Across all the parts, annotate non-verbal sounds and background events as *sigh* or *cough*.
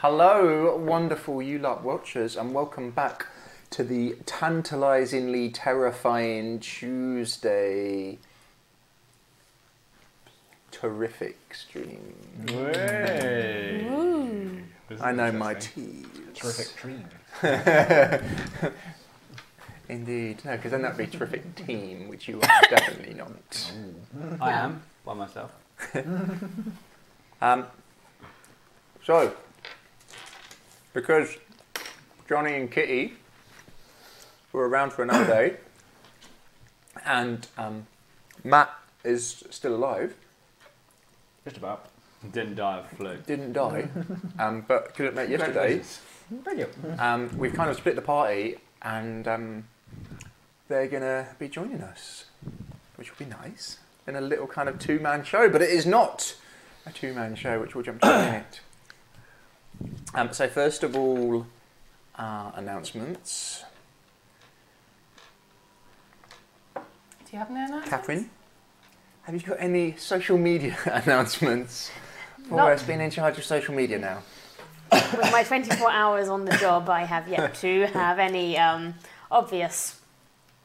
Hello, wonderful you lot watchers, and welcome back to the tantalizingly terrifying Tuesday terrific stream. Way. This is I know my interesting. teas. Terrific dream. *laughs* Indeed, no, because then that'd be terrific team, which you are definitely not. I am by myself. Um, so, because Johnny and Kitty were around for another day, and um, Matt is still alive, Just about. Didn't die of flu. didn't *laughs* die, um, but couldn't make yesterday. Thank you. Um, we've kind of split the party, and um, they're gonna be joining us, which will be nice in a little kind of two-man show. But it is not a two-man show, which we'll jump to in a *coughs* minute. Um, so first of all, uh, announcements. Do you have an announcement? Catherine, have you got any social media *laughs* announcements? For Not- us being in charge of social media now. With my 24 hours on the job, I have yet to have any um, obvious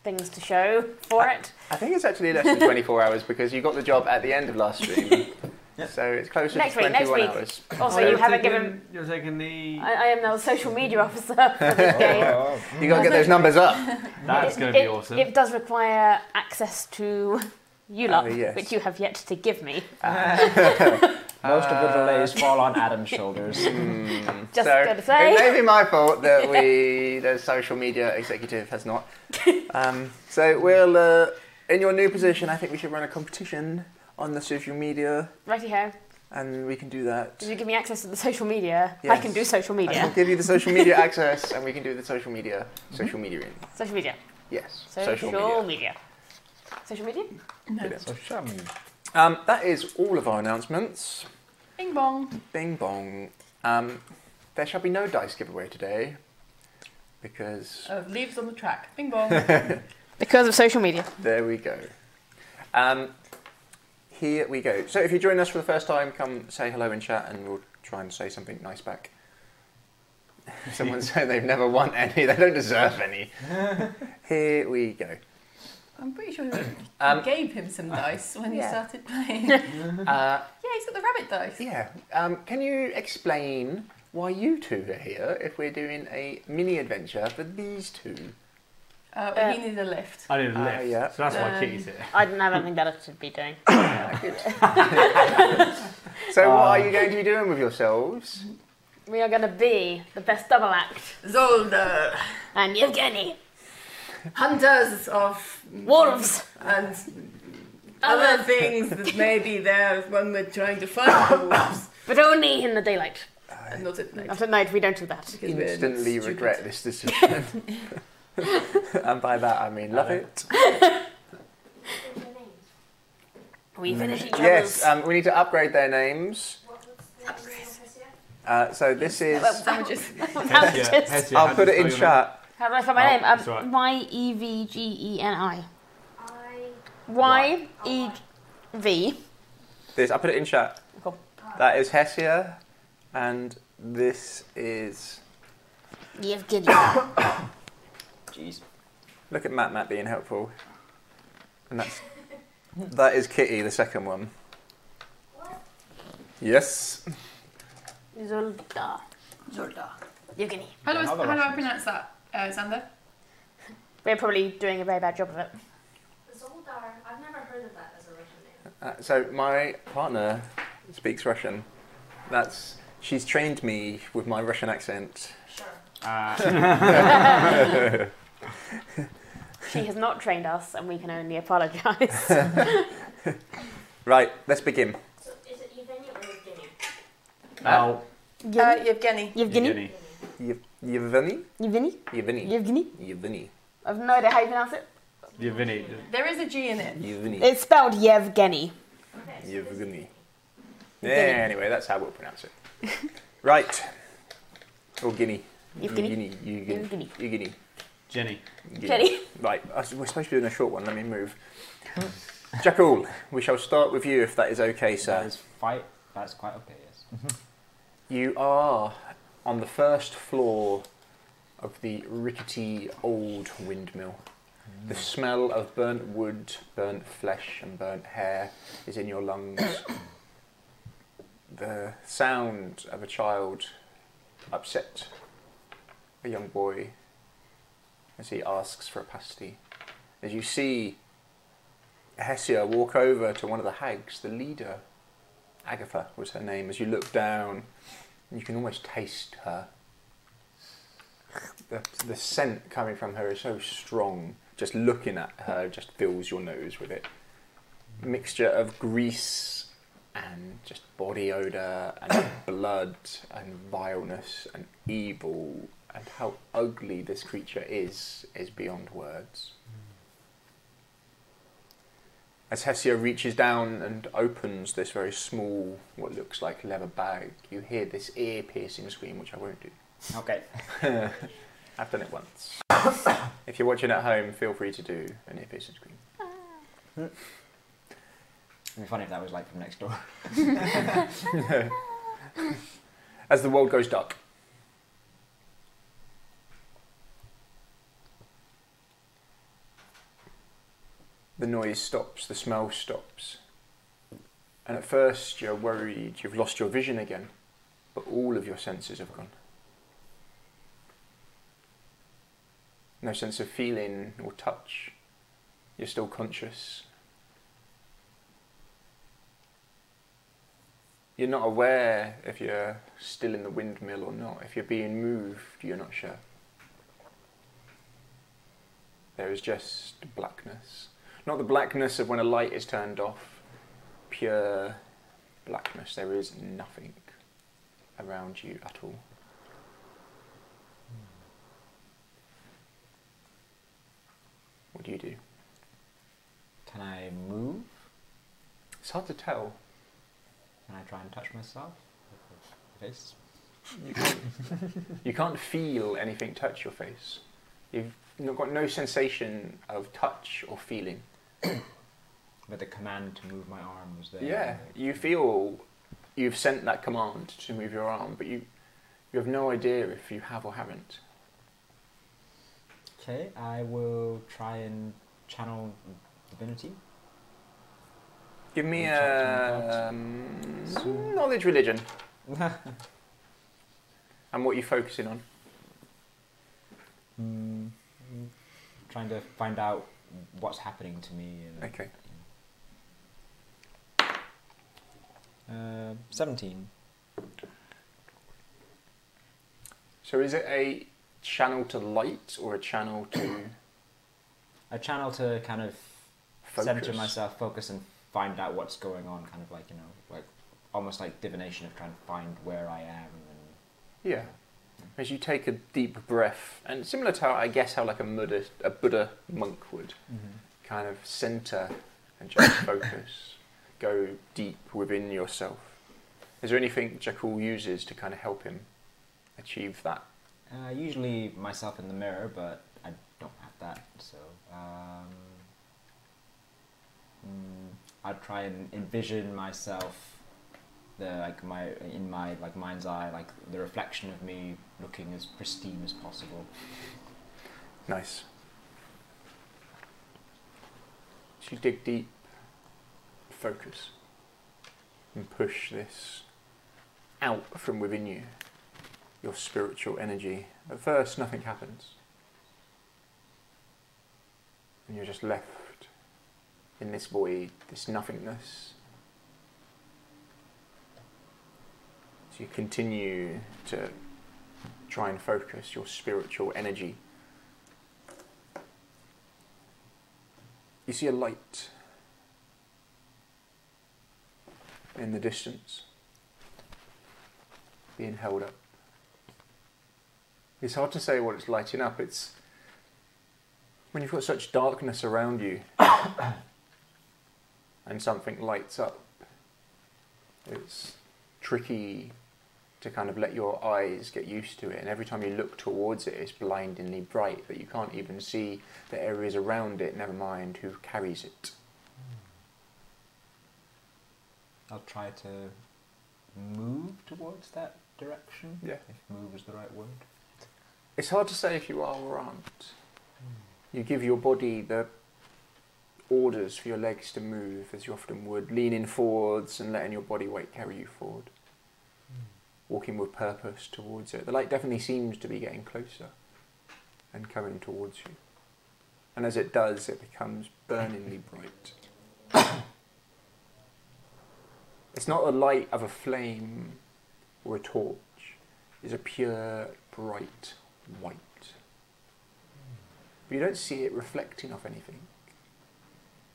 things to show for it. I think it's actually *laughs* less than 24 hours because you got the job at the end of last stream. Yeah. So it's closer Next to week, 21 next week. hours. Also, Oh, you you're haven't taking- given. You're taking the. I, I am now social media officer for this game. You gotta get those numbers *laughs* up. That's It- going to be it- awesome. It does require access to you lot, Oh, yes. which you have yet to give me. Um, Most of the delays fall on Adam's *laughs* shoulders. Just so gotta say. it may be my fault *laughs* that we, the social media executive, has not. Um, so we'll, uh, in your new position, I think we should run a competition on the social media, Righty ho. and we can do that. Did you give me access to the social media? I Yes. can do social I will media. give you the social *laughs* media access, and we can do the social media, social media in. Social media. Yes, Social media. Social media? Brilliant. so Oh, shut me. Um, that is all of our announcements. Bing bong. Bing bong. Um, there shall be no dice giveaway today, because Oh, leaves on the track. Bing *laughs* bong. Because of social media. There we go. Um, here we go. So if you join us for the first time, come say hello in chat and we'll try and say something nice back. Someone said they've never won any, they don't deserve any. here we go. I'm pretty *laughs* sure you Um, gave him some dice when yeah. he started playing. yeah, uh, he's got the rabbit dice. yeah, um, can you explain why you two are here if we're doing a mini adventure for these two? Uh, well, Uh, he needed a lift. I didn't Ah, lift. yeah. So that's why Um, Kitty's *laughs* here. I didn't have anything better to be doing. So, what are you going to be doing with yourselves? We are going to be the best double act. Zolder, And Yevgeny, hunters of wolves. and *laughs* other things that may be there when we're trying to find the wolves. But only in the daylight. And not at night. After night, we don't do that. because we're Instantly stupid. regret this decision. and by that I mean love it. We finish each Yes, other's. um, we need to upgrade their names. Uh, so this is. Well, Sandwiches. Sandwiches. *laughs* Hesia, how I'll do put you it in spell your chat. How do I find Oh, my name? it's all right. Um, Y E V G E N I. Y E V. E This I'll put it in chat. Cool. That is Hesia, and this is. Yevgeny. Jeez. Look at Matt. Matt being helpful. And that's. That is Kitty, the second one. Yes. Zolda. Zolder. Yevgeny. How do, I, Yeah, how other do I options. pronounce that, uh, Xander? We're probably doing a very bad job of it. Zoldar, I've never heard of that as a Russian name. Uh, so my partner speaks Russian. That's. She's trained me with my Russian accent. Sure. Uh, *laughs* She has not trained us, and we can only apologise. *laughs* Right, let's begin. So is it Evgeny or Evgeny? now, Uh, Yevgeny. Yevgeny. Yevgeny. Yev- Yevgeny? Yevgeny. Yevgeny. Yevgeny. Yevgeny. I've no idea how you pronounce it. Yevgeny. There is a G in it. Yevgeny. It's spelled Yevgeny. Okay. so it's Yevgeny. Yeah, Guinea. anyway, that's how we'll pronounce it. right. Or Guinea. *laughs* Yevgeny. Guinea. You Guinea. Yevgeny. You Guinea. Jenny. Guinea. Jenny. Right, uh, we're supposed to be doing a short one. Let me move. Jackal, we shall start with you if that is okay, That sir. is fight. That's quite okay, yes. You are on the first floor of the rickety old windmill. The smell of burnt wood, burnt flesh, and burnt hair is in your lungs. *coughs* the sound of a child upset, a young boy, as he asks for a pasty. As you see Hesia walk over to one of the hags, the leader, Agatha was her name, as you look down, and you can almost taste her. The, the scent coming from her is so strong, just looking at her just fills your nose with it. Mixture of grease and just body odour and *coughs* blood and vileness and evil and how ugly this creature is is beyond words. As Hesia reaches down and opens this very small, what looks like leather bag, you hear this ear piercing scream, which I won't do. Okay. I've done it once. if you're watching at home, feel free to do an ear piercing scream. It'd be funny if that was like from next door. As the world goes dark. The noise stops, the smell stops. And at first you're worried you've lost your vision again, but all of your senses have gone. No sense of feeling or touch. You're still conscious. You're not aware if you're still in the windmill or not. If you're being moved, you're not sure. There is just blackness. Not the blackness of when a light is turned off, pure blackness. There is nothing around you at all. What do you do? Can I move? It's hard to tell. Can I try and touch myself? Face? You can't, you can't feel anything touch your face. You've not got no sensation of touch or feeling. But the command to move my arm was there. Yeah, you feel you've sent that command to move your arm, but you you have no idea if you have or haven't. Okay, I will try and channel divinity. Give me Can you check some a um, knowledge religion *laughs* and what you're focusing on. Mm, trying to find out what's happening to me. And, Okay. Uh, 17. So is it a channel to light or a channel to A channel to kind of focus? center myself, focus, and find out what's going on. Kind of like you know, like almost like divination of trying to find where I am. And Yeah. As you take a deep breath, and similar to how, I guess how like a Buddha, a Buddha monk would, kind of center and just *coughs* focus, go deep within yourself. Is there anything Jekyll uses to kind of help him achieve that? uh, usually myself in the mirror, but I don't have that, so um, mm, I try and envision myself. The, like my in my like mind's eye like the reflection of me looking as pristine as possible Nice. So you dig deep, focus, and push this out from within you, your spiritual energy. At first, nothing happens. And you're just left in this void, this nothingness. So you continue to try and focus your spiritual energy. You see a light in the distance being held up. It's hard to say what it's lighting up. It's when you've got such darkness around you *coughs* and something lights up, it's tricky to kind of let your eyes get used to it. And every time you look towards it, it's blindingly bright that you can't even see the areas around it, never mind who carries it. I'll try to move towards that direction. Yeah. If move is the right word. It's hard to say if you are or aren't. You give your body the orders for your legs to move, as you often would, leaning forwards and letting your body weight carry you forward. Walking with purpose towards it. The light definitely seems to be getting closer and coming towards you. And as it does, it becomes burningly bright. *coughs* it's not the light of a flame or a torch, it's a pure, bright white. But you don't see it reflecting off anything.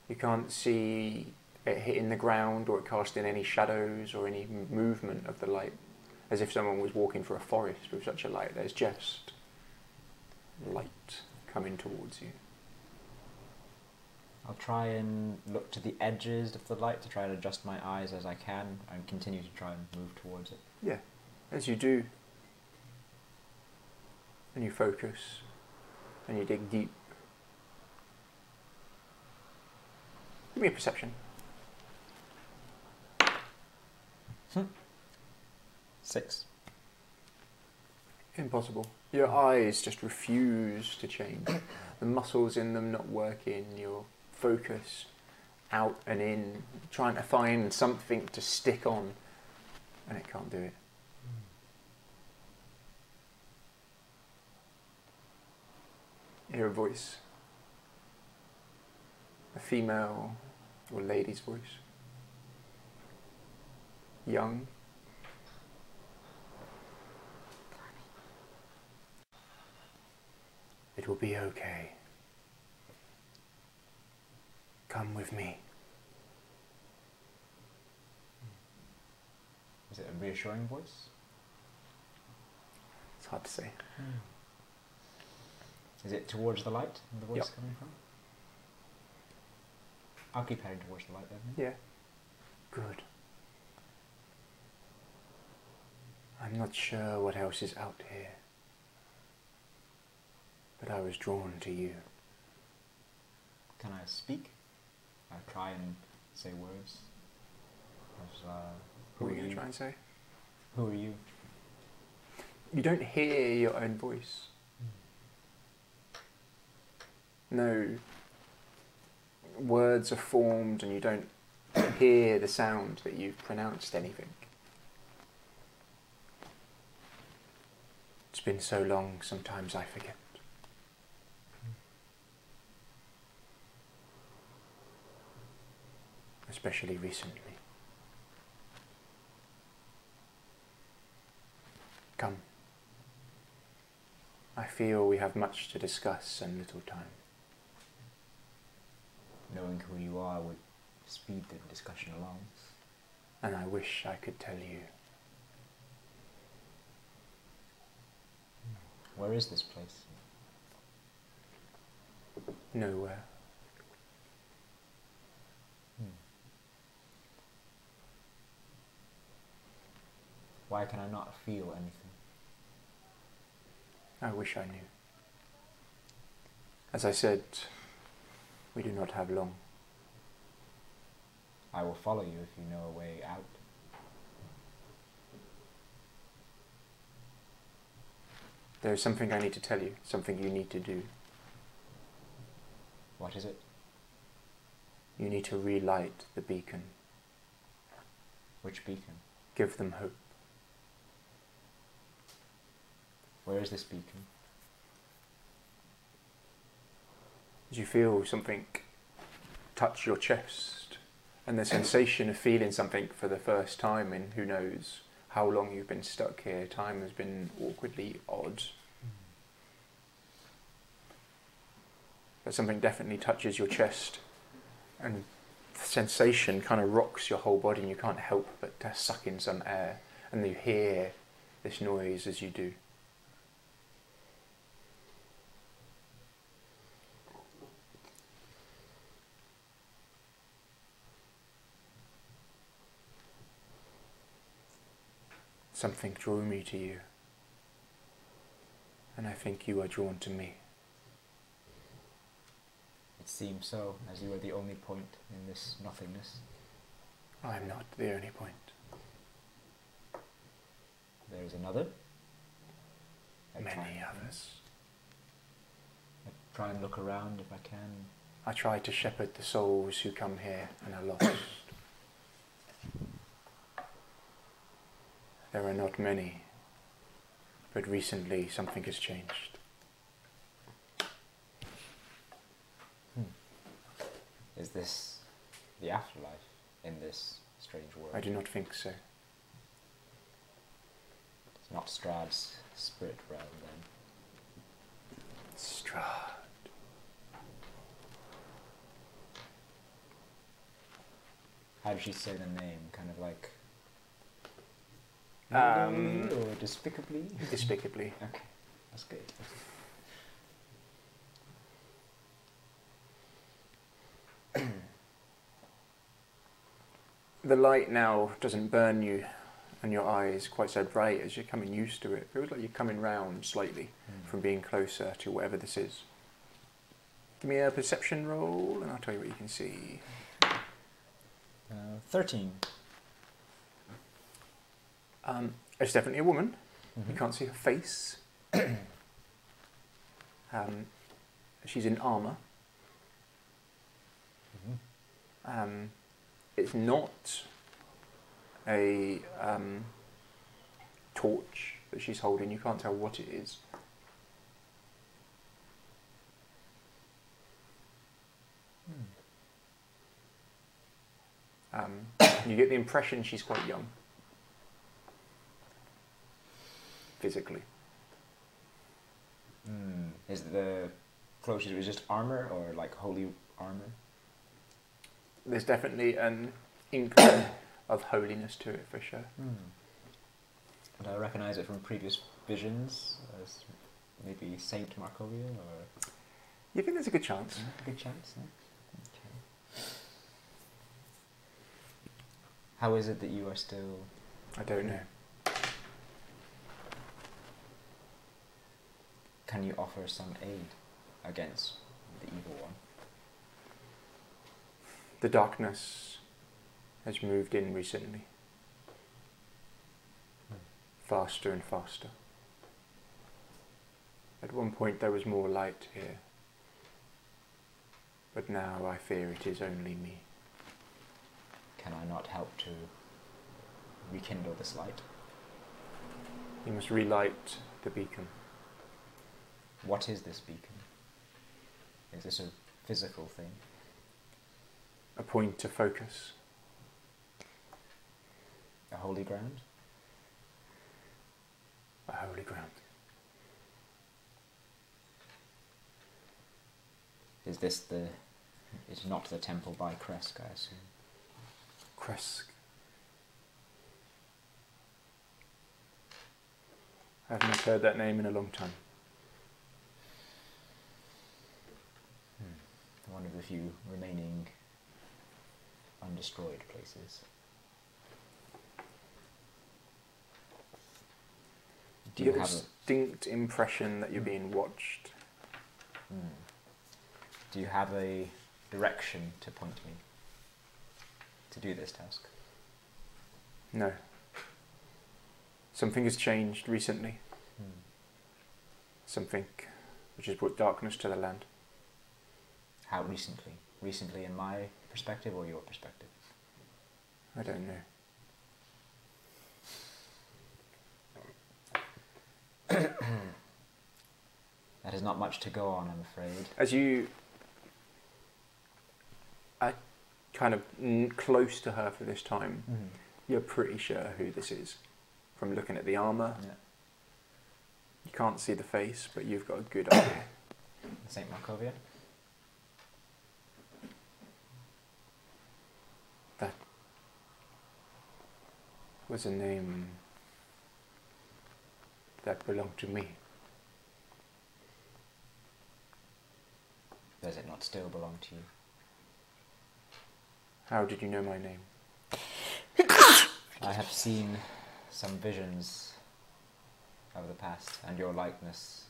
You can't see it hitting the ground or it casting any shadows or any m- movement of the light, as if someone was walking through a forest with such a light. There's just light coming towards you. I'll try and look to the edges of the light to try and adjust my eyes as I can and continue to try and move towards it. Yeah, as you do. And you focus and you dig deep. Give me a perception. Six. Impossible. Your eyes just refuse to change. *coughs* the muscles in them not working, your focus out and in, trying to find something to stick on, and it can't do it. You hear a voice. A female or lady's voice. Young. It will be okay. Come with me. Is it a reassuring voice? It's hard to say. Is it towards the light? The voice Yep. coming from? I'll keep heading towards the light then. Yeah. Good. I'm not sure what else is out here. But I was drawn to you. Can I speak? I try and say words. As, uh, What were you going to try and say? Who are you? You don't hear your own voice. No words are formed and you don't hear the sound that you've pronounced anything. It's been so long, sometimes I forget. Especially recently. Come. I feel we have much to discuss and little time. Knowing who you are would speed the discussion along. and I wish I could tell you. Where is this place? Nowhere. Why can I not feel anything? I wish I knew. As I said, we do not have long. I will follow you if you know a way out. There is something I need to tell you, something you need to do. What is it? You need to relight the beacon, Which beacon? give them hope. Where is this beacon? As you feel something touch your chest, and the sensation of feeling something for the first time in who knows how long you've been stuck here, time has been awkwardly odd. But something definitely touches your chest, and the sensation kind of rocks your whole body, and you can't help but to suck in some air, and you hear this noise as you do. Something drew me to you. And I think you are drawn to me. It seems so, as you are the only point in this nothingness. I'm not the only point. There is another. I try Many and- others. I try and look around if I can. I try to shepherd the souls who come here and are lost. there are not many, but recently something has changed. Is this the afterlife in this strange world? I do not think so. It's not Strad's spirit realm then. Strahd. How did she say the name? Kind of like. Um, "Really?" or despicably? Despicably. Okay, that's good. The light now doesn't burn you and your eyes quite so bright as you're coming used to it. It feels like you're coming round slightly from being closer to whatever this is. Give me a perception roll and I'll tell you what you can see. Uh, 13. Um, it's definitely a woman. You Mhm. can't see her face. um, she's in armor Um, it's not a um, torch that she's holding. You can't tell what it is. Um, *coughs* you get the impression she's quite young, physically. Hmm. Is the clothes she was just armor or like holy armor? There's definitely an inkling of holiness to it, for sure. Hmm. And I recognize it from previous visions as maybe Saint Markovia or You think there's a good chance? a good chance. Yeah? Okay. How is it that you are still I don't know. Can you offer some aid against the evil one? The darkness has moved in recently. Faster and faster. At one point there was more light here. But now I fear it is only me. Can I not help to rekindle this light? You must relight the beacon. What is this beacon? Is this a physical thing? A point to focus. A holy ground? A holy ground. Is this the. It's not the temple by Kresk, I assume. Kresk. I have not heard that name in a long time. One of the few remaining undestroyed places. Do you get you a have a, distinct impression that you're being watched? hmm. do you have a direction to point me to do this task? No. Something has changed recently. Hmm. Something which has brought darkness to the land. How recently? Recently, in my perspective or your perspective? I don't know. That is not much to go on, I'm afraid. As you are kind of n- close to her for this time, you're pretty sure who this is. From looking at the armour, Yeah. you can't see the face, but you've got a good *coughs* idea. Saint Markovia. was a name that belonged to me. Does it not still belong to you? How did you know my name? I have seen some visions of the past and your likeness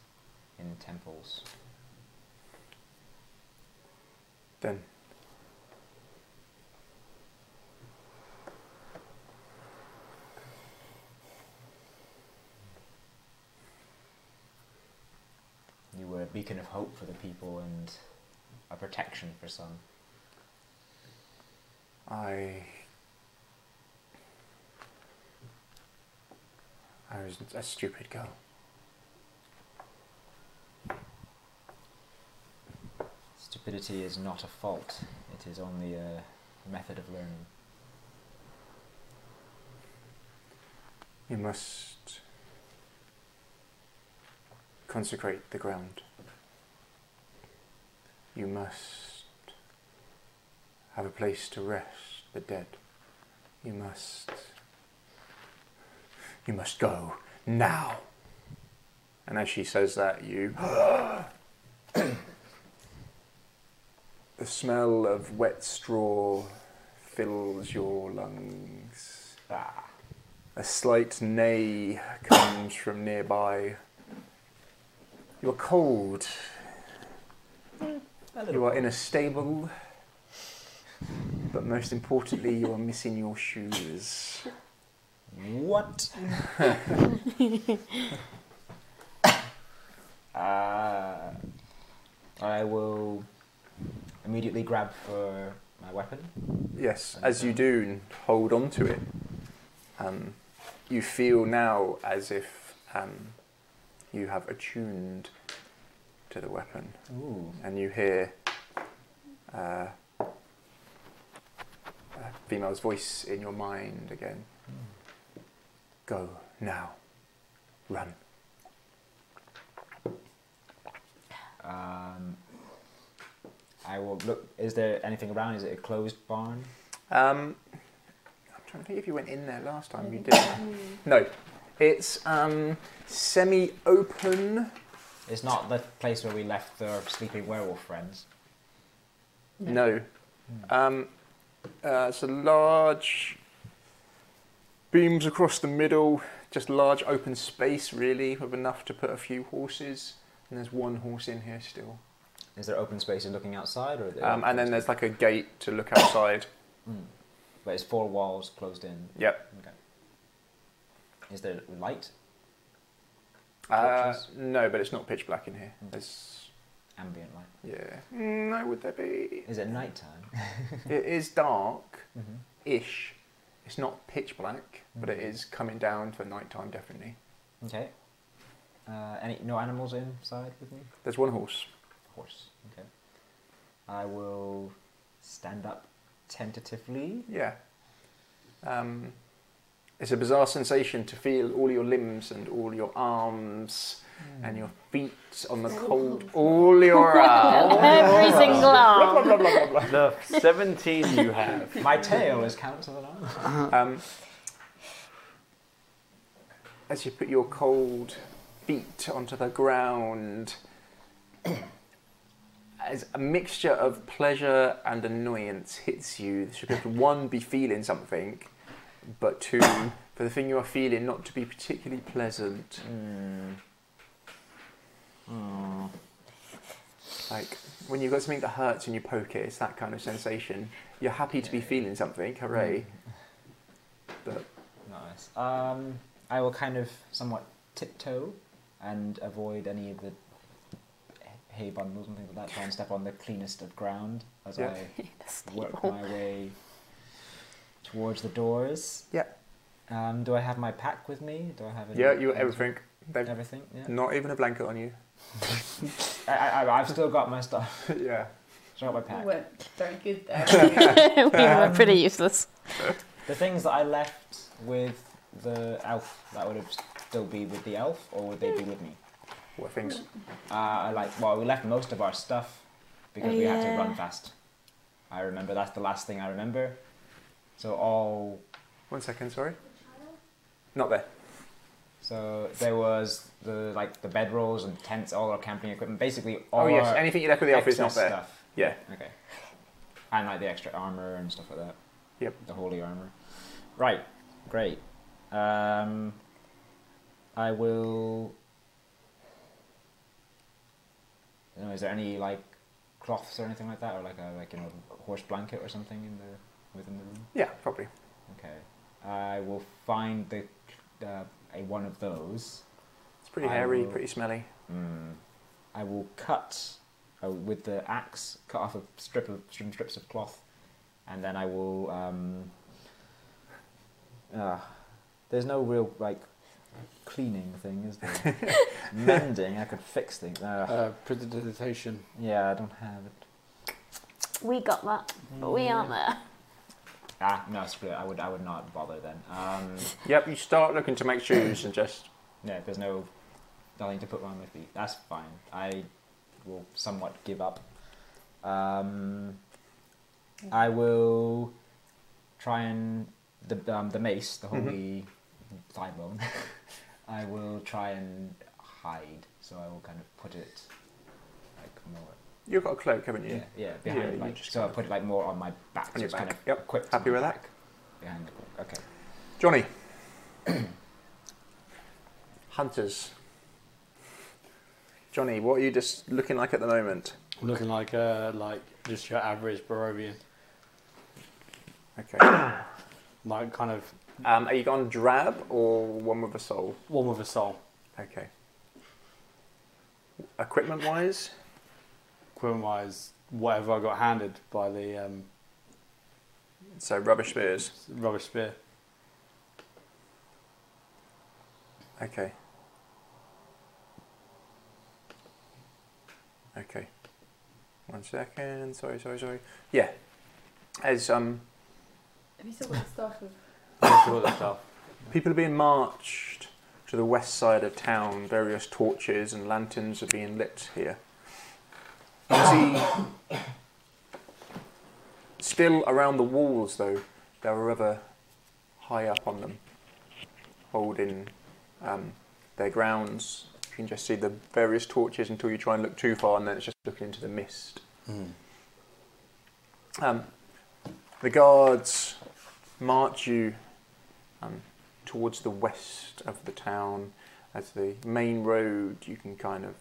in temples. Then beacon of hope for the people and a protection for some. I. I was a stupid girl. Stupidity is not a fault, it is only a method of learning. You must consecrate the ground. You must have a place to rest the dead. You must. You must go now. And as she says that, you. *gasps* the smell of wet straw fills your lungs. Ah. A slight neigh comes from nearby. You are cold. You are in a stable. But most importantly, you are missing your shoes. What? *laughs* uh, I will immediately grab for my weapon. Yes, as you do hold on to it, um, you feel now as if um, you have attuned to the weapon. Ooh. and you hear uh, a female's voice in your mind again. Go now. Run. Um, I will look. Is there anything around? Is it a closed barn? Um, I'm trying to think if you went in there last time. You didn't. No. It's um, semi open. It's not the place where we left the sleeping werewolf friends. No. Um, uh, it's a large beams across the middle, just large open space really, with enough to put a few horses. And there's one horse in here still. Is there open spaces looking outside, or? are there Um, and then open there's like a gate to look outside. spaces- Mm. But it's four walls closed in. Yep. Okay. Is there light? Uh, Torches? no, but it's not pitch black in here. It's Ambient light. yeah. No, would there be? *laughs* Is it nighttime? It is dark mm-hmm. ish. It's not pitch black, but it is coming down for nighttime definitely. Okay. Uh, any no animals inside with me? There's one horse. Horse. Okay. I will stand up tentatively. Yeah. Um, it's a bizarre sensation to feel all your limbs and all your arms Mm. and your feet on the cold. All *laughs* your arms. Every single blah, arm. blah, blah, blah, blah. The 17 you have. *laughs* My tail is counts as an arm. Um, as you put your cold feet onto the ground, *clears throat* as a mixture of pleasure and annoyance hits you, this should be able to, one be feeling something, but two for the thing you are feeling not to be particularly pleasant. Like when you've got something that hurts and you poke it, it's that kind of sensation. You're happy to be feeling something, hooray! But Nice. Um, I will kind of somewhat tiptoe and avoid any of the hay bundles and things like that. Try and step on the cleanest of ground as Yeah. I work my way towards the doors. Yep. Um, do I have my pack with me? Do I have any Yeah, you got everything. They've Everything. Hmm. Yeah. not even a blanket on you. I, I, I've still got my stuff. *laughs* yeah. Still got my pack. Well, thank you. thank you. *laughs* we were *laughs* pretty useless. The things that I left with the elf, that would have still be with the elf, or would they be with me? What things? Uh, I like well, we left most of our stuff because we had to Yeah. run fast. I remember that's the last thing I remember. So all One second, sorry. Not there. so there was the like the bedrolls and tents, all our camping equipment, basically all oh yes, our anything you left with the elf is not excess there. stuff. Yeah. Okay. And like the extra armor and stuff like that. Yep. The holy armor. Right. Great. Um, I will. I don't know, is there any like cloths or anything like that, or like a like you know horse blanket or something in the within the room? Yeah, probably. Okay. I will find the uh, a one of those. It's pretty I hairy, will- pretty smelly. Mm. I will cut uh, with the axe, cut off a strip of string strips of cloth, and then I will. Um, uh, there's no real like cleaning thing, is there? Mending, I could fix things. Uh, Uh, predigitation. yeah, I don't have it. We got that, but we aren't there. *laughs* Ah, no, screw it. I would, I would not bother then. Um, Yep, you start looking to make *coughs* shoes and just. no, there's no nothing to put on my feet. That's fine. I will somewhat give up. Um, I will try and the um, the mace, the holy Mm-hmm. thigh bone. *laughs* I will try and hide. So I will kind of put it like more. You've got a cloak, haven't you? Yeah, yeah, Yeah, behind you like just so. I put it like more on my back. so your it's Kind back. of Yep. equipped Happy on my with that? back, Behind the cloak. Okay. *coughs* Johnny. Hunters. Johnny, what are you just looking like at the moment? I'm looking like uh, like just your average Barovian, *coughs* Okay. like kind of Um, are you gone drab or one with a soul? one with a soul. Okay. Equipment wise, Equipment wise, whatever I got handed by the um, so rubbish spears. rubbish spear. Okay. Okay. One second. Sorry, sorry, sorry. Yeah. As um, Have you still got the stuff of That's all that *coughs* stuff. People are being marched to the west side of town. Various torches and lanterns are being lit here. You see, still around the walls, though, there are other high up on them, holding um, their grounds. You can just see the various torches until you try and look too far, and then it's just looking into the mist. Um, the guards march you um, towards the west of the town as the main road you can kind of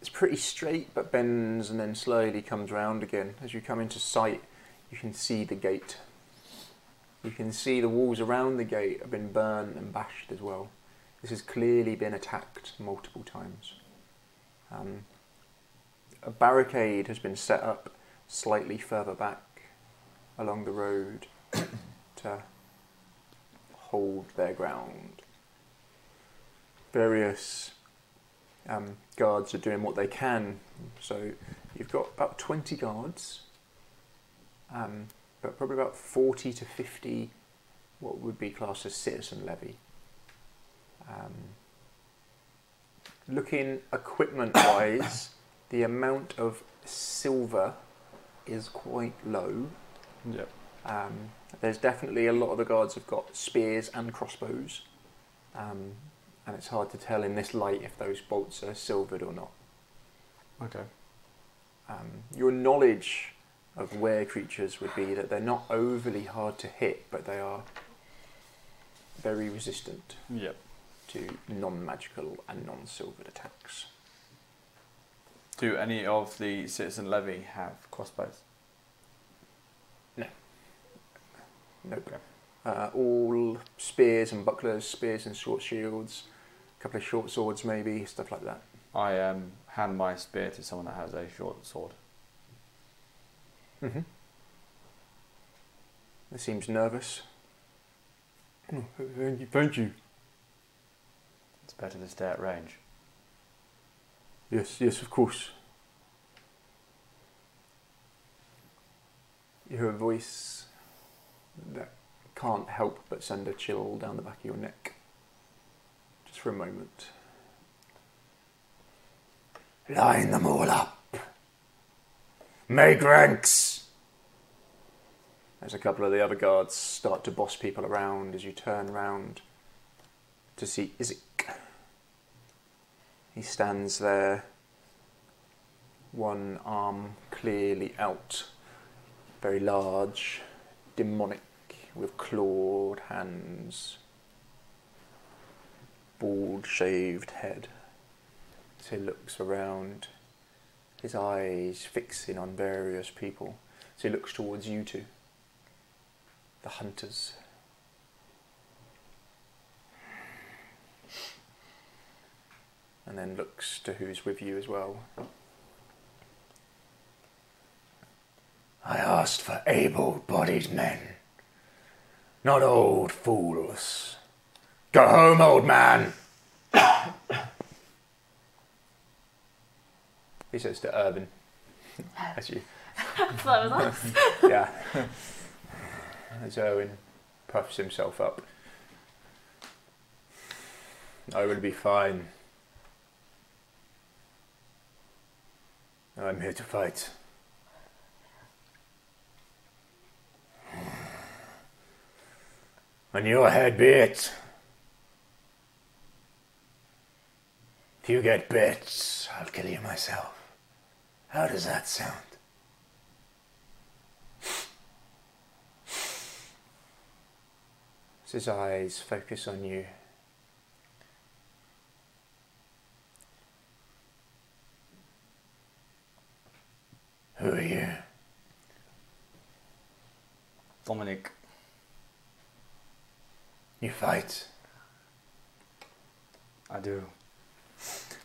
it's pretty straight but bends and then slowly comes round again as you come into sight you can see the gate you can see the walls around the gate have been burnt and bashed as well this has clearly been attacked multiple times um, a barricade has been set up slightly further back along the road *coughs* to hold their ground. Various um, guards are doing what they can. So you've got about 20 guards, um, but probably about 40 to 50 what would be classed as citizen levy. Um, looking equipment wise, *coughs* the amount of silver is quite low. Yep. Um, there's definitely a lot of the guards have got spears and crossbows, um, and it's hard to tell in this light if those bolts are silvered or not. Okay. Um, your knowledge of were creatures would be that they're not overly hard to hit, but they are very resistant Yep. to non-magical and non-silvered attacks. Do any of the citizen levy have crossbows? Nope. Uh, all spears and bucklers, spears and short shields, a couple of short swords maybe, stuff like that. I um, hand my spear to someone that has a short sword. Mm-hmm. He seems nervous. Oh, Thank you. Thank you. It's better to stay at range. Yes, yes, of course. You hear a voice that can't help but send a chill down the back of your neck. Just for a moment. Line them all up. Make ranks. As a couple of the other guards start to boss people around as you turn round to see Isaac. He stands there, one arm clearly out, very large, demonic, with clawed hands, bald, shaved head. As he looks around, his eyes fixing on various people. As he looks towards you two, the hunters. and then looks to who's with you as well. I asked for able bodied men, not old fools. Go home, old man! *coughs* he says to Urban, *laughs* as you So that was us. yeah. *laughs* As Owen puffs himself up. I will be fine. I'm here to fight. On your head be it. If you get bit, I'll kill you myself. How does that sound? As his eyes focus on you, who are you? Dominic. You fight. I do.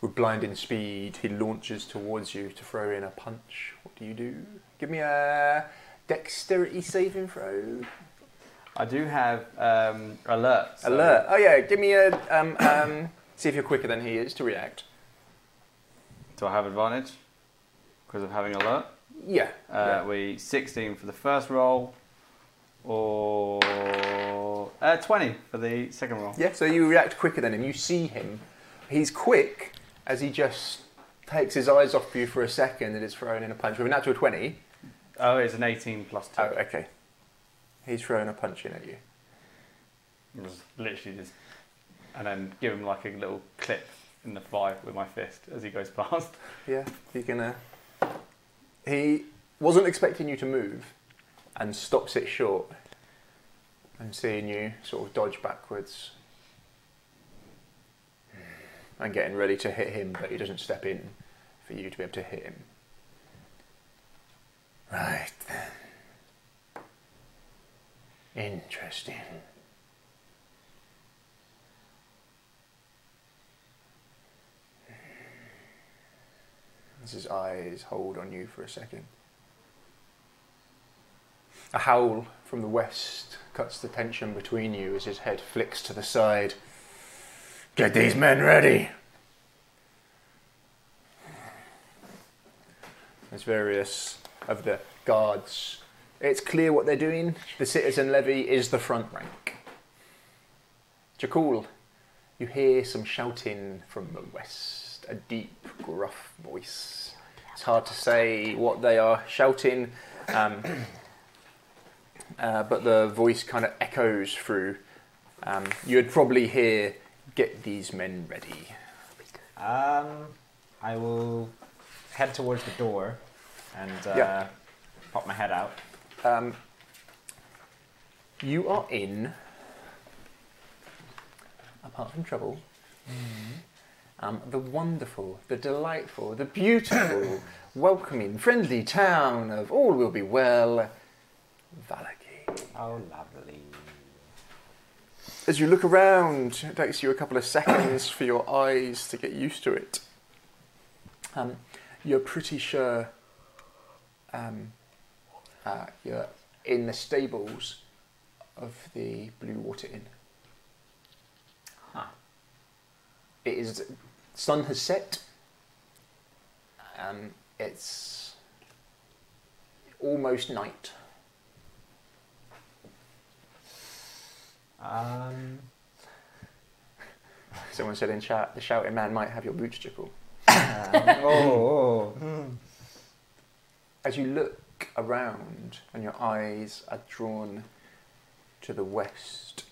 With blinding speed, he launches towards you to throw in a punch. What do you do? Give me a dexterity saving throw. I do have um, alerts. so- Alert. Oh yeah, give me a um, um, *coughs* see if you're quicker than he is to react. Do I have advantage? Because of having alert. Yeah. Uh, We 16 for the first roll, or uh, 20 for the second roll. Yeah, so you react quicker than him. You see him. He's quick as he just takes his eyes off you for a second and is thrown in a punch with a natural 20. Oh, it's an 18 plus two. Oh, okay. He's throwing a punch in at you. It was literally just, and then give him like a little clip in the thigh with my fist as he goes *laughs* past. Yeah, you can. Uh... He wasn't expecting you to move and stops it short and seeing you sort of dodge backwards and getting ready to hit him, but he doesn't step in for you to be able to hit him. Right then. Interesting. As his eyes hold on you for a second. A howl from the west cuts the tension between you as his head flicks to the side. Get these men ready! There's various of the guards. It's clear what they're doing. The citizen levy is the front rank. Jakul, you hear some shouting from the west, a deep, gruff voice. It's hard to say what they are shouting, um, *coughs* uh, but the voice kind of echoes through. Um, you'd probably hear, Get these men ready. Um, I will head towards the door and uh, Yeah. pop my head out. Um, you are in, apart from trouble, um, the wonderful, the delightful, the beautiful, welcoming, friendly town of all will be well, Valaki. Oh, lovely. As you look around, it takes you a couple of seconds for your eyes to get used to it. Um, you're pretty sure um, uh, you're in the stables of the Blue Water Inn. Huh. It is sun has set. Um, it's almost night. *coughs* Um, Someone said in chat, the shouting man might have your boots jiggle. uh, oh, oh. as you look around and your eyes are drawn to the west,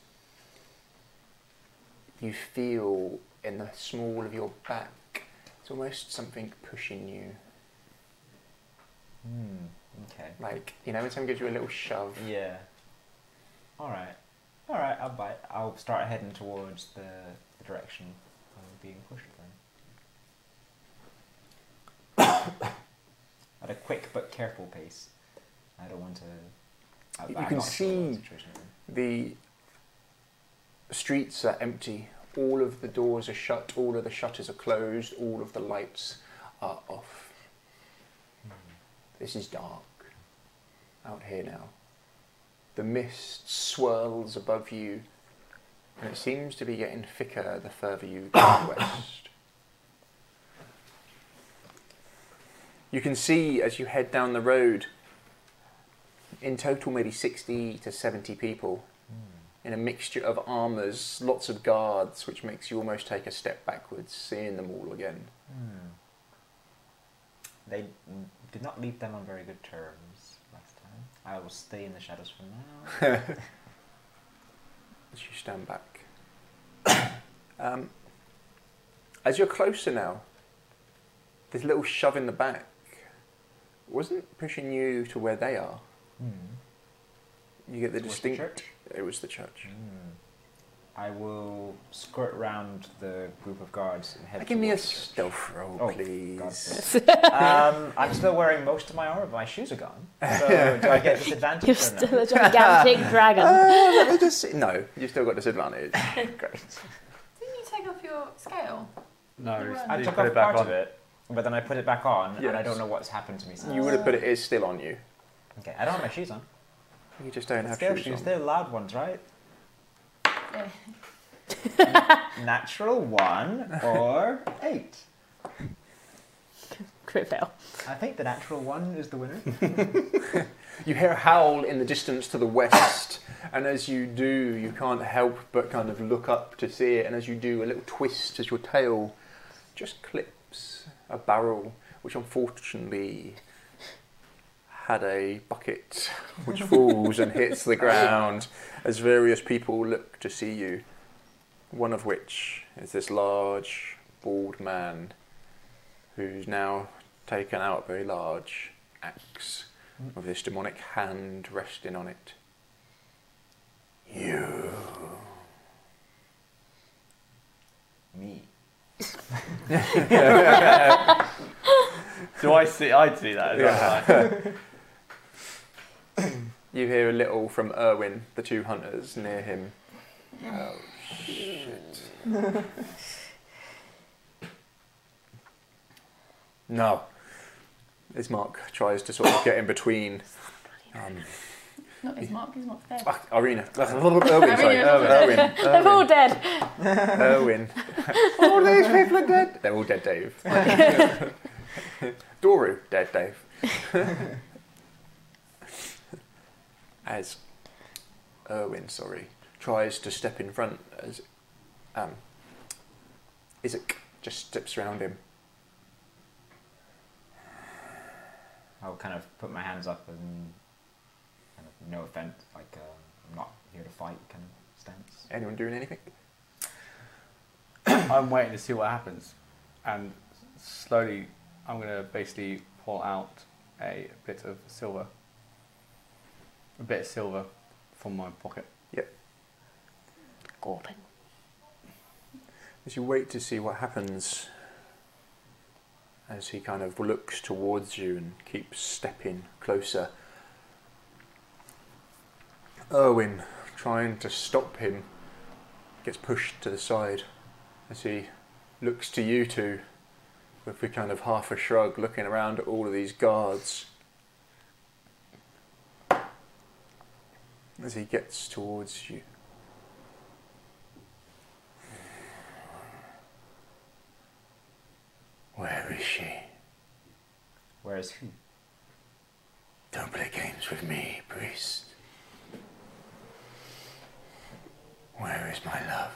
you feel in the small of your back, it's almost something pushing you. Hmm, okay. Like, you know, when someone gives you a little shove. Yeah. All right. All right. I'll bite. I'll start heading towards the, the direction I'm being pushed then. *coughs* At a quick but careful pace. I don't want to. I- You I'm can not sure what see- the situation is in. The streets are empty, all of the doors are shut, all of the shutters are closed, all of the lights are off. This is dark out here now. The mist swirls above you, and it seems to be getting thicker the further you go *coughs* west. You can see as you head down the road, in total, maybe 60 to 70 people Hmm. in a mixture of armours, lots of guards, which makes you almost take a step backwards, seeing them all again. Hmm. They mm, did not leave them on very good terms last time. I will stay in the shadows for *laughs* now. as you stand back. *coughs* um, as you're closer now, this little shove in the back wasn't pushing you to where they are. Hmm. You get the Towards the distinct. church? It was the church. Hmm. I will skirt round the group of guards and head. Give me a towards Mm. the church. stealth roll, Oh, *laughs* please. God. *laughs* um, I'm still wearing most of my armor, but my shoes are *laughs* gone. So do I get disadvantage? You're or no? still a gigantic dragon. Uh, let me just see- No, you've still got *laughs* disadvantage. Great. Didn't you take off your scale? No, Yeah. I you took put off it back part on. of it, but then I put it back on, and I Yes. don't know what's happened to me since. You would have put it is still on you. Okay, I don't have my shoes on. You just don't have Scale shoes shoes, on. they're loud ones, right? Yeah. *laughs* Natural one or eight. *laughs* Crit fail. I think the natural one is *laughs* the winner. You hear a howl in the distance to the west, and as you do, you can't help but kind of look up to see it. And as you do, a little twist as your tail just clips a barrel, which unfortunately had a bucket which falls and hits the ground as various people look to see you. One of which is this large, bald man who's now taken out a very large axe with this demonic hand resting on it. You. Me. Do I see? I'd see that. As Yeah. well. You hear a little from Erwin, the two hunters near him. Oh, shit. *laughs* no. As Mark tries to sort of get in between. Um, Not his mark, he's not there. ah, Irina. *laughs* Erwin, sorry. Erwin. *laughs* Irina. Erwin. They're all dead. Erwin. *laughs* all these people are dead. They're all dead, *laughs* Dave. Doru, dead, Dave. *laughs* as Erwin, sorry, tries to step in front, as um, Isaac just steps around him. I'll kind of put my hands up and kind of no offense, like uh, I'm not here to fight kind of stance. Anyone doing anything? I'm waiting to see what happens, and slowly I'm gonna basically pull out a bit of silver, a bit of silver from my pocket. Gawping. As you wait to see what happens, as he kind of looks towards you and keeps stepping closer, Erwin, trying to stop him, gets pushed to the side as he looks to you two with a kind of half a shrug, looking around at all of these guards. As he gets towards you, where is she? Whereas who? Don't play games with me, priest. Where is my love?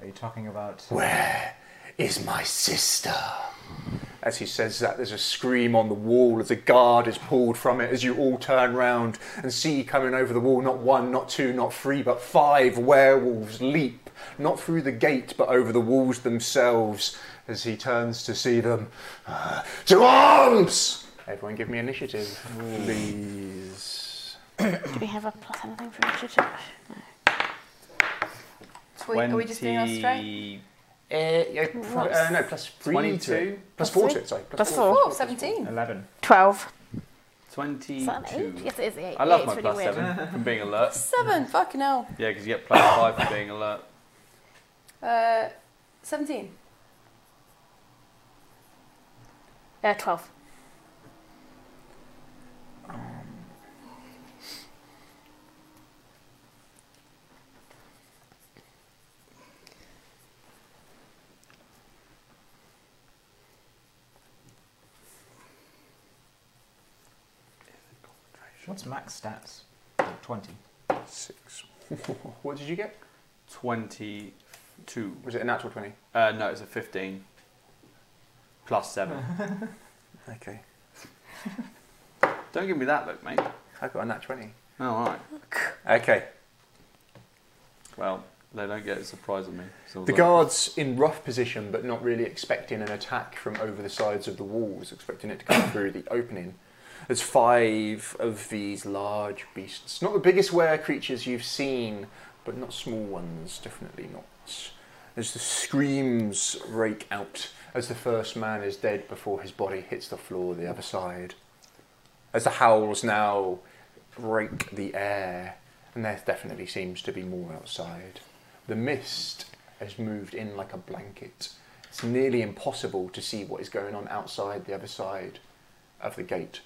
Are you talking about? Where is my sister? As he says that, there's a scream on the wall as a guard is pulled from it. As you all turn round and see coming over the wall, not one, not two, not three, but five werewolves leap, not through the gate, but over the walls themselves. As he turns to see them, uh, to arms! Everyone, give me initiative, please. Do we have a plus anything for initiative? Wait, Are we just doing our straight? Uh, yeah, fr- uh, no, plus three to it. Plus Plus four three? to it, sorry. Plus to it. Oh, 17. Eleven. Twelve. Is that an Twenty-two. eight? Yes, it is the eight. E I love Eight's my really plus weird. seven from being *laughs* alert. Seven, fucking hell. Yeah, because you get plus five for being alert. Uh, 17. Uh, twelve. What's max stats? Like 20. Six. *laughs* what did you get? Twenty-two. Was it a natural 20? Uh, no, it's a fifteen. Plus seven. *laughs* Okay. Don't give me that look, mate. I've got a nat 20. Oh, all right. Okay. Well, they don't get a surprise of me. So The guards in rough position, but not really expecting an attack from over the sides of the walls, expecting it to come through the opening. There's five of these large beasts. Not the biggest were creatures you've seen, but not small ones, definitely not. As the screams rake out, as the first man is dead before his body hits the floor the other side. As the howls now rake the air, and there definitely seems to be more outside. The mist has moved in like a blanket. It's nearly impossible to see what is going on outside the other side of the gate.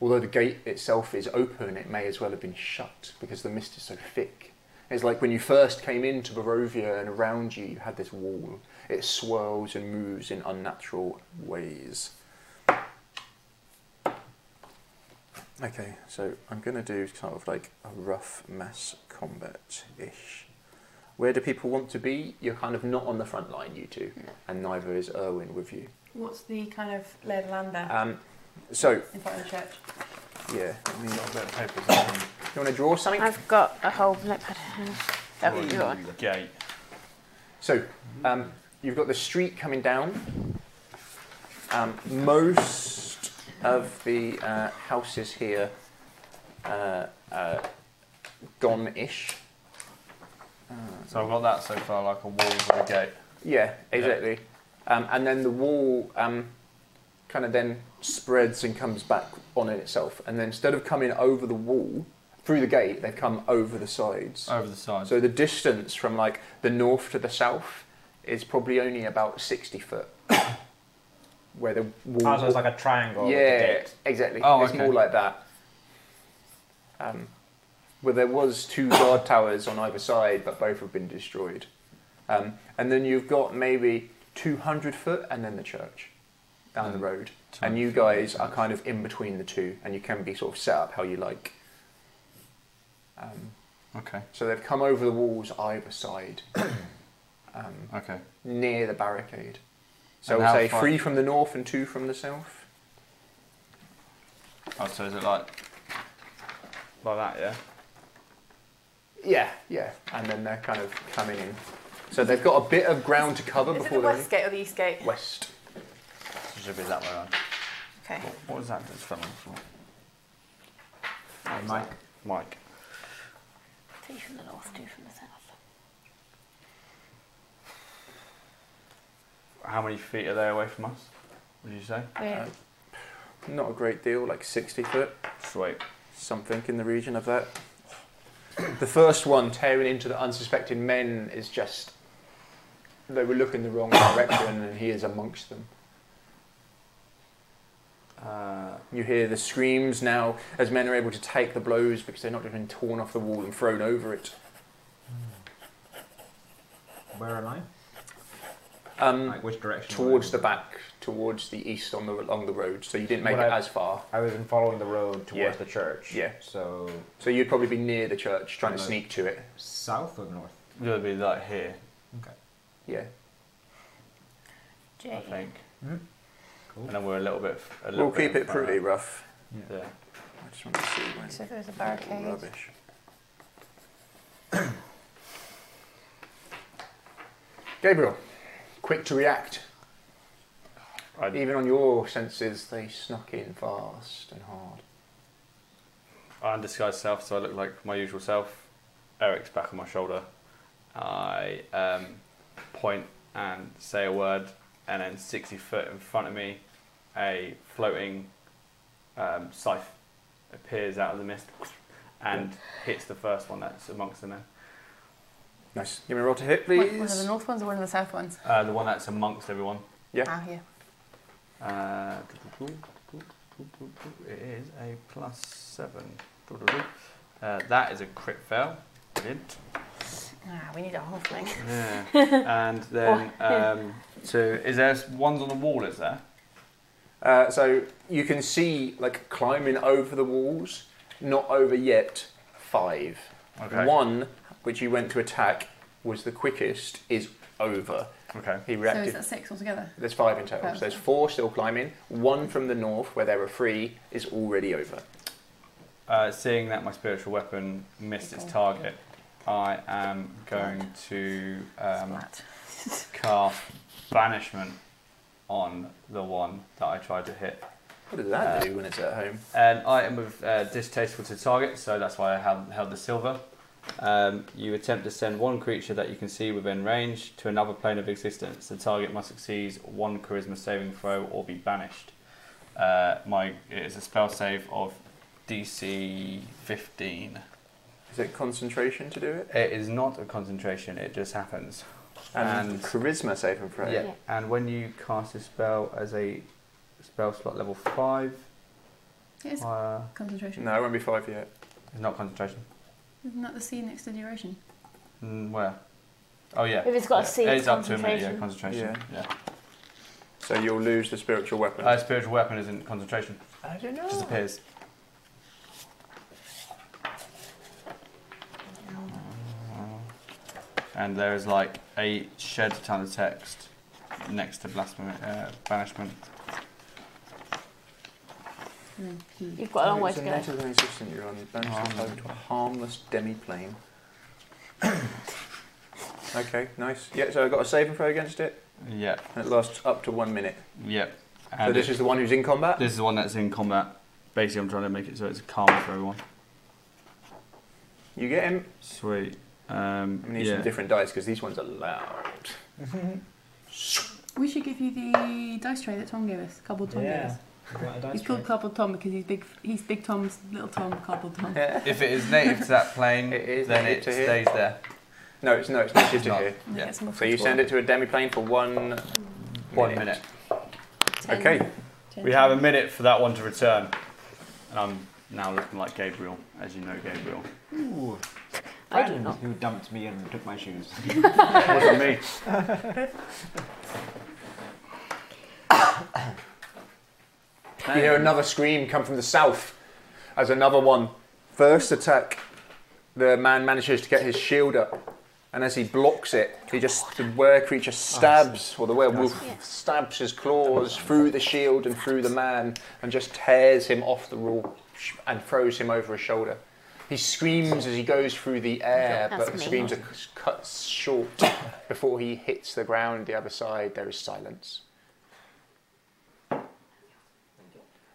Although the gate itself is open, it may as well have been shut because the mist is so thick. It's like when you first came into Barovia and around you, you had this wall. It swirls and moves in unnatural ways. Okay, so I'm going to do kind of like a rough mass combat ish. Where do people want to be? You're kind of not on the front line, you two, and neither is Erwin with you. What's the kind of lay of the land there Um, so, in front of the church? yeah. I mean, Got a bit of paper. you want to draw something? I've got a whole notepad. That would be good. Gate. So, um, you've got the street coming down. Um, most of the uh, houses here uh, uh, gone ish. So I've got that so far, like a wall with a gate. Yeah, exactly. Um, and then the wall um, kind of then spreads and comes back on in itself. And then instead of coming over the wall, through the gate, they've come over the sides. Oh, Over the side. So the distance from like the north to the south is probably only about 60 foot. *coughs* Where the wall. Oh, so it's like a triangle. with the yeah, gate. exactly. Oh, it's okay. more like that. Um, well, there was two guard *coughs* towers on either side, but both have been destroyed. Um, and then you've got maybe 200 foot and then the church down the Mm. road. And you guys are kind of in between the two, and you can be sort of set up how you like. Um, Okay, so they've come over the walls either side, um, okay. near the barricade. So And we'll how say far- three from the north and two from the south. Oh, so is it like. Like that, yeah? Yeah, yeah. And then they're kind of coming in. So they've got a bit of ground to cover Is it before the they're west gate or the east gate? in. west. So it should be that way around. Okay. What, what was that that's fell on the floor? Oh, Mike. Mike. Three from the north, two from the south. How many feet are they away from us? Would you say? Weird. Uh, Not a great deal, like 60 foot, Sweet. something in the region of that. The first one tearing into the unsuspecting men is just. They were looking the wrong *coughs* direction and he is amongst them. Uh, You hear the screams now as men are able to take the blows because they're not just been torn off the wall and thrown over it. Where am I? Um, Like, which direction? am I towards the in? back, towards the east on the along the road. So you didn't make Would it I- as far. I was in following the road towards Yeah. the church. Yeah. So, So you'd probably be near the church trying to No. sneak to it. south or north? it'll be like here, Okay. Yeah. I Jay. think. Mhm. Cool. And then we're a little bit. A little We'll keep bit it pretty further. rough. Yeah. uh, I just want to see when. So there's a barricade. Rubbish. *coughs* Gabriel, quick to react. I- Even on your senses, they snuck in fast and hard. I undisguised self, so I look like my usual self. Eric's back on my shoulder. I um, point and say a word, and then 60 foot in front of me, a floating um, scythe appears out of the mist and hits the first one that's amongst the men. Nice. Give me a roll to hit, Wait, one of the please. north ones or one of the south ones? Uh, the one that's amongst everyone. Ah, yeah. Uh, it is a plus seven. Uh, that is a crit fail. Brilliant. Ah, we need a whole thing. Yeah. and then, um, so is there ones on the wall? Is there? Uh, so you can see, like, climbing over the walls, not over yet, five. One, which you went to attack, was the quickest, is over. Okay. He So reacted. is that six altogether? There's five in total. Five. So there's four still climbing. One from the north, where there were three, is already over. Uh, seeing that my spiritual weapon missed its target, I am going to um, Flat. cast banishment on the one that I tried to hit. What does that do when it's at home? An item of uh, distasteful to target, so that's why I held, held the silver. Um, you attempt to send one creature that you can see within range to another plane of existence. The target must succeed one charisma saving throw or be banished. Uh, my it is a spell save of DC 15. Is it concentration to do it? It is not a concentration, it just happens. And, And- charisma saving throw. Yeah. Yeah. And when you cast a spell as a spell slot level 5, Here's uh, concentration. No, it won't be five yet. it's not concentration. Isn't that the C next to duration? Mm, where? Oh yeah. If it's got a yeah. C, It it's is up to a minute. Yeah, concentration. concentration. Yeah. So you'll lose the spiritual weapon. Uh, spiritual weapon isn't concentration. I don't know. Disappears. And there is like a shed ton of text next to blasphemy, uh, banishment. And then P. You've got a long way to go. It's a native resistant you're on. Don't Oh, suppose no. to a harmless demi-plane. *coughs* okay, nice. Yeah, so I got a saving throw against it, Yep. and it lasts up to one minute. Yep. so And this it- is the one who's in combat. this is the one that's in combat. Basically, I'm trying to make it so it's calm for everyone. You get him. Sweet. Um, I need yeah. some different dice because these ones are loud. We should give you the dice tray that Tom gave us. Cardboard Tom gave us. He's called Cardboard Tom because he's big. He's Big Tom's little Tom. Cardboard Tom. If it is native to that *laughs* plane, It is then native it to here. stays there. No, it's no, it's *laughs* native to not. here. And Yeah. get some more So you football. send it to a demi-plane for one. One minute. Ten- Okay. ten- We have a minute for that one to return. And I'm now looking like Gabriel, as you know, Gabriel. Ooh, I do Brandon, not. who dumped me and took my shoes. Wasn't me. You hear another scream come from the south as another one. First attack, the man manages to get his shield up, and as he blocks it, he just the were creature stabs, or the werewolf Yeah. stabs his claws through the shield and through the man, and just tears him off the wall and throws him over his shoulder. He screams as he goes through the air, That's but the me. screams are c- cut short *coughs* before he hits the ground. The other side, there is silence.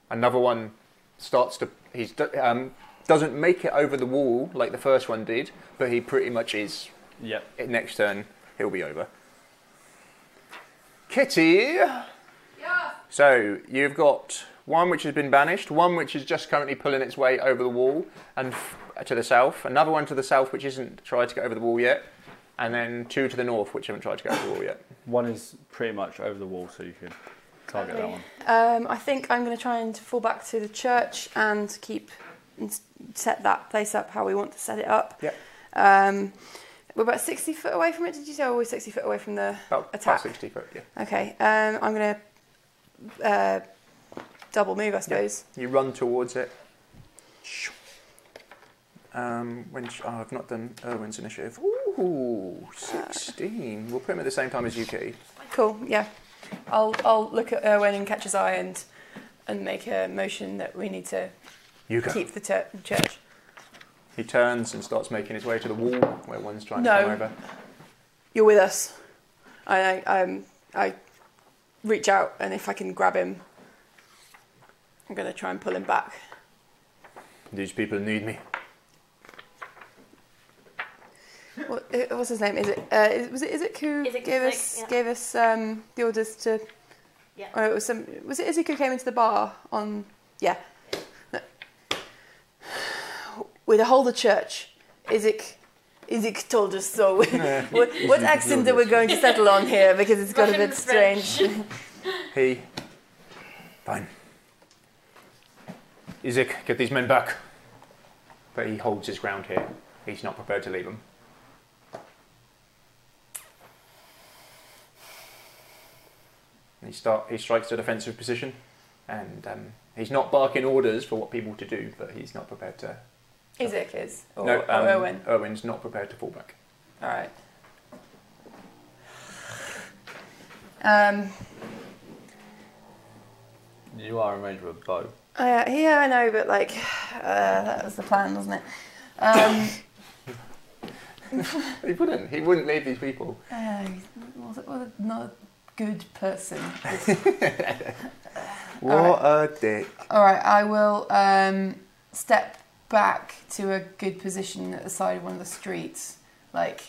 Another one starts to he's do- um, doesn't make it over the wall like the first one did, but he pretty much is. Yep. Next turn, he'll be over. Kitty. Yeah. So you've got one which has been banished, one which is just currently pulling its way over the wall and f- uh, to the south, another one to the south which isn't tried to get over the wall yet, and then two to the north which haven't tried to get over the wall yet. One is pretty much over the wall, so you could target that one. Um, I think I'm going to try and fall back to the church and keep and s- set that place up how we want to set it up. Yep. Um, we're about 60 foot away from it, did you say? Or we're 60 foot away from the. About, about Attack. 60 foot, yeah. Okay. Um, I'm going to uh, double move, I suppose. You run towards it. Um, when sh- oh, I've not done Erwin's initiative. Ooh, 16. We'll put him at the same time as you, Kitty. Cool, yeah. I'll, I'll look at Erwin and catch his eye and, and make a motion that we need to You go. keep the tur- church. He turns and starts making his way to the wall where one's trying No. to come over. You're with us. I, I, um, I reach out and if I can grab him, I'm going to try and pull him back. These people need me. What, uh, what's his name? Is it, uh, is, was it, is it who Izzet gave Kuznick, us, yeah. gave us um, the orders to. Yeah. Oh, it was some. Was it Izik who came into the bar on. Yeah. with the whole of church. Isaac, Isaac told us so. *laughs* what what accent are we going to settle on here? Because it's got a bit strange. He. Fine. Isaac, get these men back. But he holds his ground here. He's not prepared to leave them. And he start. He strikes a defensive position, and um, he's not barking orders for what people to do, but he's not prepared to. Isaac is. Or, no, or um, Owen. Owen's not prepared to fall back. All right. Um, You are arranged with a bow. I, yeah, I know, but like, *sighs* uh, that was the plan, wasn't it? Um, He wouldn't. He wouldn't leave these people. uh, was, it, was it not a good person? What a dick. All right, I will um, step back to a good position at the side of one of the streets, like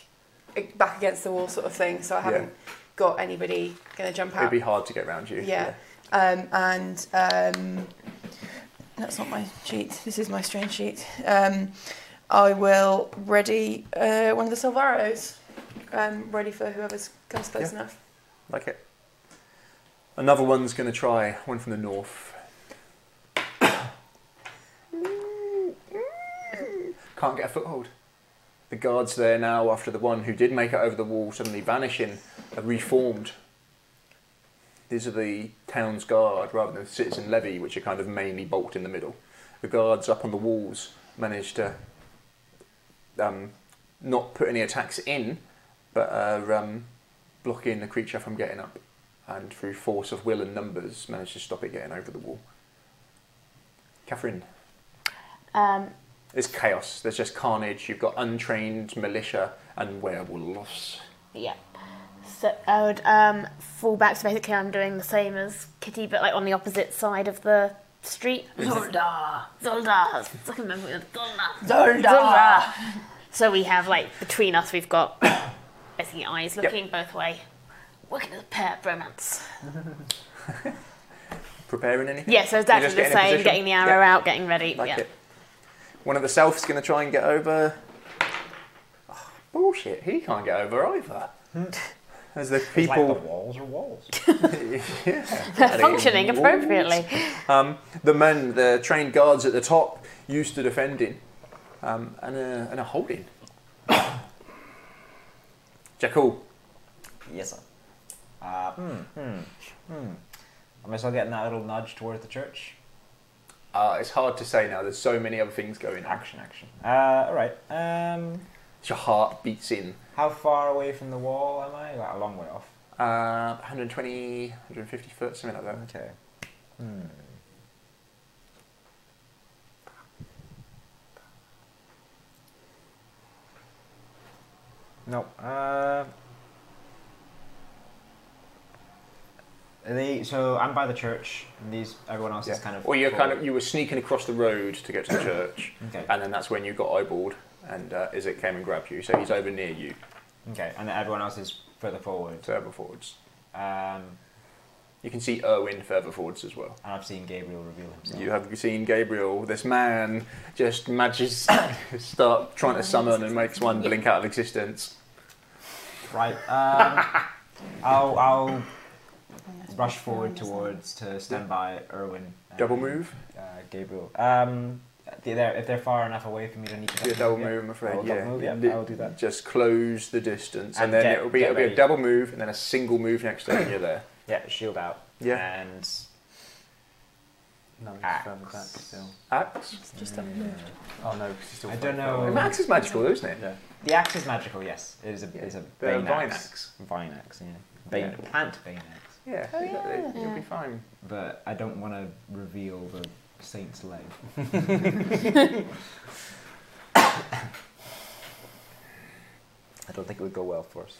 back against the wall, sort of thing. So I Yeah. haven't got anybody going to jump out. It'd be hard to get round you. Yeah. Um, and um, that's not my sheet. This is my strange sheet. Um, I will ready uh, one of the silver arrows, um, ready for whoever's comes close Yeah. enough. Like it. Another one's going to try. One from the north. Can't get a foothold. The guards there now, after the one who did make it over the wall suddenly vanishing, have reformed. These are the town's guard rather than the citizen levy, which are kind of mainly bulked in the middle. The guards up on the walls managed to um, not put any attacks in, but are um, blocking the creature from getting up, and through force of will and numbers, managed to stop it getting over the wall. Catherine, Um, there's chaos. There's just carnage. You've got untrained militia and werewolves. yeah. So I would um, fall back. So basically, I'm doing the same as Kitty, but like on the opposite side of the street. Zolda, Zolda. I can remember it. Zolda. Zolda. So we have like between us, we've got basically eyes looking both way. Working as a pair, bromance. Preparing anything? Yeah, so You're exactly just the getting in same. position? Getting the arrow Yeah. out, getting ready. Like yeah. it. One of the self's going to try and get over. Oh, bullshit! He can't get over either. As the people *laughs* walls are walls. Adding *laughs* Functioning walls. appropriately. Um, the men, the trained guards at the top, used to defending um, and, a, and a holding. *coughs* Jackal, Yes, sir. Uh, hmm, hmm, hmm. I might as well get that little nudge towards the church. uh, it's hard to say now. There's so many other things going. on. Action, action. Uh, all right. Um, It's your heart beats in. how far away from the wall am I? Like, a long way off. Uh, 120, 150 foot, something like that. Okay. Hmm. No. Uh, they so I'm by the church, and these everyone else is Yeah. kind of. or you're kind of forward. you were sneaking across the road to get to the church, Okay. and then that's when you got eyeballed, and uh, Isaac came and grabbed you. So he's over near you, Okay, and then everyone else is further forward. further forwards. Um, and You can see Erwin further forwards as well. I've seen Gabriel reveal himself. You have seen Gabriel, this man, just matches *coughs* start trying to summon and makes one blink out of existence. Right. *laughs* Um, I'll I'll rush forward towards to stand by Erwin. and, Double move? Uh, Gabriel. Um, they- they're, if they're far enough away from me, don't need to. Yeah, double move, I'm afraid. I'll yeah. double move, yeah, Li- I'll do that. Just close the distance, and, And then get- it'll be get it'll be a ready. double move, and then a single move next time and you're there. Yeah, shield out. Yeah. And No, he's Axe. firm attack still. Axe. Just a Oh no, because he's still. I firm don't attack. know. Um, axe is magical, though, isn't it? Yeah. the axe is magical. Yes, it is a it's a The bane vine axe. axe. Vine axe. Yeah. Bane, Yeah. Plant bane axe. Yeah, Oh, exactly. yeah. you'll be fine. But I don't want to reveal the saint's leg. I don't think it would go well for us.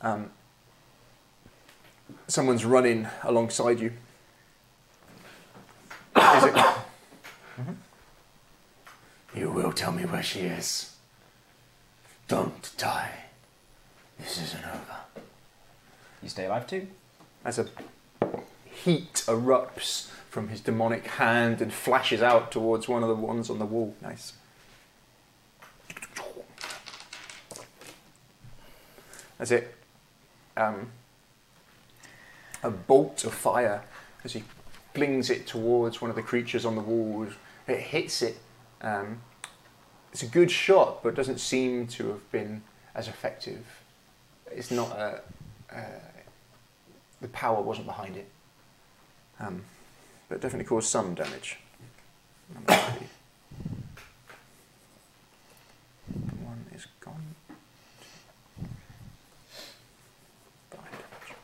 Um, someone's running alongside you. Is it? Mm-hmm. You will tell me where she is. Don't die. This isn't over. You stay alive too. As a heat erupts from his demonic hand and flashes out towards one of the ones on the wall. Nice. As it, um, a bolt of fire, as he flings it towards one of the creatures on the wall, it hits it. Um, it's a good shot, but doesn't seem to have been as effective. It's not a. Uh, the power wasn't behind it. Um, but definitely caused some damage. Number three. One is gone. Five damage.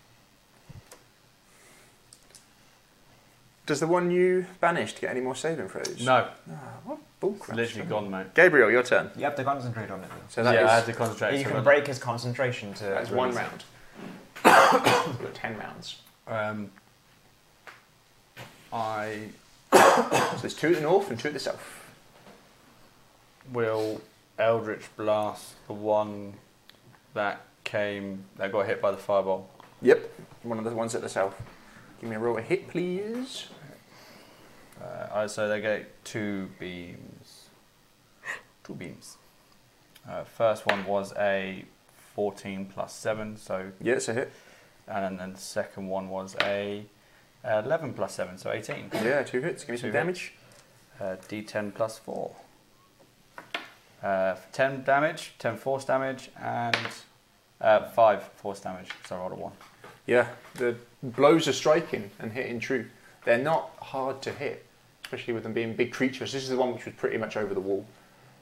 Does the one you banished get any more saving throws? No. Ah, what bull crap. literally gone, mate. Gabriel, your turn. You have to concentrate on it. So that yeah, I is- had to concentrate. you so can I'm- break his concentration to. That's one release it. round. *coughs* You've got ten rounds. Um, I So there's two at the north and two at the south. will Eldritch Blast the one that came that got hit by the fireball. Yep. One of the ones at the south. Give me a roll a hit, please. Uh, I- so they get two beams. Two beams. Uh, first one was a 14 plus 7, so. Yeah, it's a hit. And then the second one was a 11 plus 7, so 18. Yeah, two hits. Give me some Two damage. Uh, D10 plus 4. Uh, 10 damage, 10 force damage, and uh, 5 force damage, so I rolled a 1. Yeah, the blows are striking and hitting true. They're not hard to hit, especially with them being big creatures. This is the one which was pretty much over the wall.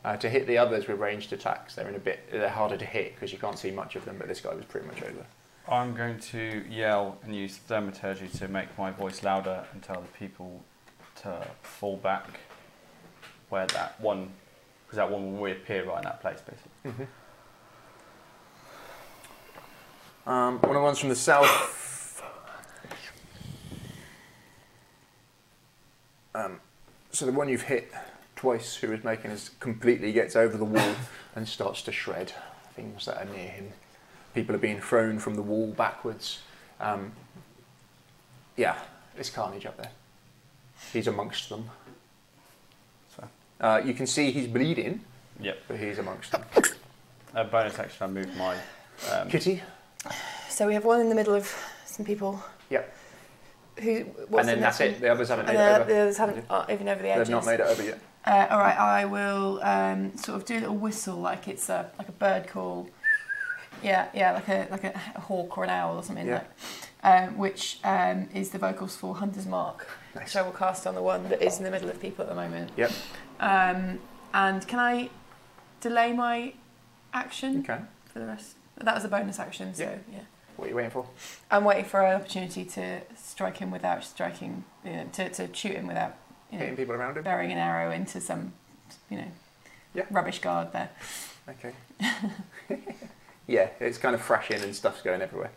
Uh, to hit the others with ranged attacks, they're in a bit. They're harder to hit because you can't see much of them. But this guy was pretty much over. I'm going to yell and use thermaturgy to make my voice louder and tell the people to fall back where that one, because that one will reappear right in that place, basically. Um, one of the ones from the south. Um, so the one you've hit twice, who is making his completely gets over the wall and starts to shred things that are near him. People are being thrown from the wall backwards. Um, yeah, it's carnage up there. He's amongst them. So. Uh, you can see he's bleeding, Yep. but he's amongst them. A bonus action, I move my. Um, Kitty, So we have one in the middle of some people. Yep. Who? What's and then the next that's it. one? The others haven't made And it the, over. the others haven't uh, even over the edges. They've not made it over yet. Uh, all right, I will um, sort of do a little whistle, like it's a like a bird call. Yeah, yeah, like a like a, hawk or an owl or something. Yeah. Like, um, which um, is the vocals for Hunter's Mark, which I will cast on the one that is in the middle of people at the moment. Yep. Um, and can I delay my action Okay. for the rest? That was a bonus action, so Yeah. yeah. What are you waiting for? I'm waiting for an opportunity to strike him without striking, you know, to, to shoot him without you know, Hitting people around him? burying an arrow into some, you know, Yeah. rubbish guard there. Okay. *laughs* yeah, it's kind of thrashing and stuff's going everywhere.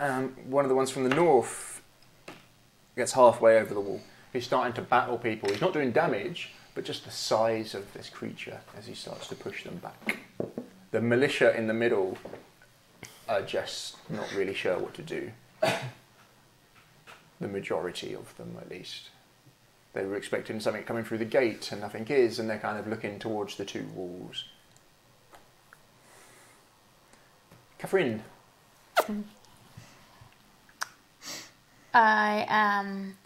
Um, one of the ones from the north gets halfway over the wall. He's starting to battle people. He's not doing damage, but just the size of this creature as he starts to push them back. The militia in the middle are just not really sure what to do. *coughs* The majority of them, at least they were expecting something coming through the gate and nothing is, and they're kind of looking towards the two walls. Catherine, I am.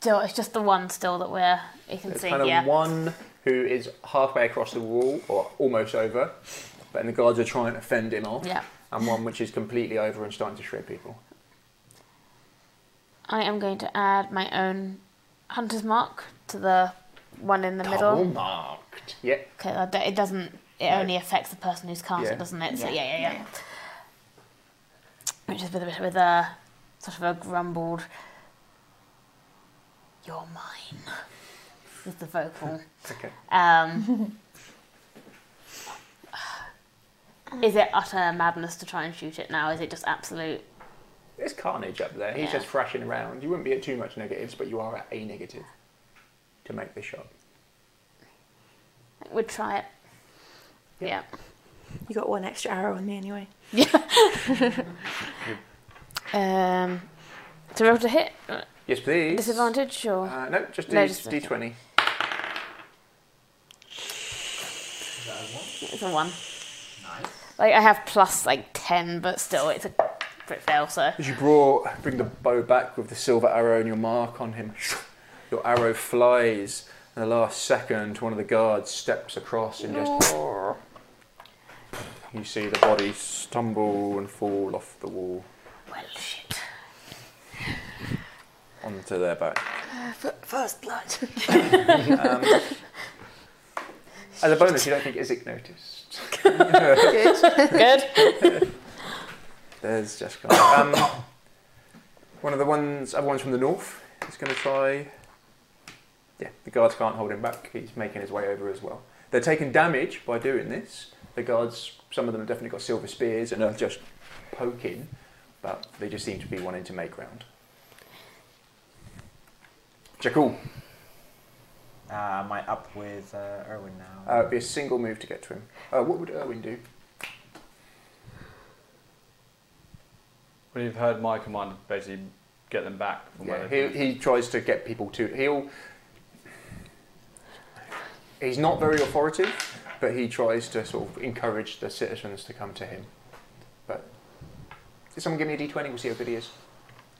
Still, it's just the one still that we're. You can there's see, kind of yeah. one who is halfway across the wall or almost over, but and the guards are trying to fend him off, Yeah. and one which is completely over and starting to shred people. I am going to add my own hunter's mark to the one in the middle. Double marked. Yep. Okay, I don't- it doesn't. It No. only affects the person who's cast Yeah. it, doesn't it? So Yeah. yeah, yeah, yeah. Which is with a bit with a sort of a grumbled. You're mine. With the vocal. *laughs* Okay. Um, *laughs* is it utter madness to try and shoot it now? Is it just absolute? There's carnage up there. He's Yeah. just thrashing around. You wouldn't be at too much negatives, but you are at a negative to make the shot. We'd try it. Yeah. *laughs* You got one extra arrow on me anyway. Yeah. Um, to roll to hit. Yes, please. Disadvantage or? Uh, no, just D, No, just- D20. It's a one. Like I have plus like ten, but still it's a crit fail. So As you brought, bring the bow back with the silver arrow and your mark on him, *laughs* your arrow flies. In the last second, one of the guards steps across and just. *laughs* You see the body stumble and fall off the wall well, shit. onto their back. Uh, fir- *laughs* first blood. Um, *laughs* as a bonus, you don't think Isaac noticed. Good. There's Jessica. Um, *coughs* one of the ones, other ones from the north, is going to try. Yeah, the guards can't hold him back. He's making his way over as well. They're taking damage by doing this. The guards, some of them have definitely got silver spears and are just poking, but they just seem to be wanting to make round. Jakul, Uh, am I up with uh, Erwin now? uh, it'd be a single move to get to him. Uh, what would Erwin do? Well, you've heard my command basically get them back from Yeah, where he, they he tries to get people to. He'll. He's not very authoritative, but he tries to sort of encourage the citizens to come to him. But. Did someone give me a d20? We'll see how good he is.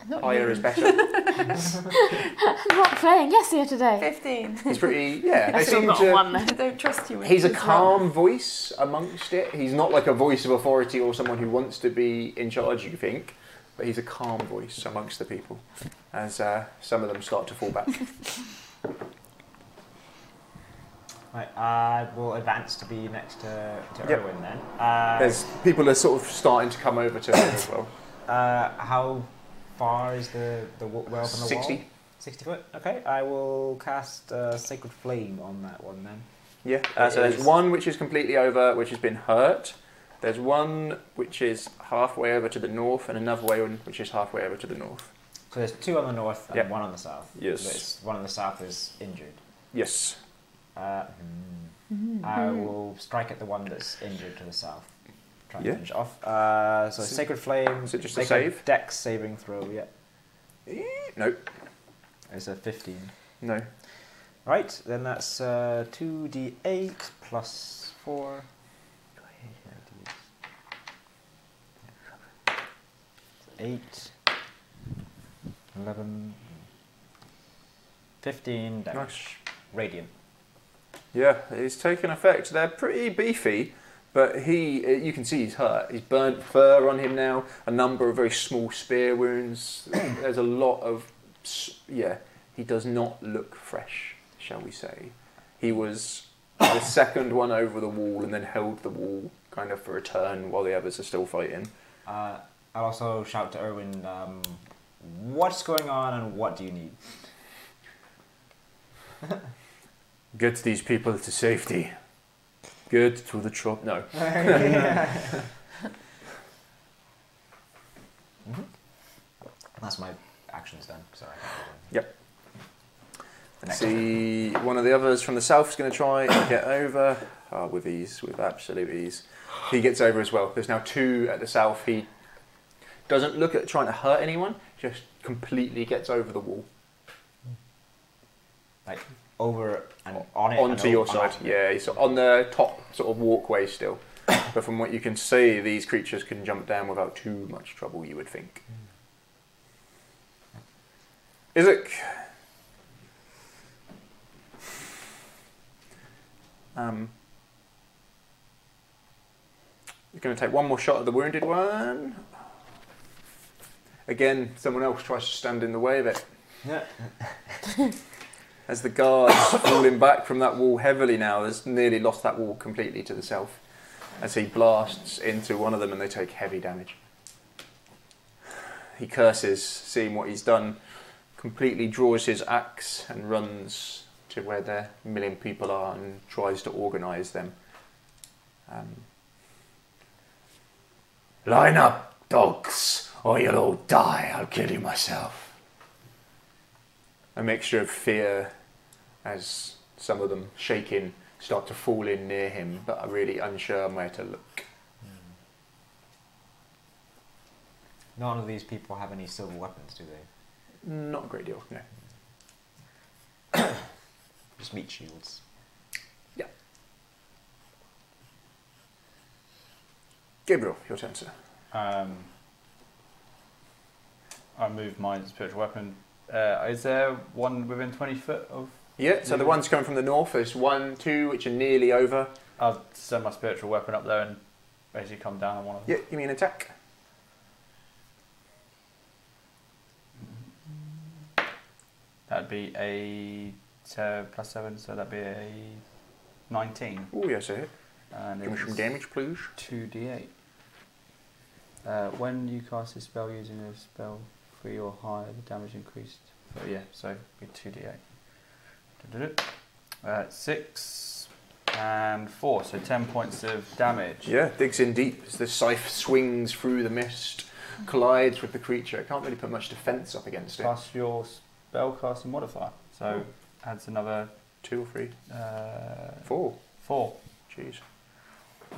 Not Higher you. is better. Not playing yes here today. Fifteen. *laughs* He's pretty. Yeah, they I've still seem got to. one I don't trust you. with He's a these calm voice amongst it. He's not like a voice of authority or someone who wants to be in charge, you think. But he's a calm voice amongst the people as uh, some of them start to fall back. Right, I will advance to be next to, to Yep. Erwin then. Uh, There's people are sort of starting to come over to him as well. Uh, how far is the the wa- well from the 60. wall? Sixty foot. Okay, I will cast uh, Sacred Flame on that one then. *coughs* Yeah. Uh, so It there's is. one which is completely over, which has been hurt. There's one which is halfway over to the north, and another way one which is halfway over to the north. So there's two on the north and Yep. one on the south. Yes. But it's- one on the south is injured. Yes. Uh, hmm. I will strike at the one that's injured to the south. Try and Yeah. finish it off. Uh, so Is it- Sacred Flame. is it just a sacred save? Eh, Dex saving throw. Yeah. Nope. It's a fifteen. No. Right, then that's uh, 2d8 plus 4. Do I hate my d8s? 8, 11, 15 damage. Nice. Radiant. Yeah, it's taken effect. They're pretty beefy, but he, uh, you can see he's hurt. He's burnt fur on him now, a number of very small spear wounds. There's a lot of, s- yeah, he does not look fresh, shall we say. He was the second one over the wall and then held the wall kind of for a turn while the others are still fighting. Uh, I'll also shout to Erwin um, what's going on and what do you need? Get these people to safety. Get to the truck. No. That's my actions then. Sorry. I can't remember. Let's see, one of the others from the south is going to try and get over Ah, with ease, with absolute ease. He gets over as well. There's now two at the south. He doesn't look at trying to hurt anyone, just completely gets over the wall Like over and on it. onto and your over- side. Yeah, he's on the top sort of walkway still. *coughs* but from what you can see, these creatures can jump down without too much trouble, you would think. Hmm. Isaac. Um, he's going to take one more shot at the wounded one. Again, someone else tries to stand in the way of it. Yeah. As the guards *coughs* falling back from that wall heavily now, has nearly lost that wall completely to the south. As he blasts into one of them and they take heavy damage. He curses, seeing what he's done, completely draws his axe and runs to where the million people are and tries to organise them. Um, Line up, dogs, or you'll all die. I'll kill you myself. A mixture of fear as some of them, shaking, start to fall in near him, but are really unsure on where to look. None of these people have any silver weapons, do they? Not a great deal, no. Just meat shields. Gabriel, your turn, sir. Um, I move my spiritual weapon. Uh, is there one within 20 foot of. Yeah, so the ones coming from the north is one, two, which are nearly over. I'll send my spiritual weapon up there and basically come down on one of them. Yeah, give me an attack. That'd be a se- plus 7, so that'd be a 19. Oh, yes, it. And Give me some damage, please. 2d8. Uh, when you cast a spell using a spell three or higher, the damage increased. But yeah, so it'd be 2d8. Du-du-du. Uh, 6 and 4, so 10 points of damage. Yeah, digs in deep as the scythe swings through the mist, collides with the creature. Can't really put much defense up against it. Plus your spell casting modifier, so adds another Two or three, uh, four. 4. Jeez. Uh,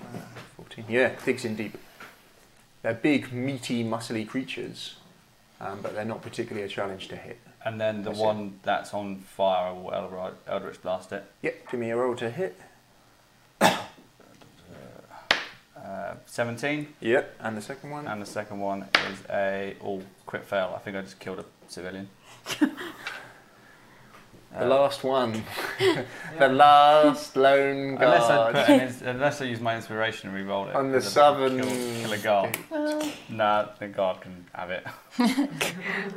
14. Yeah, digs in deep. They're big, meaty, muscly creatures, um, but they're not particularly a challenge to hit. And then the That's it. one that's on fire, I will Elder- Eldritch Blast it. Yep, give me a roll to hit. Uh, 17. Yep, and the second one. And the second one is a all crit fail. I think I just killed a civilian. the last one. Uh, *laughs* the last lone Unless I, guard. put an ins- unless I use my inspiration and re-roll it. On the Because I southern- Kill, kill a guard. Well, Nah, the guard can have it.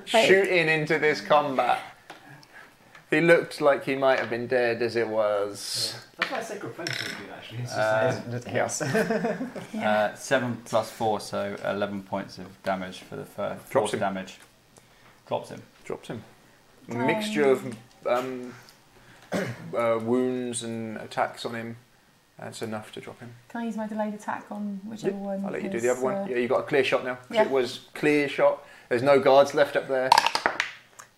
shooting into this combat. He looked like he might have been dead as it was. That's why sacred friends would do actually. It's just, Uh, it's just yeah. Uh, 7 plus 4, so 11 points of damage for the first Drops fourth him. damage. Drops him. Drops him. A mixture of um, *coughs* uh, wounds and attacks on him. That's enough to drop him. Can I use my delayed attack on whichever one? I'll let you do is, the other uh, one. Yeah, you got a clear shot now. 'cause Yeah. It was clear shot. There's no guards left up there.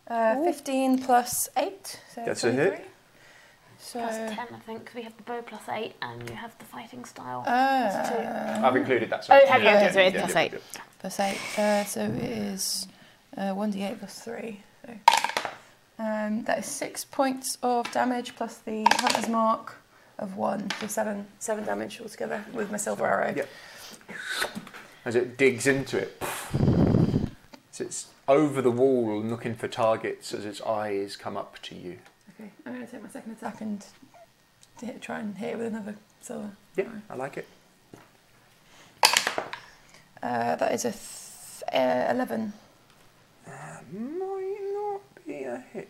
Uh, 15 plus 8, so That's a hit. 23. So, plus ten, I think. We have the bow plus eight, and you have the fighting style. plus two. uh, I've included that. Oh, sorry. have you? Yeah. Okay, so it's Yeah, plus yeah, eight. yeah. plus 8, uh, so it is uh, 1d8 plus 3. So, um, that is 6 points of damage plus the Hunter's Mark of 1, so 7, seven damage altogether with my silver arrow. Yeah. as it digs into it. So it's over the wall looking for targets as its eyes come up to you. Okay, I'm going to take my second attack and to hit, try and hit it with another silver. Yeah, I like it. Uh, that is a th- uh, 11. That might not be a hit.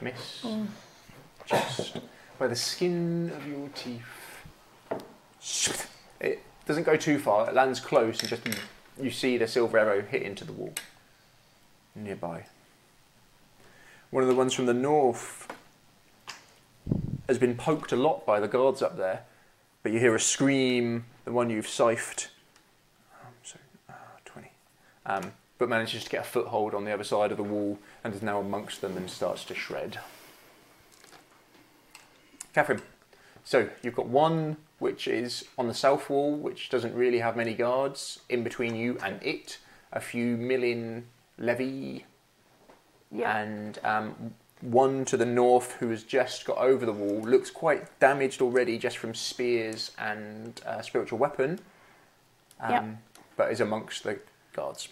Miss. Just by the skin of your teeth. It doesn't go too far, it lands close and just you see the silver arrow hit into the wall nearby. One of the ones from the north has been poked a lot by the guards up there, but you hear a scream, the one you've scythed. Um, so, uh, 20. Um, but manages to get a foothold on the other side of the wall and is now amongst them and starts to shred. Catherine, so you've got one which is on the south wall, which doesn't really have many guards in between you and it, a few million levy, and um, one to the north who has just got over the wall, looks quite damaged already just from spears and uh, spiritual weapon, um, Yep. but is amongst the guards.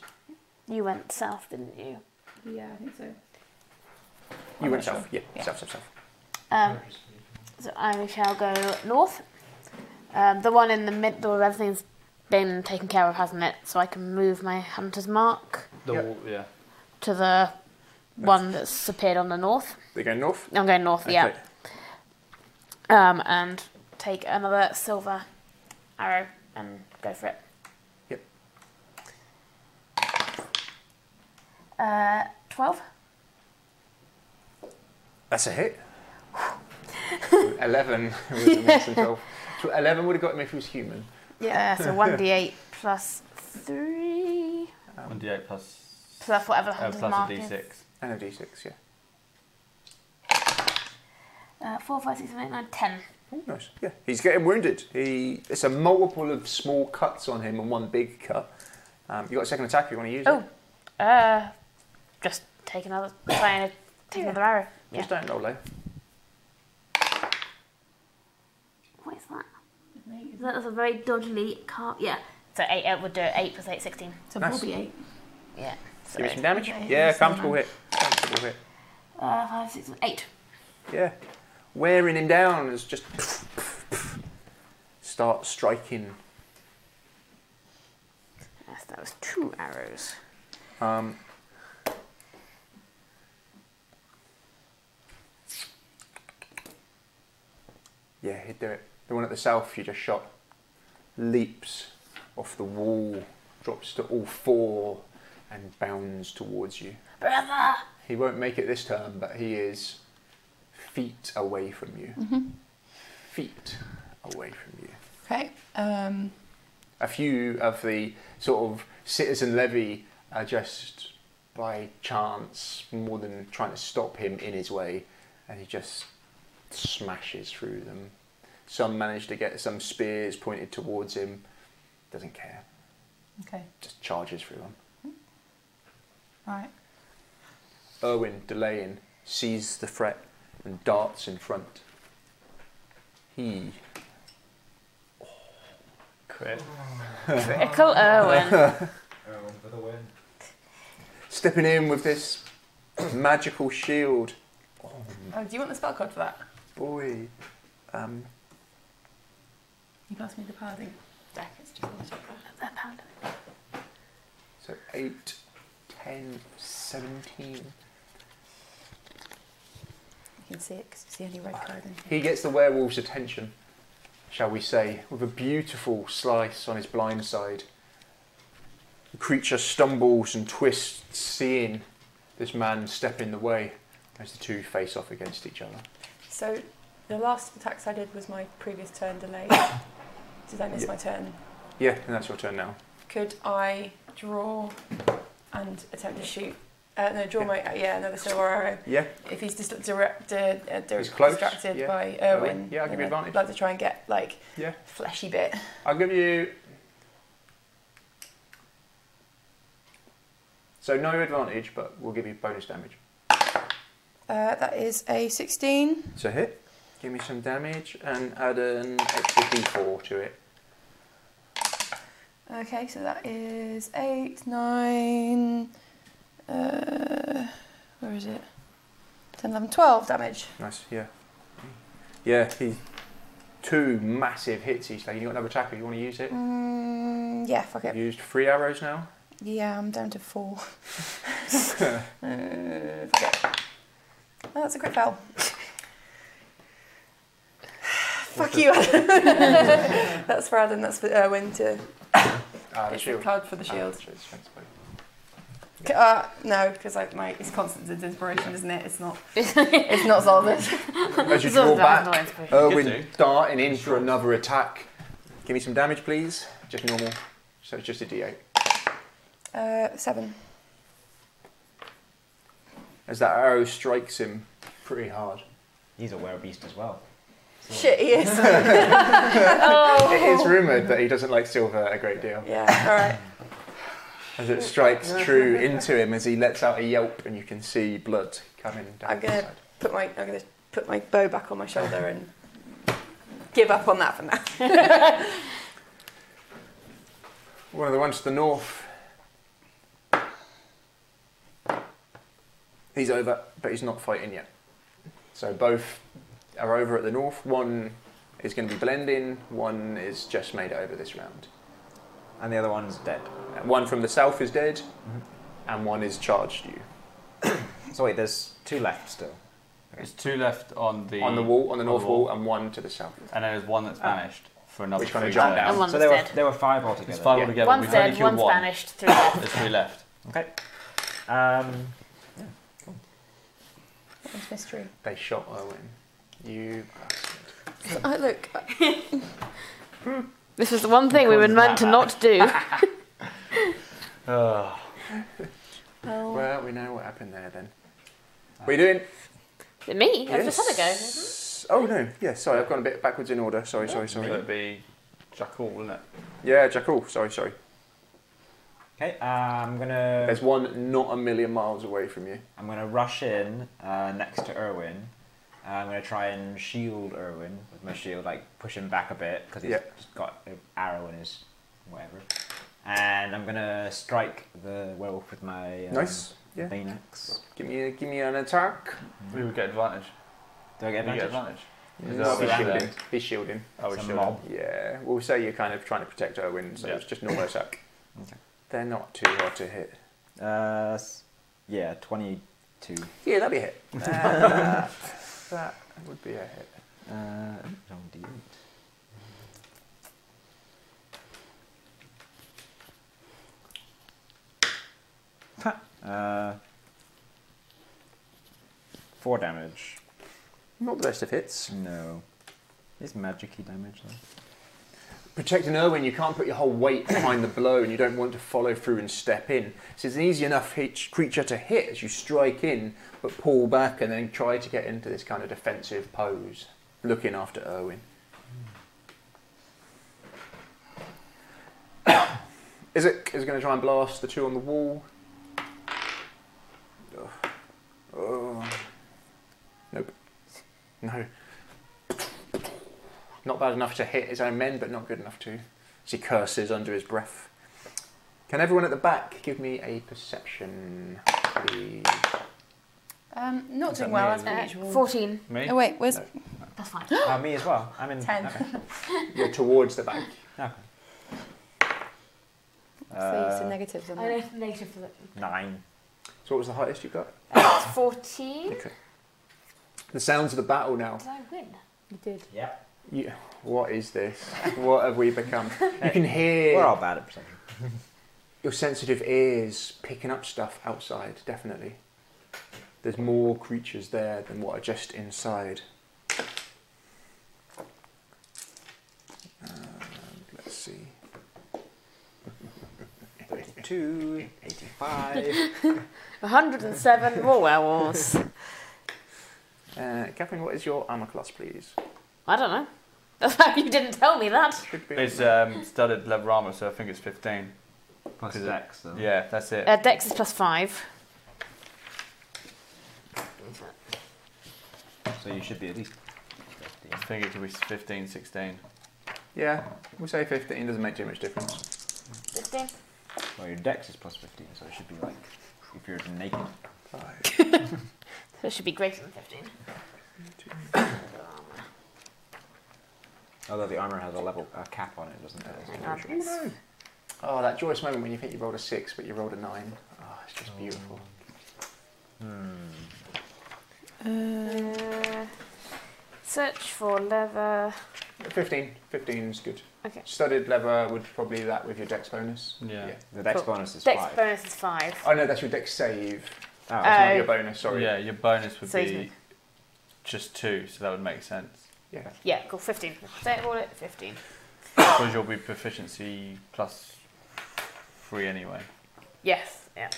You went south, didn't you? Yeah, I think so. You went south, yeah, south, south, south. Um, so I shall go north. Um, the one in the middle of everything's been taken care of, hasn't it? So I can move my hunter's mark The Yep. wall, yeah. to the one that's appeared on the north. They go north. I'm going north, yeah. Okay. Um, and take another silver arrow and go for it. Yep. Uh, 12? That's a hit. *laughs* Eleven was *laughs* the miss and 12. So Eleven would have got him if he was human. Yeah. Uh, *laughs* so 1d8 plus 3, 1d8 plus, plus whatever the uh, hunter's plus mark a is. d6. And a D six, yeah. Uh, 4, five, six, seven, eight, nine, 10. Oh, nice. Yeah, he's getting wounded. He it's a multiple of small cuts on him and one big cut. Um, you got a second attack if you want to use it. Oh, uh, just take another, try and take another arrow. Yeah. Just don't roll low. What is that? That was a very dodgy card. Yeah. So eight uh, would do it. eight plus eight, sixteen. So Nice. 48. Yeah. Give me some damage. Okay, yeah, that's the comfortable one. hit. Comfortable hit. Uh, five, six, eight. Yeah. Wearing him down is just *laughs* start striking. Yes, that was two arrows. Um, yeah, he'd do it. The one at the south you just shot leaps off the wall, drops to all four, and bounds towards you. Brother! He won't make it this turn, but he is feet away from you. Mm-hmm. Feet away from you. Okay. Um, A few of the sort of citizen levy are just by chance, more than trying to stop him in his way, and he just smashes through them. Some manage to get some spears pointed towards him. Doesn't care. okay. Just charges through them. Right. Erwin, delaying, sees the threat and darts in front. He. Crit. Critical Erwin. Oh, Erwin for the win. Stepping in with this *clears throat* magical shield. Oh, do you want the spell card for that? Boy. Um, You passed me the padding. *laughs* so 8, 10, 17. You can see it because it's the only red card in He gets the werewolf's attention, shall we say, with a beautiful slice on his blind side. The creature stumbles and twists, seeing this man step in the way as the two face off against each other. So the last attacks I did was my previous turn delay. *coughs* did I miss Yeah. my turn? Yeah, and that's your turn now. Could I draw and attempt to shoot? Uh, no, draw my uh, yeah another silver arrow. Yeah. If he's just direct, uh, uh, dir- He's close, distracted yeah. by Oh, Erwin, yeah, I'll give then you I'd advantage. Like to try and get like Yeah. fleshy bit. I'll give you. So no advantage, but we'll give you bonus damage. Uh, that is a sixteen. So hit. Give me some damage and add an extra d4 to it. Okay, so that is eight, nine. Uh, where is it? 10, 11, 12 damage. Nice, yeah. Yeah, he. Two massive hits each day. You got another attacker, you want to use it? Mm, yeah, fuck it. You've used three arrows now. Yeah, I'm down *laughs* to four. Uh, fuck it. Oh, that's a crit fail. fuck you, Adam. *laughs* that's for Adam, that's for uh, Erwin to. Ah, the It's a shield. card for the shield. Ah, shields, thanks, *laughs* buddy. K- Uh, no, because like my it's constant inspiration, isn't it? It's not. it's not solid. As you draw back, Erwin darting in for another attack. Give me some damage, please. Just normal. So it's just a d8. *laughs* Uh, seven. As that arrow strikes him pretty hard. He's a werebeast as well. Shit, he is. *laughs* It is rumoured that he doesn't like silver a great deal. Yeah, alright. As it strikes true into him, as he lets out a yelp, and you can see blood coming down. I'm his gonna side. put my I'm gonna put my bow back on my shoulder and give up on that for now. One of the ones to the north. He's over, but he's not fighting yet. So both are over at the north. One is going to be blending. One is just made it over this round. And the other one's dead. One from the south is dead, and one is charged you. So wait, there's two left still. There's two left on the on the wall, on the north wall, wall. and one to the south. and then there's one that's Ah. vanished for another. Which one three to jump rounds. down? And one's Um, so there were, dead. there were five altogether. There's five Yeah. altogether. One's We've dead, only killed one's one. vanished, three left. There's three left. Okay. Um, It's mystery. They shot Owen. You bastard. Oh, look. *laughs* This was the one thing we were meant to not do. Oh. Well, we know what happened there then. What are you doing? Me? I just had a go. Yes. Yes. Oh no. Yeah. Sorry, I've gone a bit backwards in order. Sorry. Sorry. Sorry. So it'd be Jackal, wouldn't it? Yeah, Jackal. Sorry. Sorry. Okay, uh, I'm gonna. There's one not a million miles away from you. I'm gonna rush in uh, next to Erwin. Uh, I'm gonna try and shield Erwin with my shield, like push him back a bit because he's Yeah. just got an arrow in his whatever. And I'm gonna strike the werewolf with my um, Nice. Yeah. Bane axe. Give me, give me an attack. We would get advantage. Do I get You advantage? get advantage. Is No, that be what shielding. it's, uh, Be shielding. Oh, we're It's a shielding. mob. Yeah. We'll say you're kind of trying to protect Erwin, so Yeah. it's just normal attack. Okay. They're not too hard to hit. Uh, s- yeah, twenty-two. Yeah, that'd be a hit. *laughs* Uh, that would be a hit. Uh, wrong D8. Uh, four damage. Not the best of hits. No. It's magicy damage though. protecting Erwin, you can't put your whole weight behind the blow, and you don't want to follow through and step in. So it's an easy enough hit, creature to hit as you strike in, but pull back and then try to get into this kind of defensive pose, looking after Erwin. Isaac *coughs* is going to try and blast the two on the wall. Ugh. Oh. Nope. No. Not bad enough to hit his own men, but not good enough to. As he curses under his breath. Can everyone at the back give me a perception, please? Um, not Is doing that me? well as per Uh, usual. 14. Me? Oh wait, where's That's fine. uh, me as well. I'm in. *gasps* ten? *laughs* Okay. You're towards the back. okay. so you Uh, said negatives on I that. know negative for that. Nine. So, what was the highest you got? That's 14. Okay. The sounds of the battle now. Did I win? You did. Yeah. You, what is this? What have we become? You can hear. We're all bad at perception. your sensitive ears picking up stuff outside, definitely. There's more creatures there than what are just inside. Um, let's *laughs* see. Two, eighty-five. 107 more werewolves. Uh, Catherine, what is your armor class, please? I don't know. That's *laughs* why you didn't tell me that. Should be- It's um, studded leather armor, so I think it's 15. Plus 'Cause it- dex, though. Yeah, that's it. Uh, Dex is plus 5. So you should be at least. I think it could be 15, 16. yeah, we'll say 15, doesn't make too much difference. 15. Well, your dex is plus fifteen, so it should be like if you're naked. Five, So it should be greater than 15. Although the armor has a level a cap on it, doesn't it? Hang on. Oh, that joyous moment when you think you rolled a six, but you rolled a nine. Oh, it's just beautiful. Uh, search for leather. 15, 15's good. Okay. Studded leather would probably that with your dex bonus. Yeah. The dex Cool. bonus is Dex five. bonus is 5. Oh no, that's your dex save. Oh, That's not Oh. your bonus, sorry. Yeah, your bonus would So it's be me. just two, so that would make sense. Yeah. Yeah, cool, 15. Set all at 15. Because you'll be proficiency plus three anyway. Yes, yeah.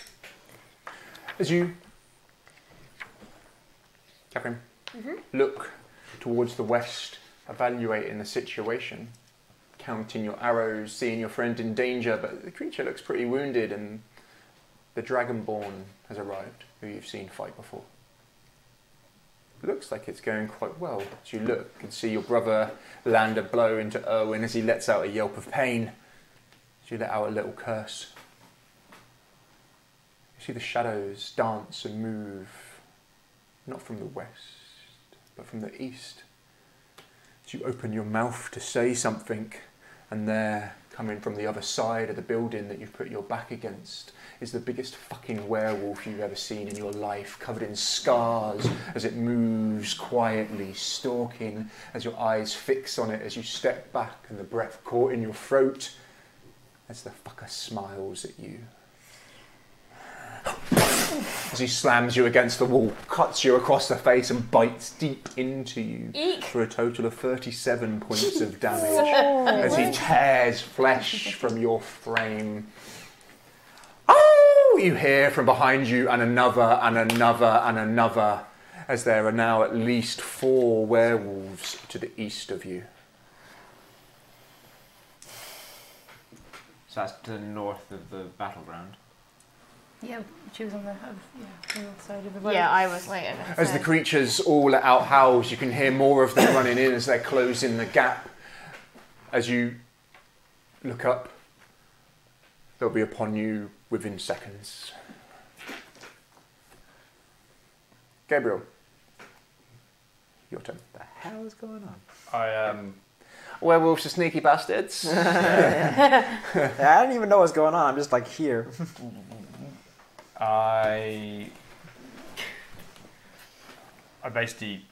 As you, Catherine, look towards the west, evaluating the situation, counting your arrows, seeing your friend in danger, but the creature looks pretty wounded, and the dragonborn has arrived, who you've seen fight before. Looks like it's going quite well. As you look and see your brother land a blow into Erwin as he lets out a yelp of pain, as you let out a little curse. You see the shadows dance and move, not from the west, but from the east. As you open your mouth to say something, and there, coming from the other side of the building that you've put your back against, is the biggest fucking werewolf you've ever seen in your life, covered in scars as it moves quietly, stalking, as your eyes fix on it as you step back and the breath caught in your throat, as the fucker smiles at you as he slams you against the wall, cuts you across the face, and bites deep into you Eek. for a total of 37 points of damage as he tears flesh from your frame. Oh! You hear from behind you, and another, and another, and another. as there are now at least four werewolves to the east of you. So that's to the north of the battleground. Yeah, she was on the, yeah, the other side of the Yeah, I was like, over As the creatures all let out howls, you can hear more of them running in as they're closing the gap. As you look up, they'll be upon you within seconds. Gabriel, your turn. The hell is going on? I um. Werewolves are sneaky bastards. Yeah, I don't even know what's going on. I'm just like *laughs* here. I I basically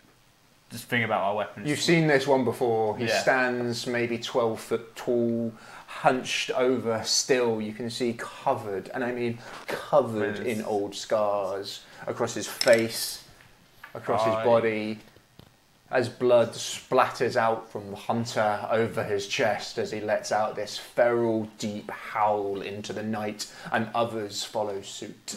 just think about my weapons. You've seen this one before. He Yeah. stands maybe 12 foot tall, hunched over, still. You can see covered, and I mean covered With- in old scars across his face, across I- his body, as blood splatters out from the hunter over his chest as he lets out this feral, deep howl into the night, and others follow suit.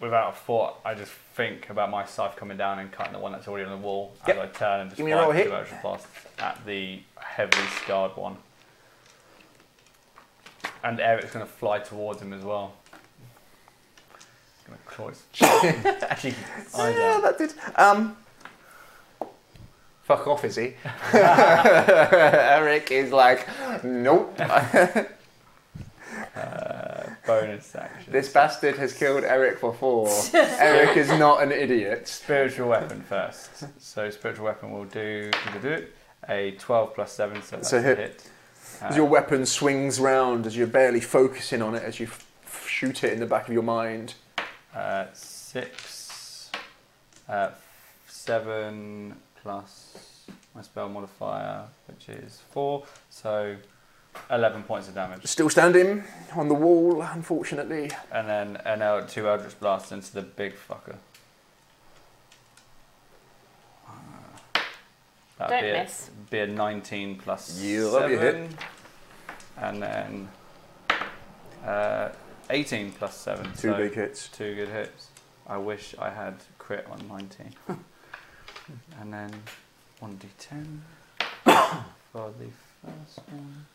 without a thought, I just think about my scythe coming down and cutting the one that's already on the wall Yep. as I turn and just Give me a roll fire hit. two arrows blast at the heavily scarred one. And Eric's gonna fly towards him as well. Gonna claw his *laughs* Actually, eyes Yeah, out. that did. Um, fuck off, is he? *laughs* Eric is like, nope. Uh, bonus action. this bastard has killed Eric before. Eric is not an idiot. Spiritual weapon first. So spiritual weapon will do a twelve plus seven, so that's So a hit. hit. Uh, As your weapon swings round, as you're barely focusing on it, as you f- f- shoot it in the back of your mind. Uh, six, uh, f- seven plus my spell modifier, which is four, so eleven points of damage. Still standing on the wall, unfortunately. And then an el- two Eldritch blasts into the big fucker. Uh, Don't be a, miss. Be a nineteen plus Yeah, that'd seven, be a hit. and then uh, eighteen plus seven. Two so big hits. Two good hits. I wish I had crit on *laughs* 19. and then 1d10 *coughs* for the first one.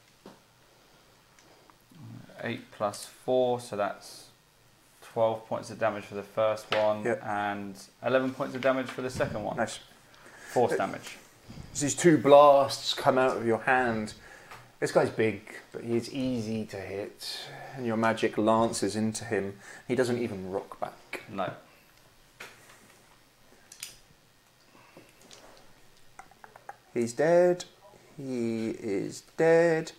8 plus 4, so that's 12 points of damage for the first one Yep. and 11 points of damage for the second one. Nice. Force damage. As these two blasts come out of your hand, this guy's big, but he is easy to hit, and your magic lances into him. He doesn't even rock back. No. He's dead. He is dead.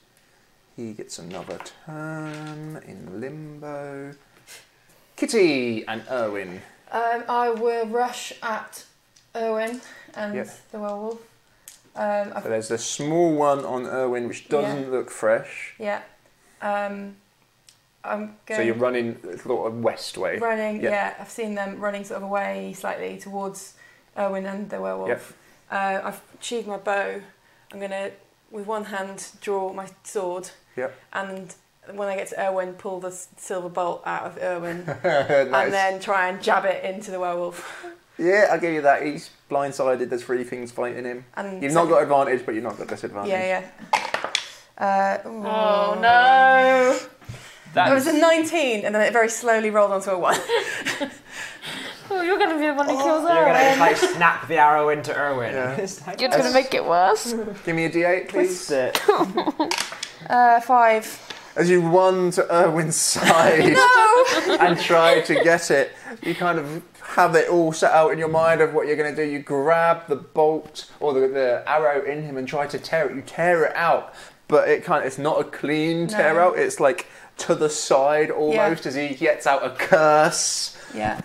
He gets another turn in limbo. Kitty and Erwin. Um, I will rush at Erwin and Yep. the werewolf. Um, So I've, there's the small one on Erwin, which doesn't look fresh. yeah. Um, I'm going. So you're running sort of west way. running. Yep. Yeah, I've seen them running sort of away slightly towards Erwin and the werewolf. Yep. Uh, I've sheathed my bow. I'm gonna, with one hand, draw my sword. Yep. And when I get to Erwin, pull the s- silver bolt out of *laughs* Erwin, *laughs* Nice. and then try and jab it into the werewolf. Yeah, I'll give you that. He's blindsided. There's three things fighting him. And You've not got advantage, but you've not got disadvantage. Yeah, yeah. Uh, Oh, no! That it was a 19, and then it very slowly rolled onto a one. Oh, you're gonna be the one who kills You're gonna just, Erwin. like snap the arrow into Erwin. Yeah. It's like, You're gonna make it *laughs* worse. *laughs* Give me a d8, please. twist *laughs* it. Uh, five. As you run to Erwin's *laughs* side and try to get it, you kind of have it all set out in your mind of what you're going to do. You grab the bolt or the, the arrow in him and try to tear it. You tear it out, but it kind of, it's not a clean No. tear out. It's like to the side almost as he gets out a curse. *laughs* Yeah.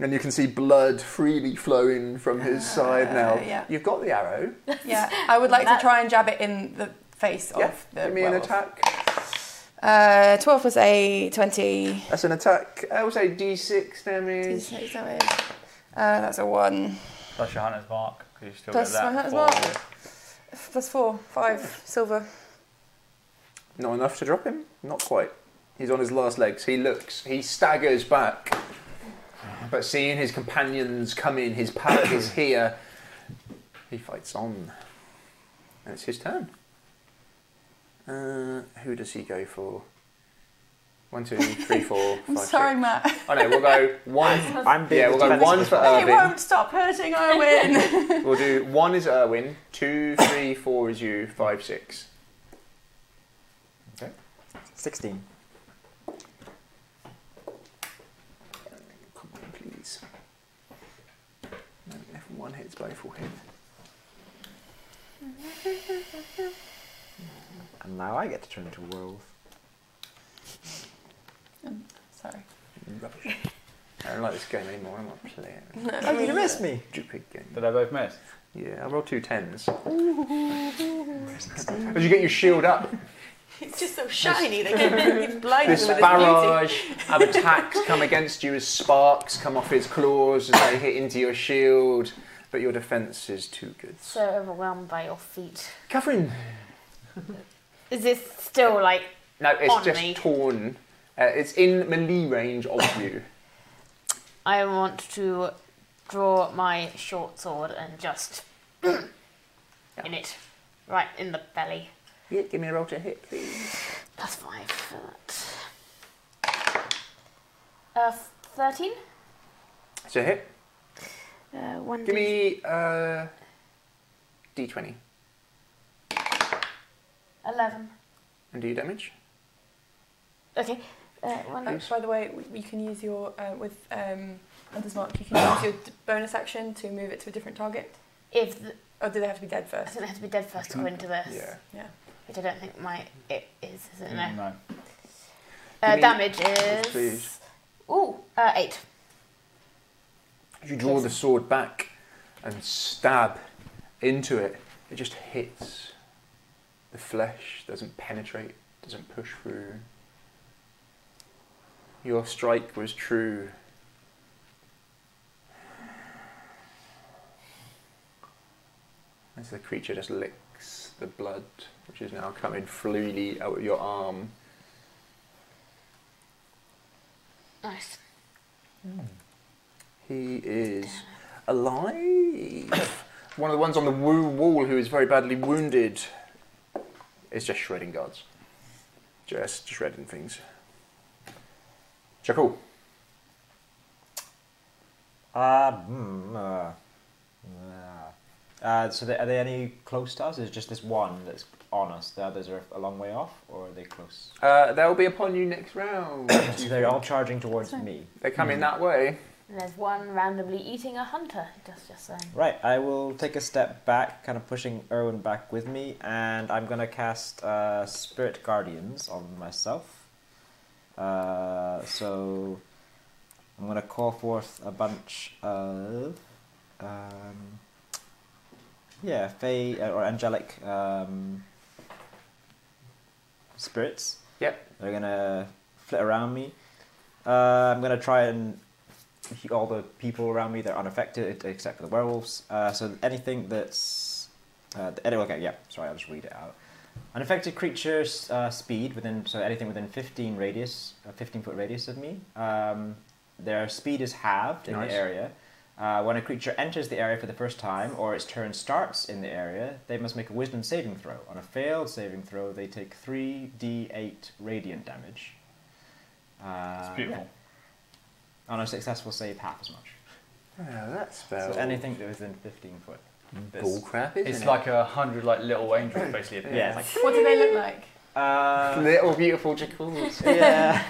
And you can see blood freely flowing from his side now. Uh, yeah. You've got the arrow. Yeah. I would like That- to try and jab it in the face Yeah. of the Give me an werewolf. attack. Uh, 12 plus 8, 20. That's an attack. I would say d6 damage. Six damage. Uh, that's a 1. Plus your hunter's mark, 'cause you still Plus get that. my hunter's for- mark. Plus 4, 5 silver. Not enough to drop him? Not quite. He's on his last legs. He looks, he staggers back But seeing his companions come in, his pack is here. He fights on, and it's his turn. Uh, who does he go for? One, two, three, four, *laughs* I'm five, sorry, six. Matt. I know. We'll *laughs* go one. I'm being yeah, we'll go defensive one as for They Irwin. won't stop hurting *laughs* Owen. We'll do one is Irwin. Two, three, four is you. Five, six. Okay. 16. Come on, please. No, if one hits, both will hit. And now I get to turn into a werewolf. sorry. Rubbish. I don't like this game anymore. I'm not playing. No, How did Oh, you miss me? Stupid game. Did I both miss? Yeah, I rolled two tens. As you get your shield up, It's just so shiny. *laughs* They can blind this with its barrage of attacks come against you as sparks come off his claws as they hit into your shield, but your defense is too good. So overwhelmed by your feet. Catherine! Is this still like. No, it's on just me? torn. Uh, it's in melee range of you. I want to draw my short sword and just. *clears throat* in it. Right in the belly. Yeah, give me a roll to hit, please. Plus five for that. Uh, 13? It's a hit. Uh, one Give d- me uh, d20 11. and do your damage. Okay. Uh, one Oh, by the way, w- you can use your uh, with um, Hunter's Mark. You can use your d- bonus action to move it to a different target. If the, Or oh, do they have to be dead I first? think they have to be dead first to go into this. Yeah. Yeah. Which I don't think my it is, is it? No. Mm, No. Uh, Give me- damage Yes, is. please. Ooh, uh, 8. You draw the sword back and stab into it. It just hits. The flesh doesn't penetrate, doesn't push through. Your strike was true. As the creature just licks the blood, which is now coming freely out of your arm. Nice. He is alive. *coughs* One of the ones on the woo wall who is very badly wounded is just shredding guards. Just shredding things. Chuckle. Uh, hmm, uh, uh. Uh, so there, are there any close to us? Is just this one that's on us? The others are a long way off, or are they close? Uh, they'll be upon you next round. *coughs* So Hmm. they're all charging towards me. They're coming that way. And there's one randomly eating a hunter. Just, just saying. Right, I will take a step back, kind of pushing Erwin back with me, and I'm going to cast uh, Spirit Guardians on myself. Uh, so I'm going to call forth a bunch of, um, yeah, fey uh, or angelic um, spirits. Yep. They're going to flit around me. Uh, I'm going to try and all the people around me they're unaffected e, except for the werewolves. Uh, so anything that's uh, th- any- okay, yeah. Sorry, I'll just read it out. Unaffected creatures uh, speed within so anything within fifteen radius, a fifteen foot radius of me. Um, their speed is halved in Nice. the area. Uh, when a creature enters the area for the first time or its turn starts in the area, they must make a wisdom saving throw. On a failed saving throw, they take 3d8 radiant damage. Uh, It's beautiful. on a successful save, half as much. Oh, that spell. So anything that was in 15 foot. This- bullcrap, isn't It's it? like a hundred like little angels basically appear. Yeah. It's What do they look like? *laughs* Uh, *laughs* little beautiful *laughs* jackals. yeah.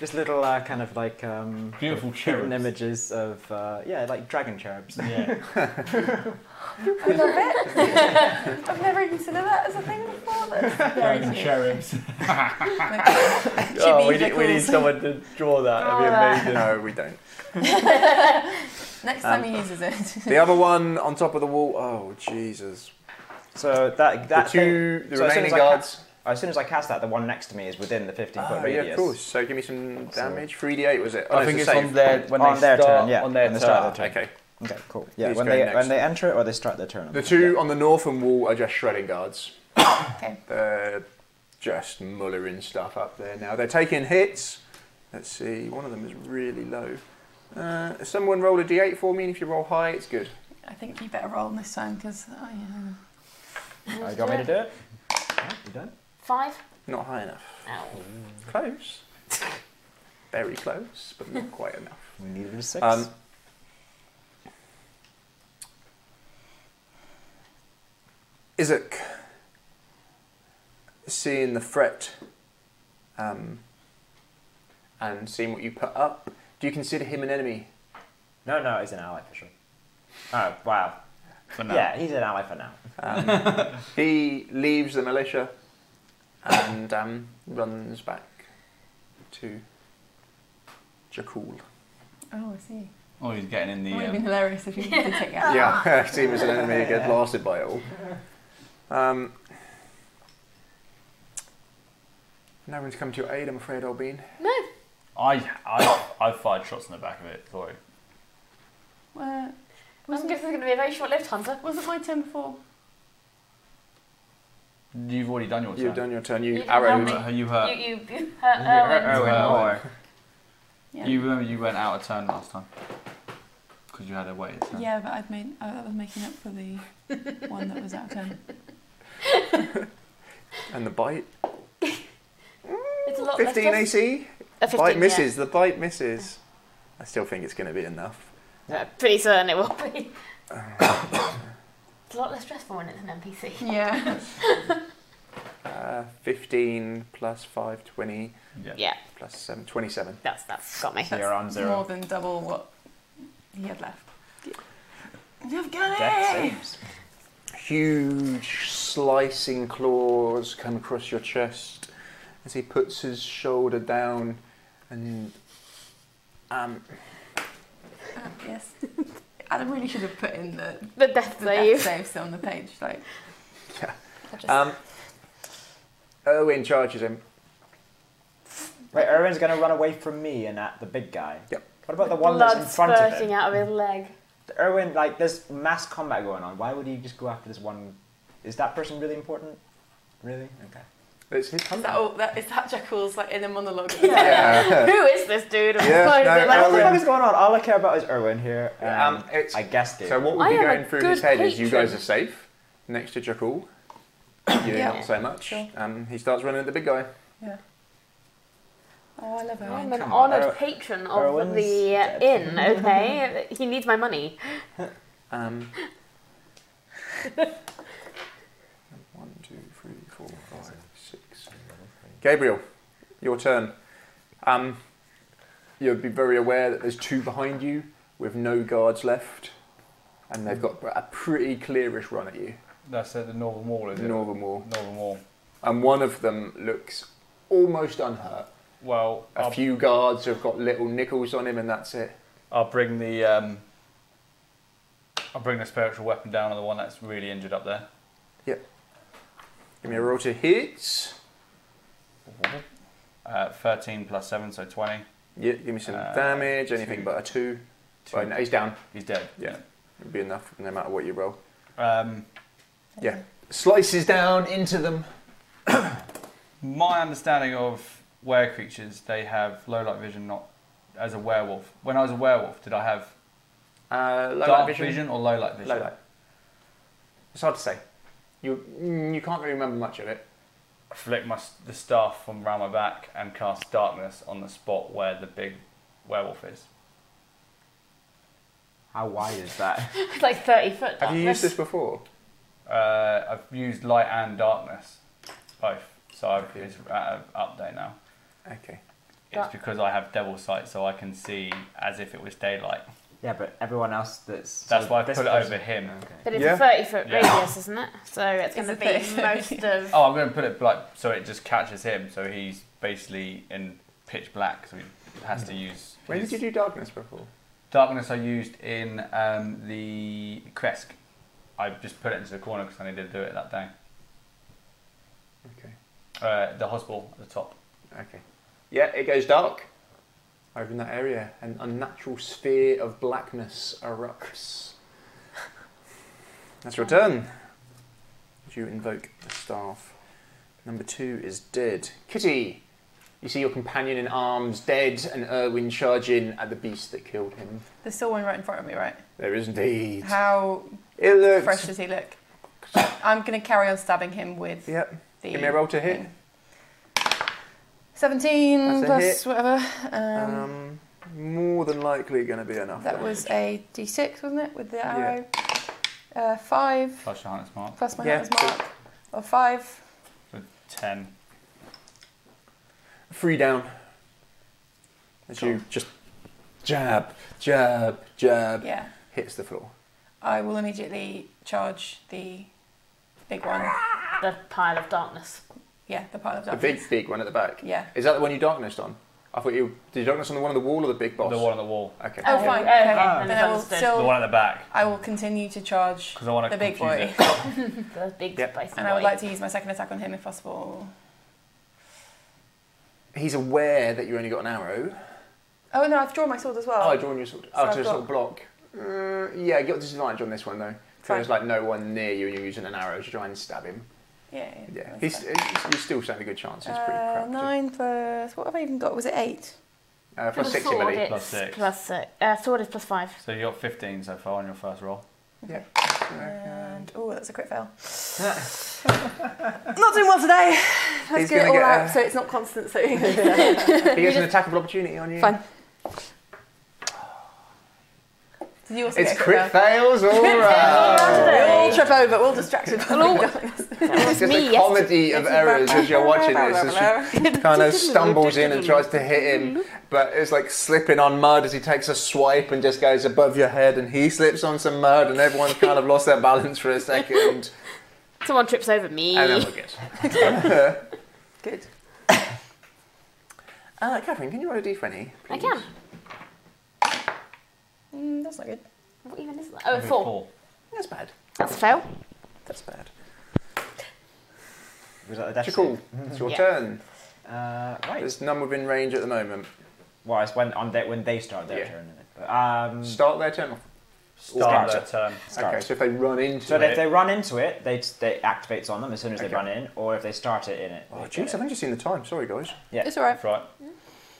Just little uh, kind of like um, hidden Beautiful cherubs. images of uh, yeah, like dragon cherubs. Like, *laughs* yeah. I love it. I've never even considered that as a *laughs* thing before. That's very Dragon cute. cherubs. Oh, Oh, Chibi pickles. someone to draw that. Alright. no, we don't. *laughs* Next Um, time he uses it. *laughs* The other one on top of the wall. Oh, Jesus. So that The that thing- two, the so as soon remaining as I ca- guards. as soon as I cast that, the one next to me is within the 15 foot Oh, yeah, radius. of course. So give me some damage. 3d8 was it? Oh, no, I think a it's save. on their when On they their start, turn, yeah, On their when they turn. start their turn. Okay. Okay, cool. Yeah, Who's when going they next? when they enter it or they start their turn. The two on the northern wall are just shredding guards. Okay. They're just mullering stuff up there now. They're taking hits. Let's see, one of them is really low. Uh, someone roll a d8 for me, and if you roll high, it's good. I think you better roll this time because I. Uh, Uh, you want me to do it? You done? Five. Not high enough. Close. Very close, but not quite enough. We needed a six. Um, Isaac, seeing the threat um, and seeing what you put up, do you consider him an enemy? No, no, he's an ally for sure. Oh, wow. For now. Yeah, he's an ally for *laughs* now. Um, he leaves the militia and um, runs back to Jakul. Oh, I see. Oh, he's getting in It the. would have Um, been hilarious if you did take it out. *laughs* Yeah, *laughs* *laughs* team as an enemy who get blasted by it all. Um, no one's come to your aid, I'm afraid, Albin. No. I, I, I fired shots in the back of it. Sorry. Well, I think this is going to be a very short-lived hunter. Was it my turn before? You've already done your turn. You've done your turn. You, You didn't arrowed. help You Uh, hurt. You, you, you uh, You hurt hurt Erwin. Erwin Oh. more. Yeah. You remember you went out of turn last time because you had a weighted turn. Yeah, but I'd made. I I was making up for the one that was out of *laughs* turn. And the bite. It's a lot less uh, 15 just- AC. A 15, bite yeah. misses. The bite misses. I still think it's going to be enough. Yeah, Uh, pretty certain it will *coughs* be. it's a lot less stressful when it's an NPC. Yeah. Uh, 15 plus 5, 20. Yeah. Yeah. Plus 7, 27. That's, that's got me. So you're on zero. More than double what he had left. You've got it! saves. Huge slicing claws come across your chest as he puts his shoulder down and um, yes. Adam really should have put in the the death save, save still on the page. Like, yeah. um, Erwin charges him. Wait, Erwin's going to run away from me and at the big guy. Yep. What about the one Blood that's in front of spurting him? out of his leg. Erwin, like, there's mass combat going on. Why would he just go after this one? Is that person really important? Really? Okay. It's his Is that, *laughs* all, that, is that Jekyll's like inner monologue? Yeah. Who is this dude? Yeah, Why is no, it like- what the fuck is going on? All I care about is Erwin here. Um, Um, I guessed it. So what would I be am a going through his good head is you patron. guys are safe next to Jakul. *coughs* You're Yeah. not so much. Sure. Um, he starts running at the big guy. yeah. Oh, I love it. I'm an honoured patron of Erwin's the uh, inn, okay? he needs my money. Um, *laughs* one, two, three, four, five, six. Gabriel, your turn. Um, you'll be very aware that there's two behind you with no guards left, and they've got a pretty clearish run at you. That's at the northern Oh, wall, is it? Northern wall. Northern wall. And one of them looks almost unhurt. Well, a I'll- few guards have got little nickels on him, and that's it. I'll bring the um, I'll bring the spiritual weapon down on the one that's really injured up there. Yep. Give me a roll to hits. Uh, Thirteen plus seven, so twenty. Yeah, give me some Uh, damage. Anything but a two. two. Oh, no, he's down. He's dead. Yeah, it'll be enough no matter what you roll. Um, Yeah, slices down into them. My understanding of were creatures, they have low light vision. Not as a werewolf. When I was a werewolf, did I have Uh, low dark light vision. or low light vision? Low light. It's hard to say. You mm, you can't really remember much of it. I flicked my s- the staff from round my back and cast darkness on the spot where the big werewolf is. How wide is that? It's like 30 foot. Have you darkness. used this before? Uh, I've used light and darkness, both. So I've, it's at an update now. Okay. It's because I have devil sight, so I can see as if it was daylight. *laughs* Yeah, but everyone else that's. That's so why I this put it person- over him. But it's Yeah. a 30 foot Yeah. radius, isn't it? So it's going to It's a be 30. most of. Oh, I'm going to put it like so it just catches him, so he's basically in pitch black, so he has to use. When his- did you do darkness before? Darkness I used in um, the Kresk. I just put it into the corner because I needed to do it that day. Okay. Uh, the hospital at the top. Okay. Yeah, it goes dark. Over in that area, an unnatural sphere of blackness erupts. That's your turn. You invoke the staff. Number two is dead. Kitty, You see your companion in arms dead and Erwin charging at the beast that killed him. There's still one right in front of me, right? There is indeed. How It looks- fresh does he look? I'm going to carry on stabbing him with Yep. the Give me a roll to hit. That's 17 a plus hit. whatever. Um, Um, more than likely going to be enough. that was a d6, wasn't it, with the Yeah. arrow? Uh, 5 Plus your harness mark. plus my Yeah, hunter's mark of 5. So ten. Three down. As you just jab, jab, jab. Yeah. Hits the floor. I will immediately charge the big one. The pile of darkness. Yeah, the pile of The darkness. big, big one at the back. Yeah. Is that the one you darknessed on? I thought you did you darkness on the one on the wall or the big boss? The one on the wall. Okay. Oh, fine. okay, Okay. then Then I will understood. still. The one at the back. I will continue to charge 'Cause I wanna the big boy. confuse the big Yep. spicy and I would boy. like to use my second attack on him if possible. He's aware that you only got an arrow. Oh no, I've drawn my sword as well. Oh, I drawn your sword. Oh, So to I've sort of block. Uh, yeah, get disadvantage on this one though. So Fine. there's like no one near you, and you're using an arrow to try and stab him. Yeah. Yeah, that's he's, fine. he's, you still stand a good chance. He's pretty Uh, crap. nine plus. What have I even got? Was it eight? Uh, plus With six, sword, Emily. it's Plus six. Plus six. Uh, sword is plus *laughs* five. So you got fifteen so far on your first roll. Yeah. And oh, that's a *laughs* crit fail. not doing well today. He's Let's get it gonna all get out a- so it's not constant. So *laughs* He gets an attackable opportunity on you. Fine. Did you *laughs* also It's get a crit fails, all Crit fails right. We'll all trip over. We'll distracted. *laughs* It's just a comedy of errors as you're watching this. *laughs* As she kind of stumbles in and tries to hit him, but it's like slipping on mud as he takes a swipe and just goes above your head, and he slips on some mud, and everyone's kind of lost their balance for a *laughs* second. Someone trips over me. And then we're *laughs* good. Good. uh, Catherine, can you roll a d20? I can. Mm, that's not good. What even is that? *laughs* Oh, four. That's bad. That's a fail. That's bad. Was that a dash Chickle, save? mm, it's your Yeah. turn. Uh, right. There's none within range at the moment. Well, it's when on their, when they start their Yeah. turn. isn't it? Um, Start their turn. Start Start. their turn. Okay, Start. so if they run into So it. if they run into it, they, they activates on them as soon as they Okay. run in, or if they start it in it. Oh, jeez, I haven't just seen the time. Sorry, guys. Yeah. It's all right. That's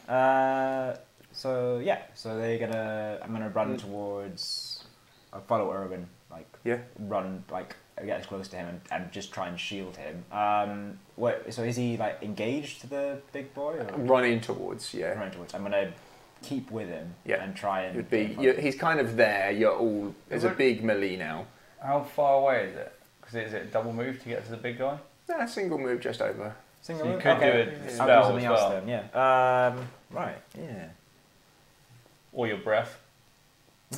right. Uh, so yeah, so they're gonna. I'm gonna Mm. run towards. I follow Irwin, like Yeah. run, like get as close to him and, and just try and shield him. Um, what? So is he like engaged to the big boy? Or? Running towards, yeah. Running towards. I'm gonna keep with him Mm. Yeah. and try and. You'd get be, in front you of him. he's kind of there. You're all. There's a big melee now. How far away is it? Because is it a double move to get to the big guy? Nah, single move just over. Single So you move? could Okay. do a I'll do spell something as else well. then, yeah. Um, right. Yeah. Or your breath.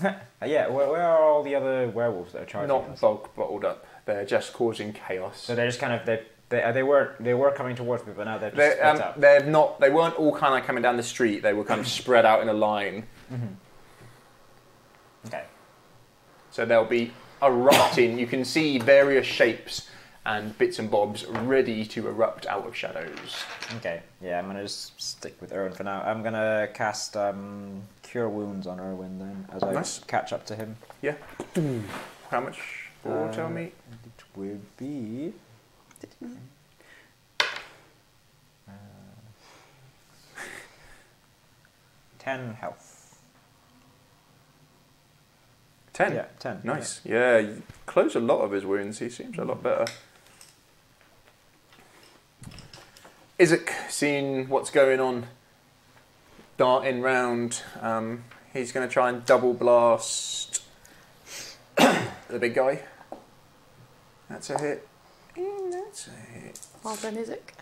Uh, yeah. Where, where are all the other werewolves that are charging? Not us? bulk bottled up. They're just causing chaos. So they're just kind of they they uh, they were they were coming towards me, but now they're just They, split um, up. they're not. They weren't all kind of coming down the street. They were kind of *clears throat* spread out in a line. Mm-hmm. Okay. So they'll be erupting. You can see various shapes and bits and bobs ready to erupt out of shadows. Okay. Yeah, I'm gonna just stick with Erwin for now. I'm gonna cast um, cure wounds on Erwin then as I Nice. catch up to him. Yeah. How much? Oh, tell Uh, me. It will be. Uh, Ten health. Ten. Yeah, ten. Nice. Yeah, you close a lot of his wounds. He seems a lot better. Isaac, seeing what's going on, darting round, um, he's going to try and double blast *coughs* the big guy. That's a hit. Mm, That's a hit. Well done, Isaac.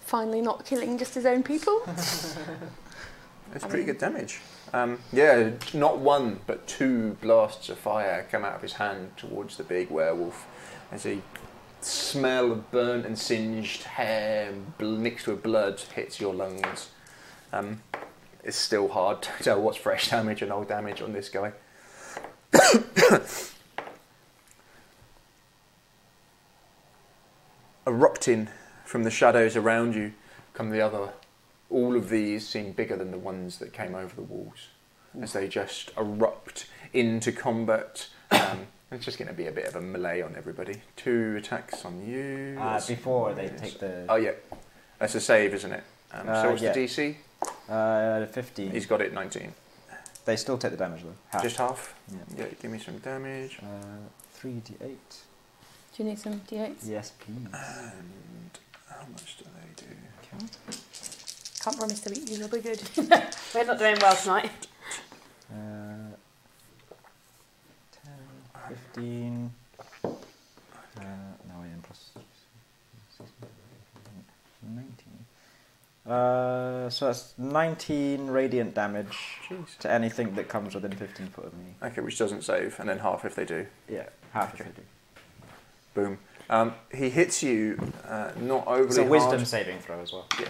Finally, not killing just his *laughs* own people. That's pretty good damage. Um, yeah, not one, but two blasts of fire come out of his hand towards the big werewolf as a smell of burnt and singed hair bl- mixed with blood hits your lungs. Um, it's still hard to tell what's fresh damage and old damage on this guy. *coughs* Erupting from the shadows around you come the other all of these seem bigger than the ones that came over the walls as they just erupt into combat. Um, *coughs* it's just going to be a bit of a melee on everybody. Two attacks on you. Uh, That's- before they take the Oh, yeah. That's a save, isn't it? Um, Uh, so what's yeah. the DC? Uh, 15. He's got it 19. They still take the damage though. Half. Just half? Yeah. Yeah, give me some damage. Uh, 3d8. Do you need some d8s? Yes, please. And how much do they do? Can't promise to eat you, they'll be good. We're not doing well tonight. Uh, 10, 15. Uh, no, I am plus 19. Uh, so that's 19 radiant damage to anything that comes within 15 foot of me. Okay, which doesn't save, and then half if they do. Yeah, half Okay. if they do. Boom. Um, he hits you uh, not overly It's a wisdom hard. saving throw as well. Yeah.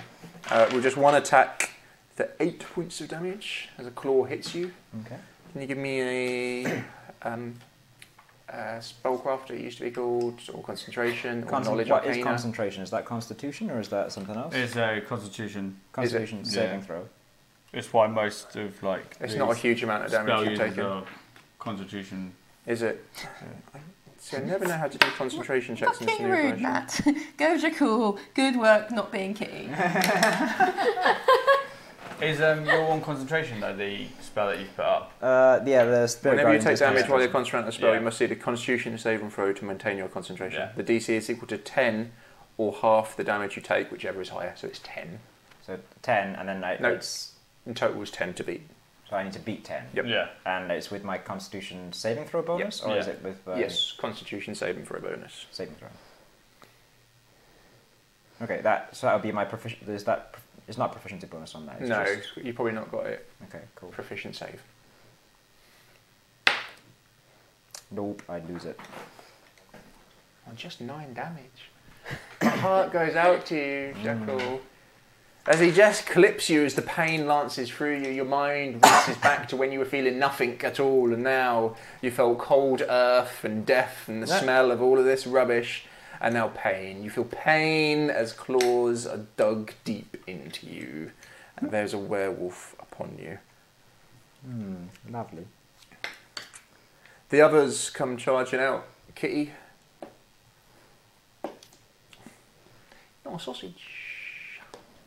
Uh, we'll just one attack for eight points of damage as a claw hits you. Okay. Can you give me a *coughs* um, uh, spellcraft? It used to be called or concentration or Concent- knowledge what is arcana. concentration? Is that constitution or is that something else? It's a constitution. Constitution saving throw. It's why most of like. It's not a these huge amount of damage spell you've users taken. are Constitution. Is it? See, I never know how to do concentration checks in this Fucking new rude, version. Matt. *laughs* Go Cool. Good work not being kitty. Is um, your one concentration though the spell that you've put up? Uh, yeah, the spirit Whenever you guardian take does damage that. while you're concentrating on a spell, Yeah. you must see the Constitution save and throw to maintain your concentration. Yeah. The DC is equal to 10 or half the damage you take, whichever is higher. So it's 10. So 10, and then no, it's in total is 10 to beat. So I need to beat 10. Yep. Yeah. And it's with my constitution saving throw bonus, or is Yeah. it with. Uh, yes, Constitution saving throw bonus. Saving throw. Okay, that so that would be my proficiency. Is that prof- it's not proficiency bonus on that? It's no, just- you probably not got it. Okay, cool. Proficient save. nope, I lose it. Oh, just nine damage. My heart goes out to you, Jekyll. As he just clips you, as the pain lances through you, your mind races back to when you were feeling nothing at all, and now you felt cold earth and death and the No. smell of all of this rubbish, and now pain. You feel pain as claws are dug deep into you, and there's a werewolf upon you. Hmm, lovely. The others come charging out. Kitty. Not a sausage.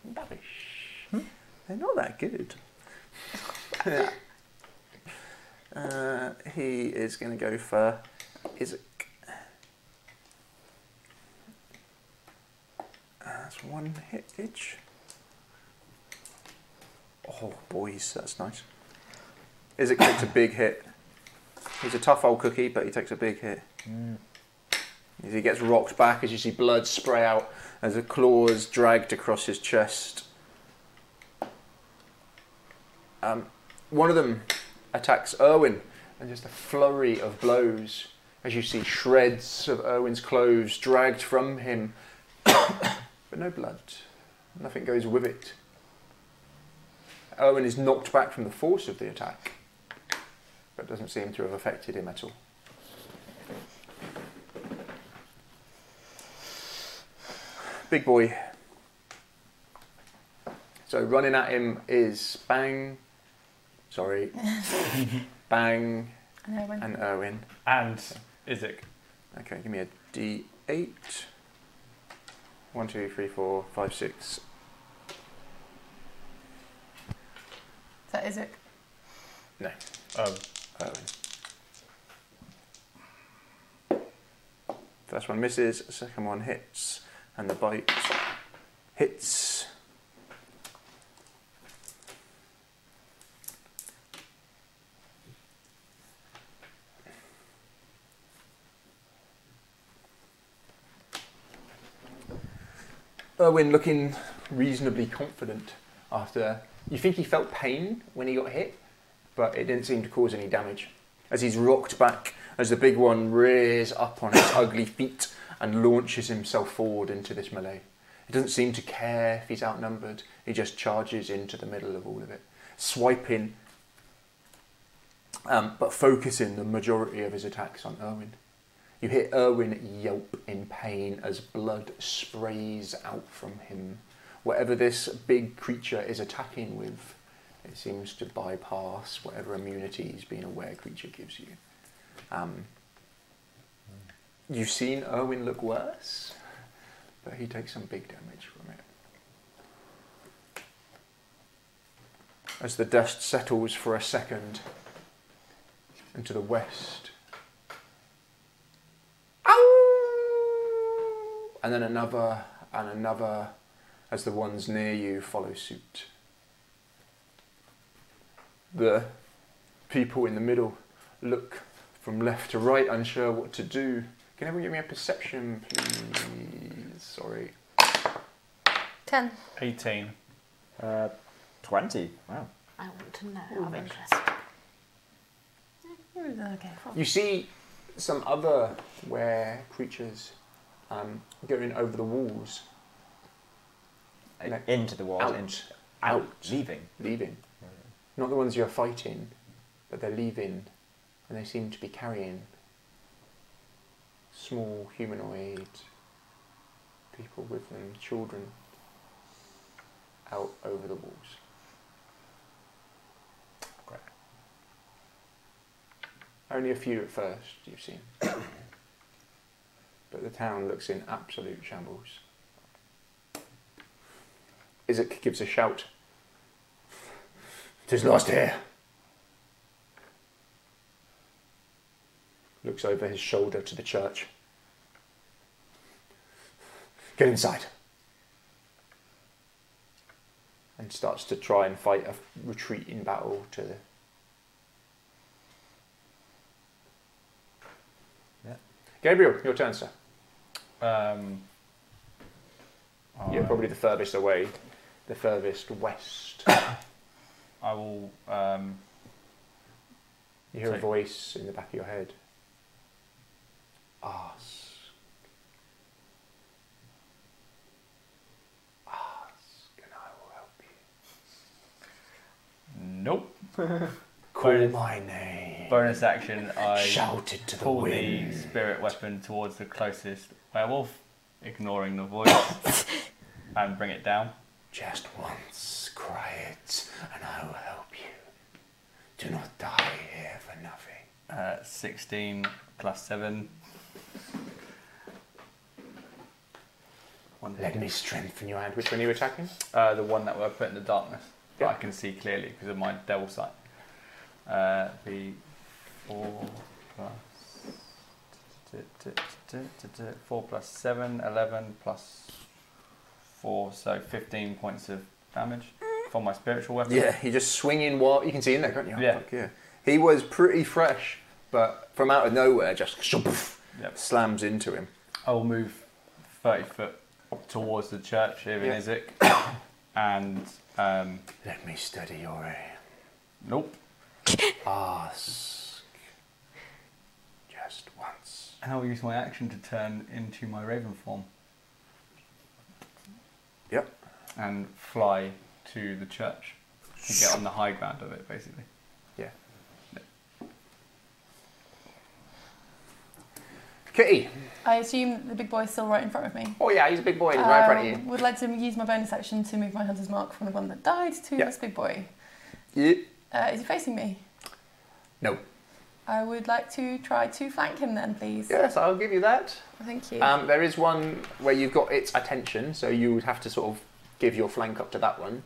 Rubbish. They're not that good. *laughs* uh, he is going to go for Isaac. That's one hit each. Oh, boys, that's nice. Isaac takes a big hit. He's a tough old cookie, but he takes a big hit. Mm. As he gets rocked back, as you see blood spray out, as the claws dragged across his chest. Um, one of them attacks Erwin, and just a flurry of blows as you see shreds of Erwin's clothes dragged from him, *coughs* but no blood. Nothing goes with it. Erwin is knocked back from the force of the attack, but doesn't seem to have affected him at all. Big boy. So running at him is Bang. Sorry. bang. And Erwin. And Erwin. And Isaac. Okay, give me a D8. One, two, three, four, five, six. That is it. No. Oh. Erwin. First one misses, second one hits, and the bite hits. Erwin looking reasonably confident after. You think he felt pain when he got hit, but it didn't seem to cause any damage. As he's rocked back, as the big one rears up on his ugly feet and launches himself forward into this melee. He doesn't seem to care if he's outnumbered, he just charges into the middle of all of it, swiping um, but focusing the majority of his attacks on Erwin. You hear Erwin yelp in pain as blood sprays out from him. Whatever this big creature is attacking with, it seems to bypass whatever immunities being a were creature gives you. Um, you've seen Erwin look worse, but he takes some big damage from it. as the dust settles for a second. And to the west. Ow! And then another and another as the ones near you follow suit. The people in the middle look from left to right, unsure what to do. Can everyone give me a perception, please? Sorry. 10. 18. Uh, 20. Wow. I want to know. I'm interested. Okay. You see some other were creatures um, going over the walls. Like, into the walls, Out. into- out. Leaving. Leaving. Not the ones you're fighting, but they're leaving. And they seem to be carrying small humanoid people with them, children, out over the walls. Only a few at first, you've seen. *coughs* but the town looks in absolute shambles. Isaac gives a shout. Tis lost here. Looks over his shoulder to the church. Get inside. And starts to try and fight a retreat in battle to the Gabriel, your turn, sir. Um, You're I- probably the furthest away, the furthest west. I will. Um, You hear a take- voice in the back of your head. Ask. Nope. Call Bonus- my name. Bonus action. I Shouted to the pull wind. the spirit weapon towards the closest werewolf, ignoring *coughs* the voice, and bring it down. Just once, cry it, and I will help you. Do not die here for nothing. Uh, Sixteen plus seven. Let me strengthen your hand. Which one are you attacking? Uh, the one that were put in the darkness. Yeah. That I can see clearly because of my devil sight. Uh, the four plus. t- t- t- t- t- Four plus seven, eleven plus four, so fifteen points of damage for my spiritual weapon. Yeah, you just swing in while you can see in there, can't you? Yeah. Fuck yeah. He was pretty fresh, but from out of nowhere, just Yep. slams into him. I'll move 30 foot towards the church here in Yeah. Isaac. and. Um, Let me study your aim. Nope. Ask. Just once. And I'll use my action to turn into my raven form. Yep. And fly to the church to get on the high ground of it, basically. Yeah. Kitty. I assume the big boy is still right in front of me. Oh yeah, he's a big boy. He's right in front Um, of Would like to use my bonus action to move my hunter's mark from the one that died to Yeah. this big boy. you. Yeah. Uh, is he facing me? No. I would like to try to flank him then, please. Yes, I'll give you that. Thank you. Um, there is one where you've got its attention, so you would have to sort of give your flank up to that one.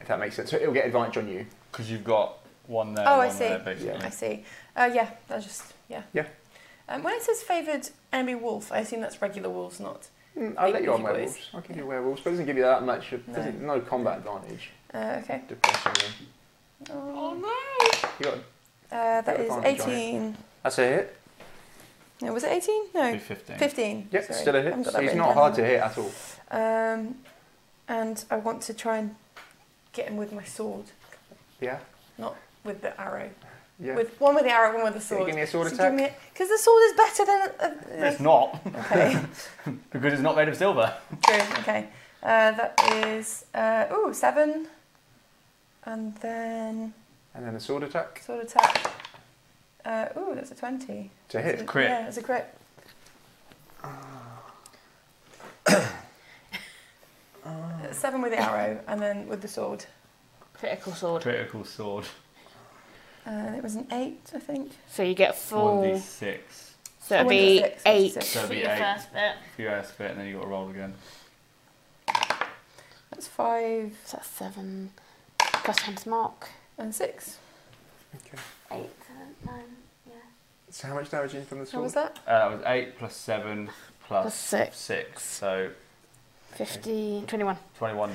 If that makes sense. So it'll get advantage on you. Because you've got one there. Oh, and I one see. There, basically. I see. Uh, yeah, that's just yeah. Yeah. Um, when it says favoured enemy wolf, I assume that's regular wolves, not. Mm, I'll big let you on beefy boys. werewolves. I'll give you werewolves, but it doesn't give you that much. It No. doesn't, no combat advantage. Uh, okay. Depressingly. Oh, You got no. Uh, that is advantage on it. eighteen. That's a hit. No, was it eighteen? No. Be 15. Fifteen. Yep, sorry. still a I haven't hit. got So that he's written not down. hard to hit at all. Um, and I want to try and get him with my sword, Yeah. not with the arrow. Yeah. With one with the arrow, one with the sword. give me a sword Because the sword is better than. A, a, It's not. *laughs* Okay. because it's not made of silver. True. Okay. Uh, that is uh, ooh seven, and then And then a sword attack sword attack. Uh, ooh, that's a twenty. to *coughs* hit. Yeah, it's a crit. Ah. Uh, seven with the arrow, and then with the sword. Critical sword. Critical sword. Uh, it was an eight, I think. So you get full. 1d6. So it'd Oh, be 1d6, eight So it'll for be your eight. first bit. For your first bit, and then you've got to roll again. That's five. That's seven. plus times mark. And six. Okay. Eight, seven, nine, yeah. So how much damage in from the sword? was that? Uh, that was 8 plus 7 plus, Plus six. six, So 50, 21. 21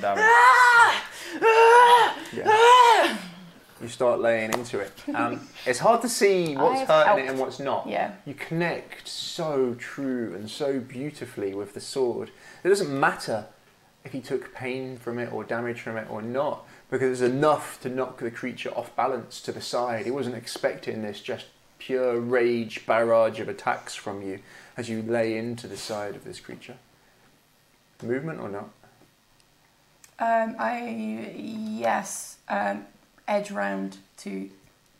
*laughs* damage. *laughs* Yeah. You start laying into it. Um, it's hard to see *laughs* what's I've hurting it helped. and what's not. Yeah. You connect so true and so beautifully with the sword. It doesn't matter if he took pain from it or damage from it or not, because it's enough to knock the creature off balance to the side. He wasn't expecting this just pure rage barrage of attacks from you as you lay into the side of this creature. Movement or not? Um, I yes, um, edge round to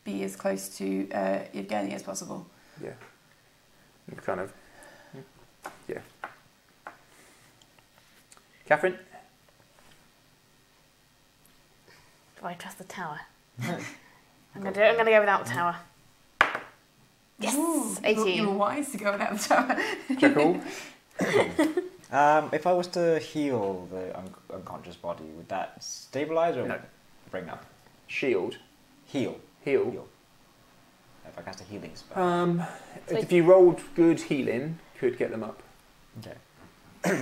be as close to uh, Evgeny as possible. Yeah. You kind of. Yeah. Catherine? Do I trust the tower? *laughs* I'm gonna do it. I'm gonna go without the tower. Yes, You, 18. you were wise to go without the tower. Jackal? Um, if I was to heal the un- unconscious body, would that stabilize or bring up? Shield. Heal. Heal. If I cast a healing spell. Um, if you rolled good healing, could get them up. Okay.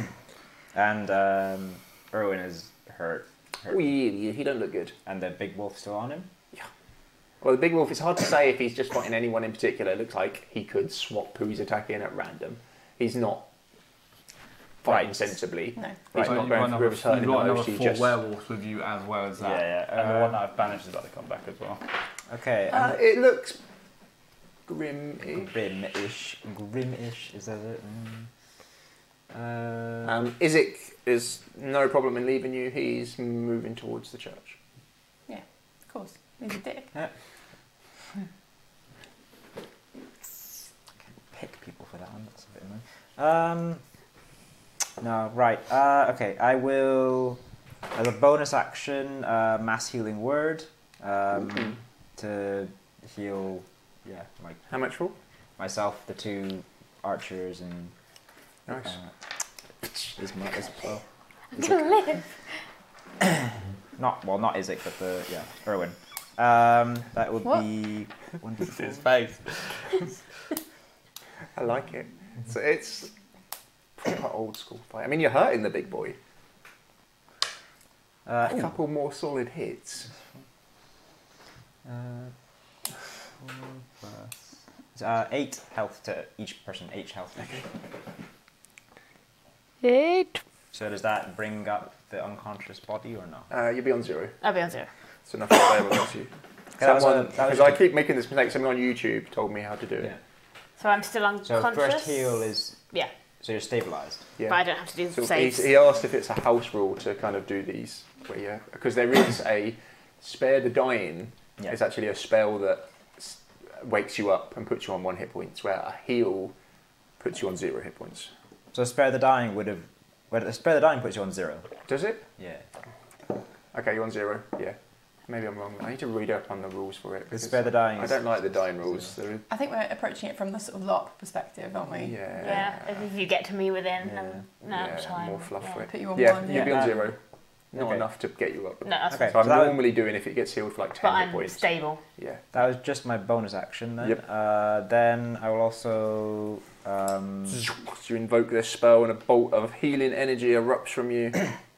and um, Erwin is hurt. hurt. Oh, yeah, yeah, he don't look good. And the big wolf's still on him? Well, the big wolf, it's hard to say if he's just fighting anyone in particular. It looks like he could swap who he's attacking at random. He's not fighting sensibly. No. He's Well, not going you've got for whoever's hurting the another, you've got another most. He four just. werewolves with you as well as that. Yeah, yeah. And the Uh, one that I've banished is about to come back as well. Okay. Uh, and- it looks grim Grim-ish. Grim-ish, is that it? Mm. Uh, Um, Isaac is no problem in leaving you. He's moving towards the church. yeah, of course. He's a dick. pick people for that one. That's a bit annoying. Um, no, right. Uh, okay, I will, as a bonus action, uh, mass healing word um, to heal. Yeah, like how much for myself, the two archers, and Nice. Uh, is my is well, I'm gonna live. *coughs* not well not Isaac, but the yeah Erwin. Um, that would What? be one d four. face. I like it. So it's proper old school fight. I mean, you're hurting the big boy. Uh, a couple more solid hits. Uh, four plus- it's, uh, eight health to each person. Eight health. Eight. So does that bring up the unconscious body or not? Uh, you'll be on zero. I'll be on zero. So nothing playable against you. that was Someone, a- that was because a- I keep making this mistake. Someone on YouTube told me how to do it. So I'm still So unconscious. first heal is Yeah. so you're stabilized. Yeah. But I don't have to do So he, saves. he asked if it's a house rule to kind of do these, where you because there is a spare the dying. Yeah. It's actually a spell that s- wakes you up and puts you on one hit points, where a heal puts you on zero hit points. So spare the dying would have. Well, spare the dying puts you on zero. Does it? Yeah. Okay, you're on zero. Yeah. Maybe I'm wrong. I need to read up on the rules for it. because spare the dying I is- don't like the dying rules. There is- I think we're approaching it from the sort of lock perspective, aren't we? Yeah. Yeah, if you get to me within Yeah. um, no yeah, time. More fluff yeah. for it. Put you on yeah, one, you'd yeah. be on Um, zero. Not okay. enough to get you up. No, that's Okay, So I'm so that would- normally doing if it gets healed for like 10 But hit I'm points. stable. Yeah. That was just my bonus action then. Yep. Uh, then I will also. Um, You invoke this spell and a bolt of healing energy erupts from you.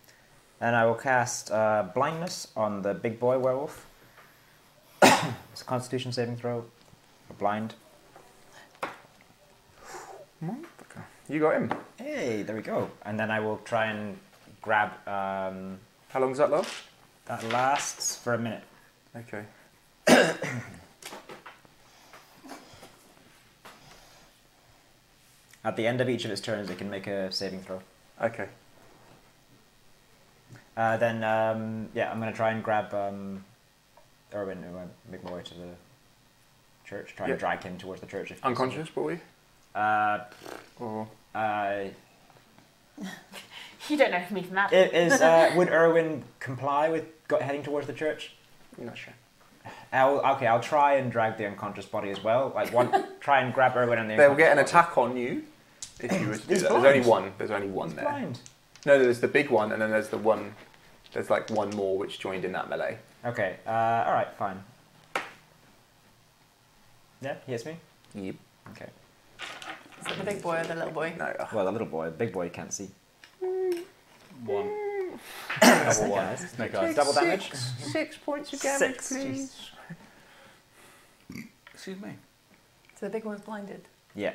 *coughs* and I will cast uh, blindness on the big boy werewolf. *coughs* it's a Constitution saving throw. Blind. You got him. Hey, there we go. And then I will try and grab. Um, How long does that last? That lasts for a minute. Okay. At the end of each of its turns, it can make a saving throw. Okay. Uh, then, um, yeah, I'm going to try and grab um, Erwin and make my way to the church. Try Yeah. and drag him towards the church. If Unconscious, probably. Uh, or... uh, You don't know me from Adam. it is, uh, would Erwin comply with go- heading towards the church? You're not sure. I'll, okay, I'll try and drag the unconscious body as well. Like one, try and grab Erwin and the. They'll get an unconscious attack on you if you were to do He's that. blind. There's only one. There's only one there. body. Blind. No, there's the big one, and then there's the one. There's like one more which joined in that melee. Okay. Uh, all right. Fine. Yeah, he hits me. Yep. Okay. Is it the big boy or the little boy? No. Well, the little boy, the big boy can't see. One. Snake Double one. eyes. Snake Take eyes. Double damage. six, Six points of damage, Six, please. Excuse me. So the big one's blinded. Yeah.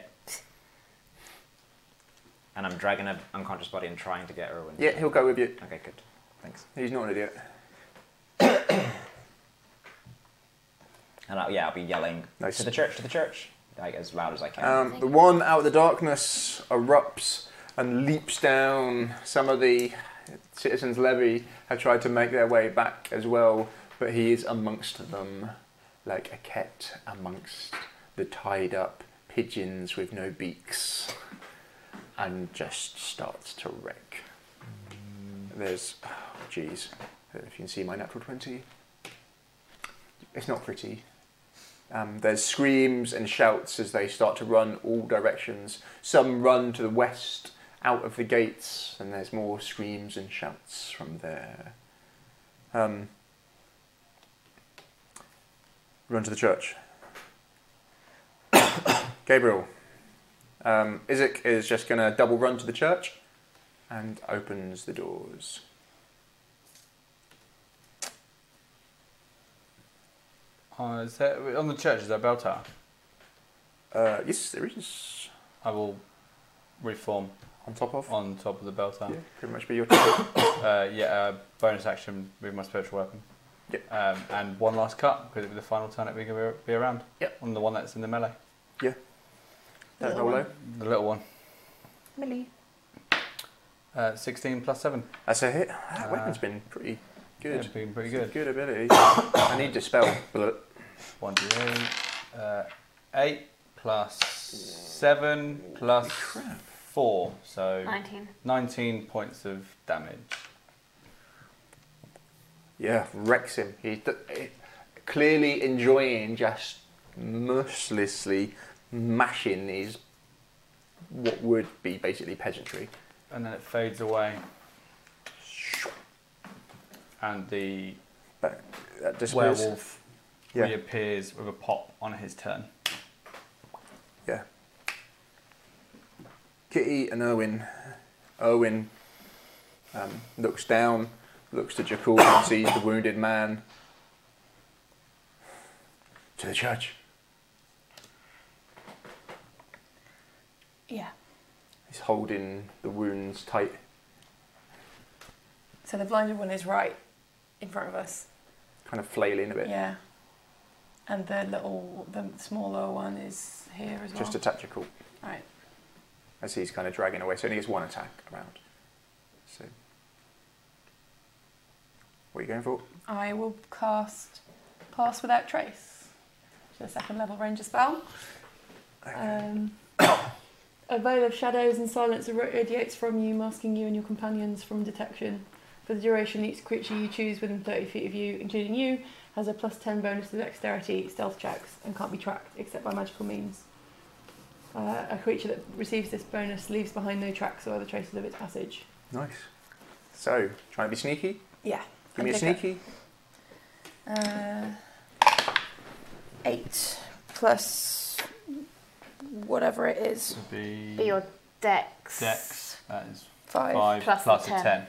And I'm dragging her unconscious body and trying to get her away. Yeah, he'll go with you. Okay, good. Thanks. He's not an idiot. And I, yeah, I'll be yelling Nice. to the church, to the church, like as loud as I can. Um, the one out of the darkness erupts and leaps down. Some of the citizens' levy have tried to make their way back as well, but he is amongst them like a cat amongst the tied up pigeons with no beaks and just starts to wreck. There's, oh, jeez, I don't know if you can see my natural 20. It's not pretty. Um, there's screams and shouts as they start to run all directions. Some run to the west, out of the gates, and there's more screams and shouts from there. Um, run to the church. *coughs* Gabriel. Um, Isaac is just going to double run to the church and opens the doors. Oh, is that, on the church, is that bell tower? Uh, yes, there is. I will reform. On top of? On top of the bell tower. Yeah, pretty much be your *coughs* turn. uh, yeah, uh, bonus action with my spiritual weapon. Yep. Um, and one last cut, because it'll be the final turn that we can be- be around. Yep. On the one that's in the melee. Yeah. The That little roll one. The little one. Millie. Uh, 16 plus 7. That's a hit. That weapon's been pretty good. Uh, yeah, it's been pretty good. Good ability. *coughs* I need dispel. But 1d8. Uh, 8 plus 7 plus 4. So 19. 19 points of damage. yeah, wrecks him. He's d- eh, clearly enjoying just mercilessly mashing these what would be basically peasantry. And then it fades away. And the That disappears. werewolf Yeah. reappears with a pop on his turn. Yeah. Kitty and Owen. Owen um, looks down, looks to Jakul and *coughs* sees the wounded man. To the church. Yeah. He's holding the wounds tight. So the blinded one is right in front of us. kind of flailing a bit. Yeah. And the little, the smaller one is here as well. Just a tactical, Right. as he's kind of dragging away. So he only gets one attack around. So, what are you going for? I will cast Pass Without Trace, which is a second level ranger spell. Um, *coughs* a veil of shadows and silence radiates from you, masking you and your companions from detection. For the duration, each creature you choose within 30 feet of you, including you, has a plus 10 bonus to dexterity, stealth checks, and can't be tracked except by magical means. Uh, a creature that receives this bonus leaves behind no tracks or other traces of its passage. Nice. So, trying to be sneaky? Yeah. Give me a I'd take sneaky. Uh, eight plus whatever it is. Would be Be your dex. dex. That is Five five plus plus a 10. a 10.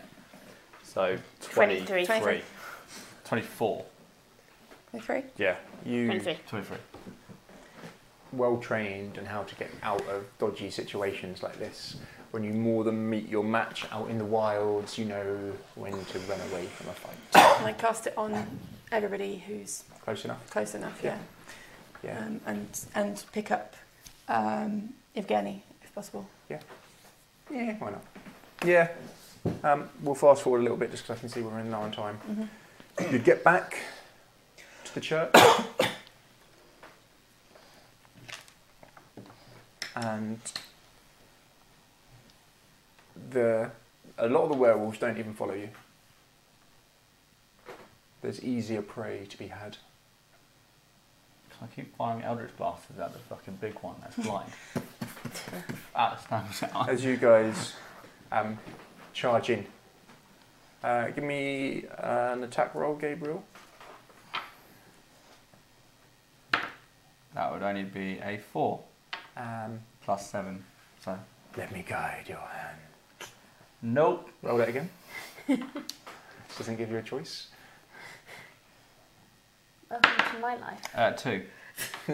So 23. 23. 24. 23? Yeah. You 23. 23. well trained and how to get out of dodgy situations like this. When you more than meet your match out in the wilds, you know when to run away from a fight. And I cast it on everybody who's Close enough. close enough, yeah. Yeah. Yeah. Um, and and pick up um, Evgeny if possible. Yeah. Yeah. Why not? Yeah. Um, we'll fast forward a little bit just because I can see we're in low on time. Mhm. You'd get back to the church. and the a lot of the werewolves don't even follow you. There's easier prey to be had. I keep firing Eldritch Blasters at the fucking big one that's blind. Ah, it's not- as you guys um, charge in. Uh, give me an attack roll, Gabriel. That would only be a four. Um, Plus seven. So. Let me guide your hand. Nope. Roll it *laughs* again. Doesn't give you a *laughs* choice. Welcome to my life. Uh, two.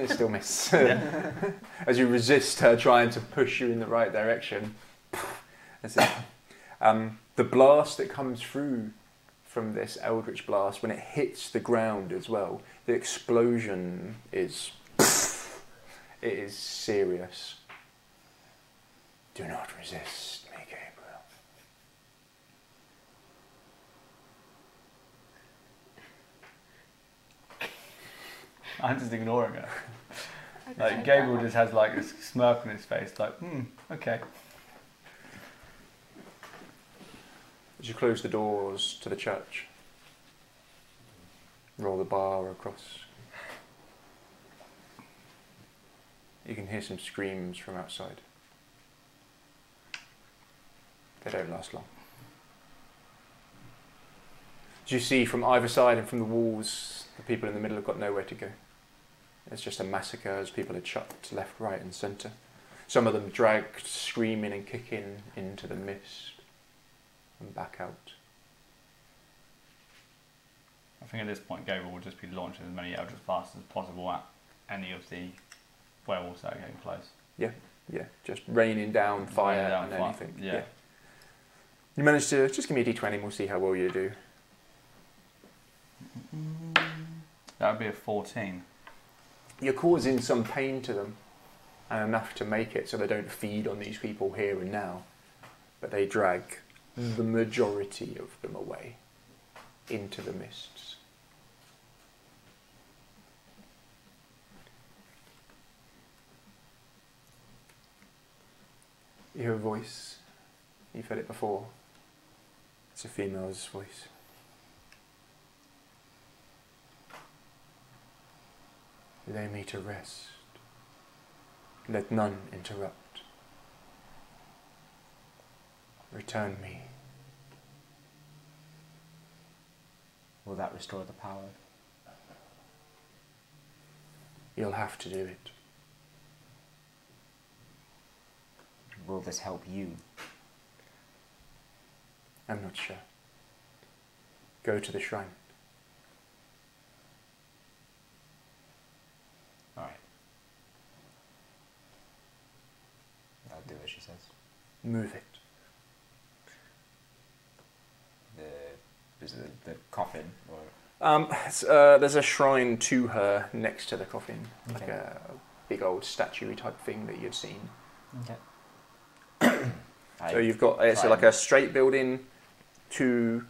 Still *laughs* miss. Yeah. As you resist her trying to push you in the right direction, *laughs* that's it. Um, the blast that comes through from this eldritch blast, when it hits the ground as well, the explosion is. *laughs* it is serious. Do not resist me, Gabriel. I'm just ignoring her. I can Like take Gabriel that. just has like this smirk on his face, like, hmm, okay. As you close the doors to the church, roll the bar across. You can hear some screams from outside. They don't last long. As you see from either side and from the walls, the people in the middle have got nowhere to go. It's just a massacre as people are chucked left, right, and centre. Some of them dragged, screaming and kicking, into the mist and back out. I think at this point Gabriel will just be launching as many Eldritch Blasts as possible at any of the werewolves that are getting close. Yeah, yeah, just raining down fire Raining down and fire, anything. yeah. You managed to just give me a d20 and we'll see how well you do. That would be a 14. You're causing some pain to them and enough to make it so they don't feed on these people here and now, but they drag Um, the majority of them away into the mists. You hear a voice. You've heard it before. It's a female's voice. Lay me to rest. Let none interrupt. Return me. Will that restore the power? You'll have to do it. Will this help you? I'm not sure. Go to the shrine. Alright. I'll uh, do as she says. Move it. The, is it the coffin? Or, Um, it's, uh, there's a shrine to her next to the coffin, like Okay. a big old statuary type thing that you'd seen. okay. *clears throat* So you've got it's like a straight building, two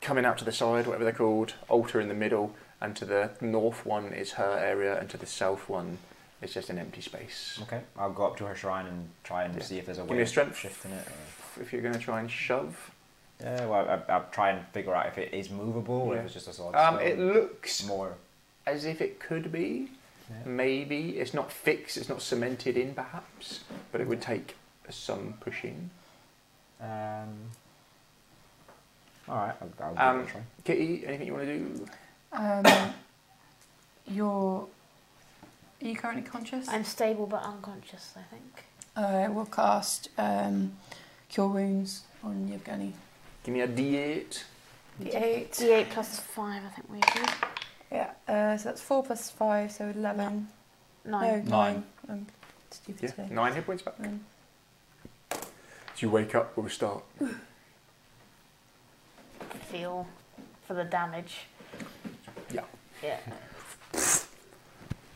coming out to the side, whatever they're called, altar in the middle, and to the north one is her area, and to the south one is just an empty space. Okay, I'll go up to her shrine and try and see if there's a Give way me a of strength. shifting it. Or... If you're going to try and shove, Yeah, well, I, I'll try and figure out if it is movable or Yeah. if it's just a solid um, stone. it looks more as if it could be. Maybe it's not fixed, it's not cemented in, perhaps, but it would take some pushing. Um, all right, I'll, I'll give it Um, a try. Kitty, anything you want to do? *coughs* Um, you're. Are you currently conscious? I'm stable but unconscious, I think. I will Uh, cast um, Cure Wounds on Yevgeny. Give me a D8. The eight. D8 plus 5, I think we did. Yeah, uh, so that's four plus five, so 11. Nine. No, nine. I'm stupid Yeah, today. nine hit points back. Nine. As you wake up, we'll start. Feel for the damage. Yeah. Yeah.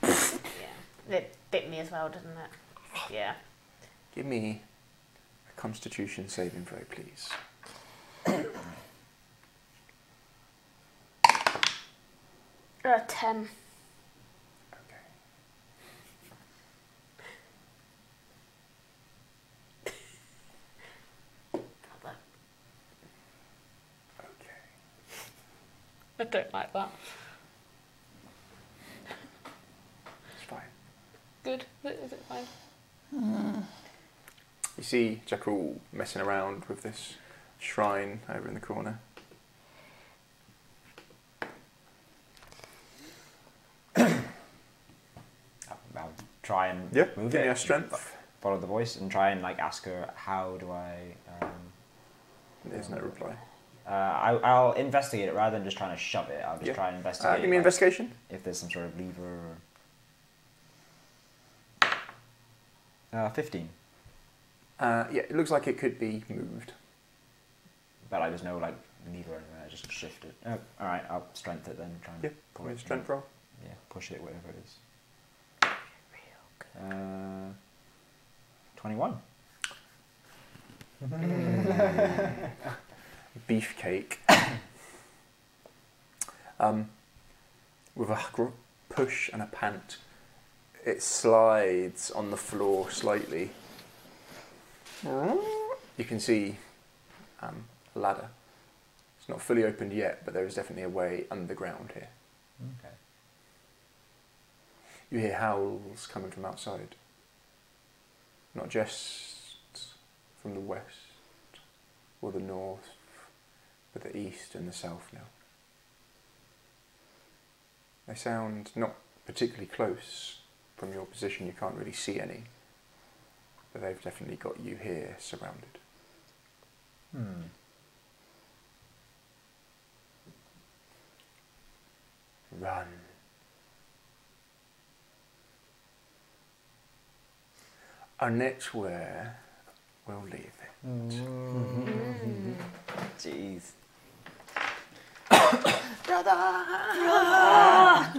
yeah. It bit me as well, didn't it? Yeah. Give me a constitution saving throw, please. Uh, 10. I don't like that. It's fine. Good. Is it fine? You see Jackal messing around with this shrine over in the corner. try and Yeah, move give it. me a strength. Follow the voice and try and like ask her how do I. Um, There's no reply. Uh, I, I'll investigate it rather than just trying to shove it. I'll just Yeah. try and investigate. Uh, give me like, investigation. If there's some sort of lever. Or... Uh, Fifteen. Uh, yeah, it looks like it could be moved. But like, there's no like lever or anything. I just shift it. Oh, all right, I'll strength it then. Try and Yeah, pull give me it. a strength roll. Yeah, push it, whatever it is. Uh, Twenty-one. *laughs* Beefcake. *coughs* um, with a gr- push and a pant, it slides on the floor slightly. You can see um, a ladder. It's not fully opened yet, but there is definitely a way underground here. Okay. You hear howls coming from outside. Not just from the west or the north, but the east and the south now. They sound not particularly close from your position, you can't really see any, but they've definitely got you here surrounded. Hmm. Run. And that's where we'll leave it. Mm. Jeez. Ah!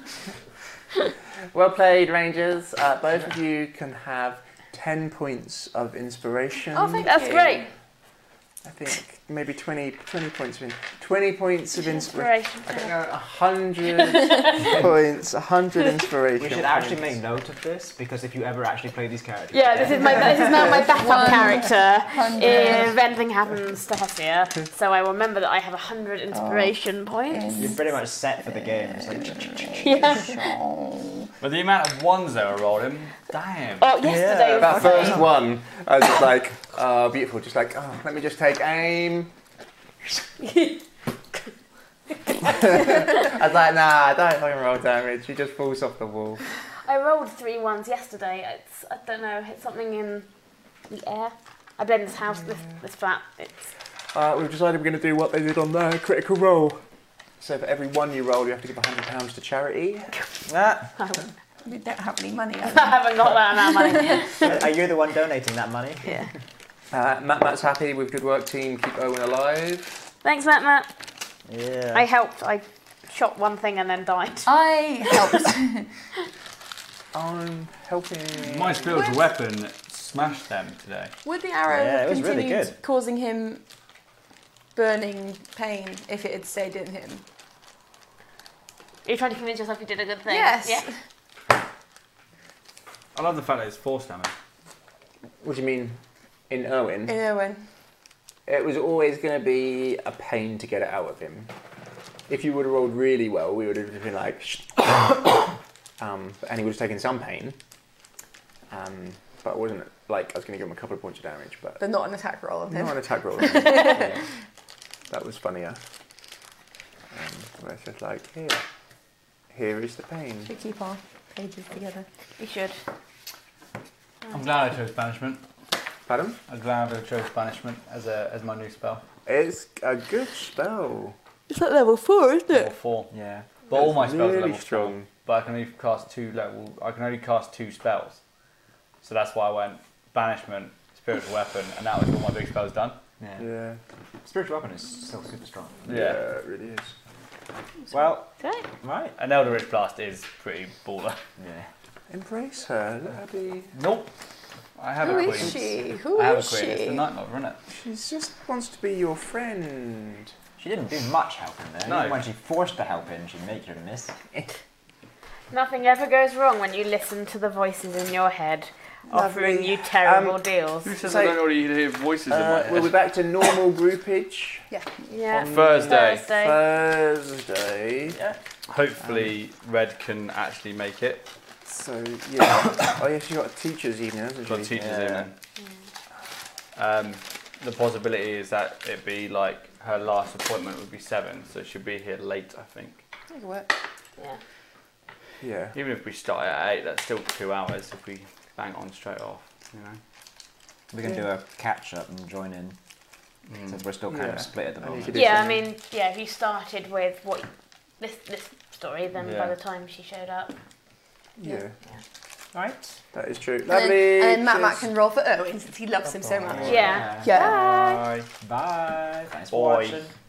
Well played, Rangers. Uh, both of you can have 10 points of inspiration. Oh, thank That's you. great. I think maybe 20, 20 points of in, 20 points of inspiration. Inspiration, I don't know, *laughs* 100 points, 100 inspiration. We Hmm. should actually points. make note of this because if you ever actually play these characters, Yeah, this is my this is now my backup One character. hundred. If anything happens to Hossia, so I will remember that I have hundred Oh, inspiration *laughs* points. *laughs* You're pretty much set for the game. It's like, Yeah. But the amount of ones they were rolling, damn. Oh, Yeah, yesterday was uh, that great. first one, I was just like, oh, beautiful. Just like, oh, let me just take *laughs* aim. *laughs* I was like, nah, don't fucking roll damage. She just falls off the wall. I rolled three ones yesterday. It's I don't know. It's something in the air. I blame this house, this this flat. It's *laughs* Uh, we've decided we're going to do what they did on their critical roll. So for every one you roll, you have to give £100 to charity. Ah, Um, We don't have any money. I *laughs* haven't got that amount *laughs* of money. Are you the one donating that money? Yeah. Uh, Matt Matt's happy with good work, team. Keep Owen alive. Thanks, Matt. Matt. Yeah. I helped. I shot one thing and then died. *laughs* I helped. I'm helping. My spiritual weapon smashed them today. Would the arrow Yeah, it have was really continued good. causing him burning pain if it had stayed in him? Are you trying to convince yourself you did a good thing? Yes. Yeah. I love the fact that it's force damage. What do you mean in Owen? In Owen. It was always going to be a pain to get it out of him. If you would have rolled really well, we would have been like, *coughs* "Shh." um, and he would have taken some pain. Um, but it wasn't like I was going to give him a couple of points of damage, but But not an attack roll of him. not an attack roll. Yeah. That was funnier. Um, where it's just like, here, here is the pain. We keep our pages together. We should. I'm glad I chose banishment. Pardon? I'm glad I chose banishment as a as my new spell. It's a good spell. It's at level four, isn't Level four. Yeah. But all my That's spells are really level strong. strong. but I can only cast two level. I can only cast two spells. So that's why I went banishment, spiritual weapon, and that was all my big spells done. Yeah. Yeah. Spiritual weapon is still super strong. Yeah. it really is. Well, Okay. right. An Eldritch Blast is pretty baller. Yeah. Embrace her. Let her be. Nope. I have Who a is queen. she? Who I have is a queen. It's she? the Night Mother, isn't it? She just wants to be your friend. She didn't do much helping there. No. Even when she forced the help in, she'd make you miss. Nothing ever goes wrong when you listen to the voices in your head offering Lovely. you terrible Um, deals. *laughs* Who says I don't already hear voices Uh, we'll be back to normal groupage Yeah. Yeah. On Thursday. Thursday. Thursday. Hopefully, Red can actually make it. So yeah. *coughs* oh yeah, she got a teachers' evening, hasn't she? Got teachers Yeah. evening. Um, the possibility is that it be like her last appointment would be seven, so she'll be here late, I think. Make it work. yeah. Yeah. Even if we start at eight, that's still two hours if we bang on straight off. You know. We can do Yeah. a catch up and join in since we're still kind Yeah. of split at the I need moment. to do Yeah, I mean, yeah, if you started with what this this story, then Yeah. by the time she showed up, Yeah. Right. That is true. And then, Lovely. and then Matt cheers. Matt can roll for Owen since he loves him so much. Yeah. Yeah. Bye. Bye. Thanks for Bye. watching.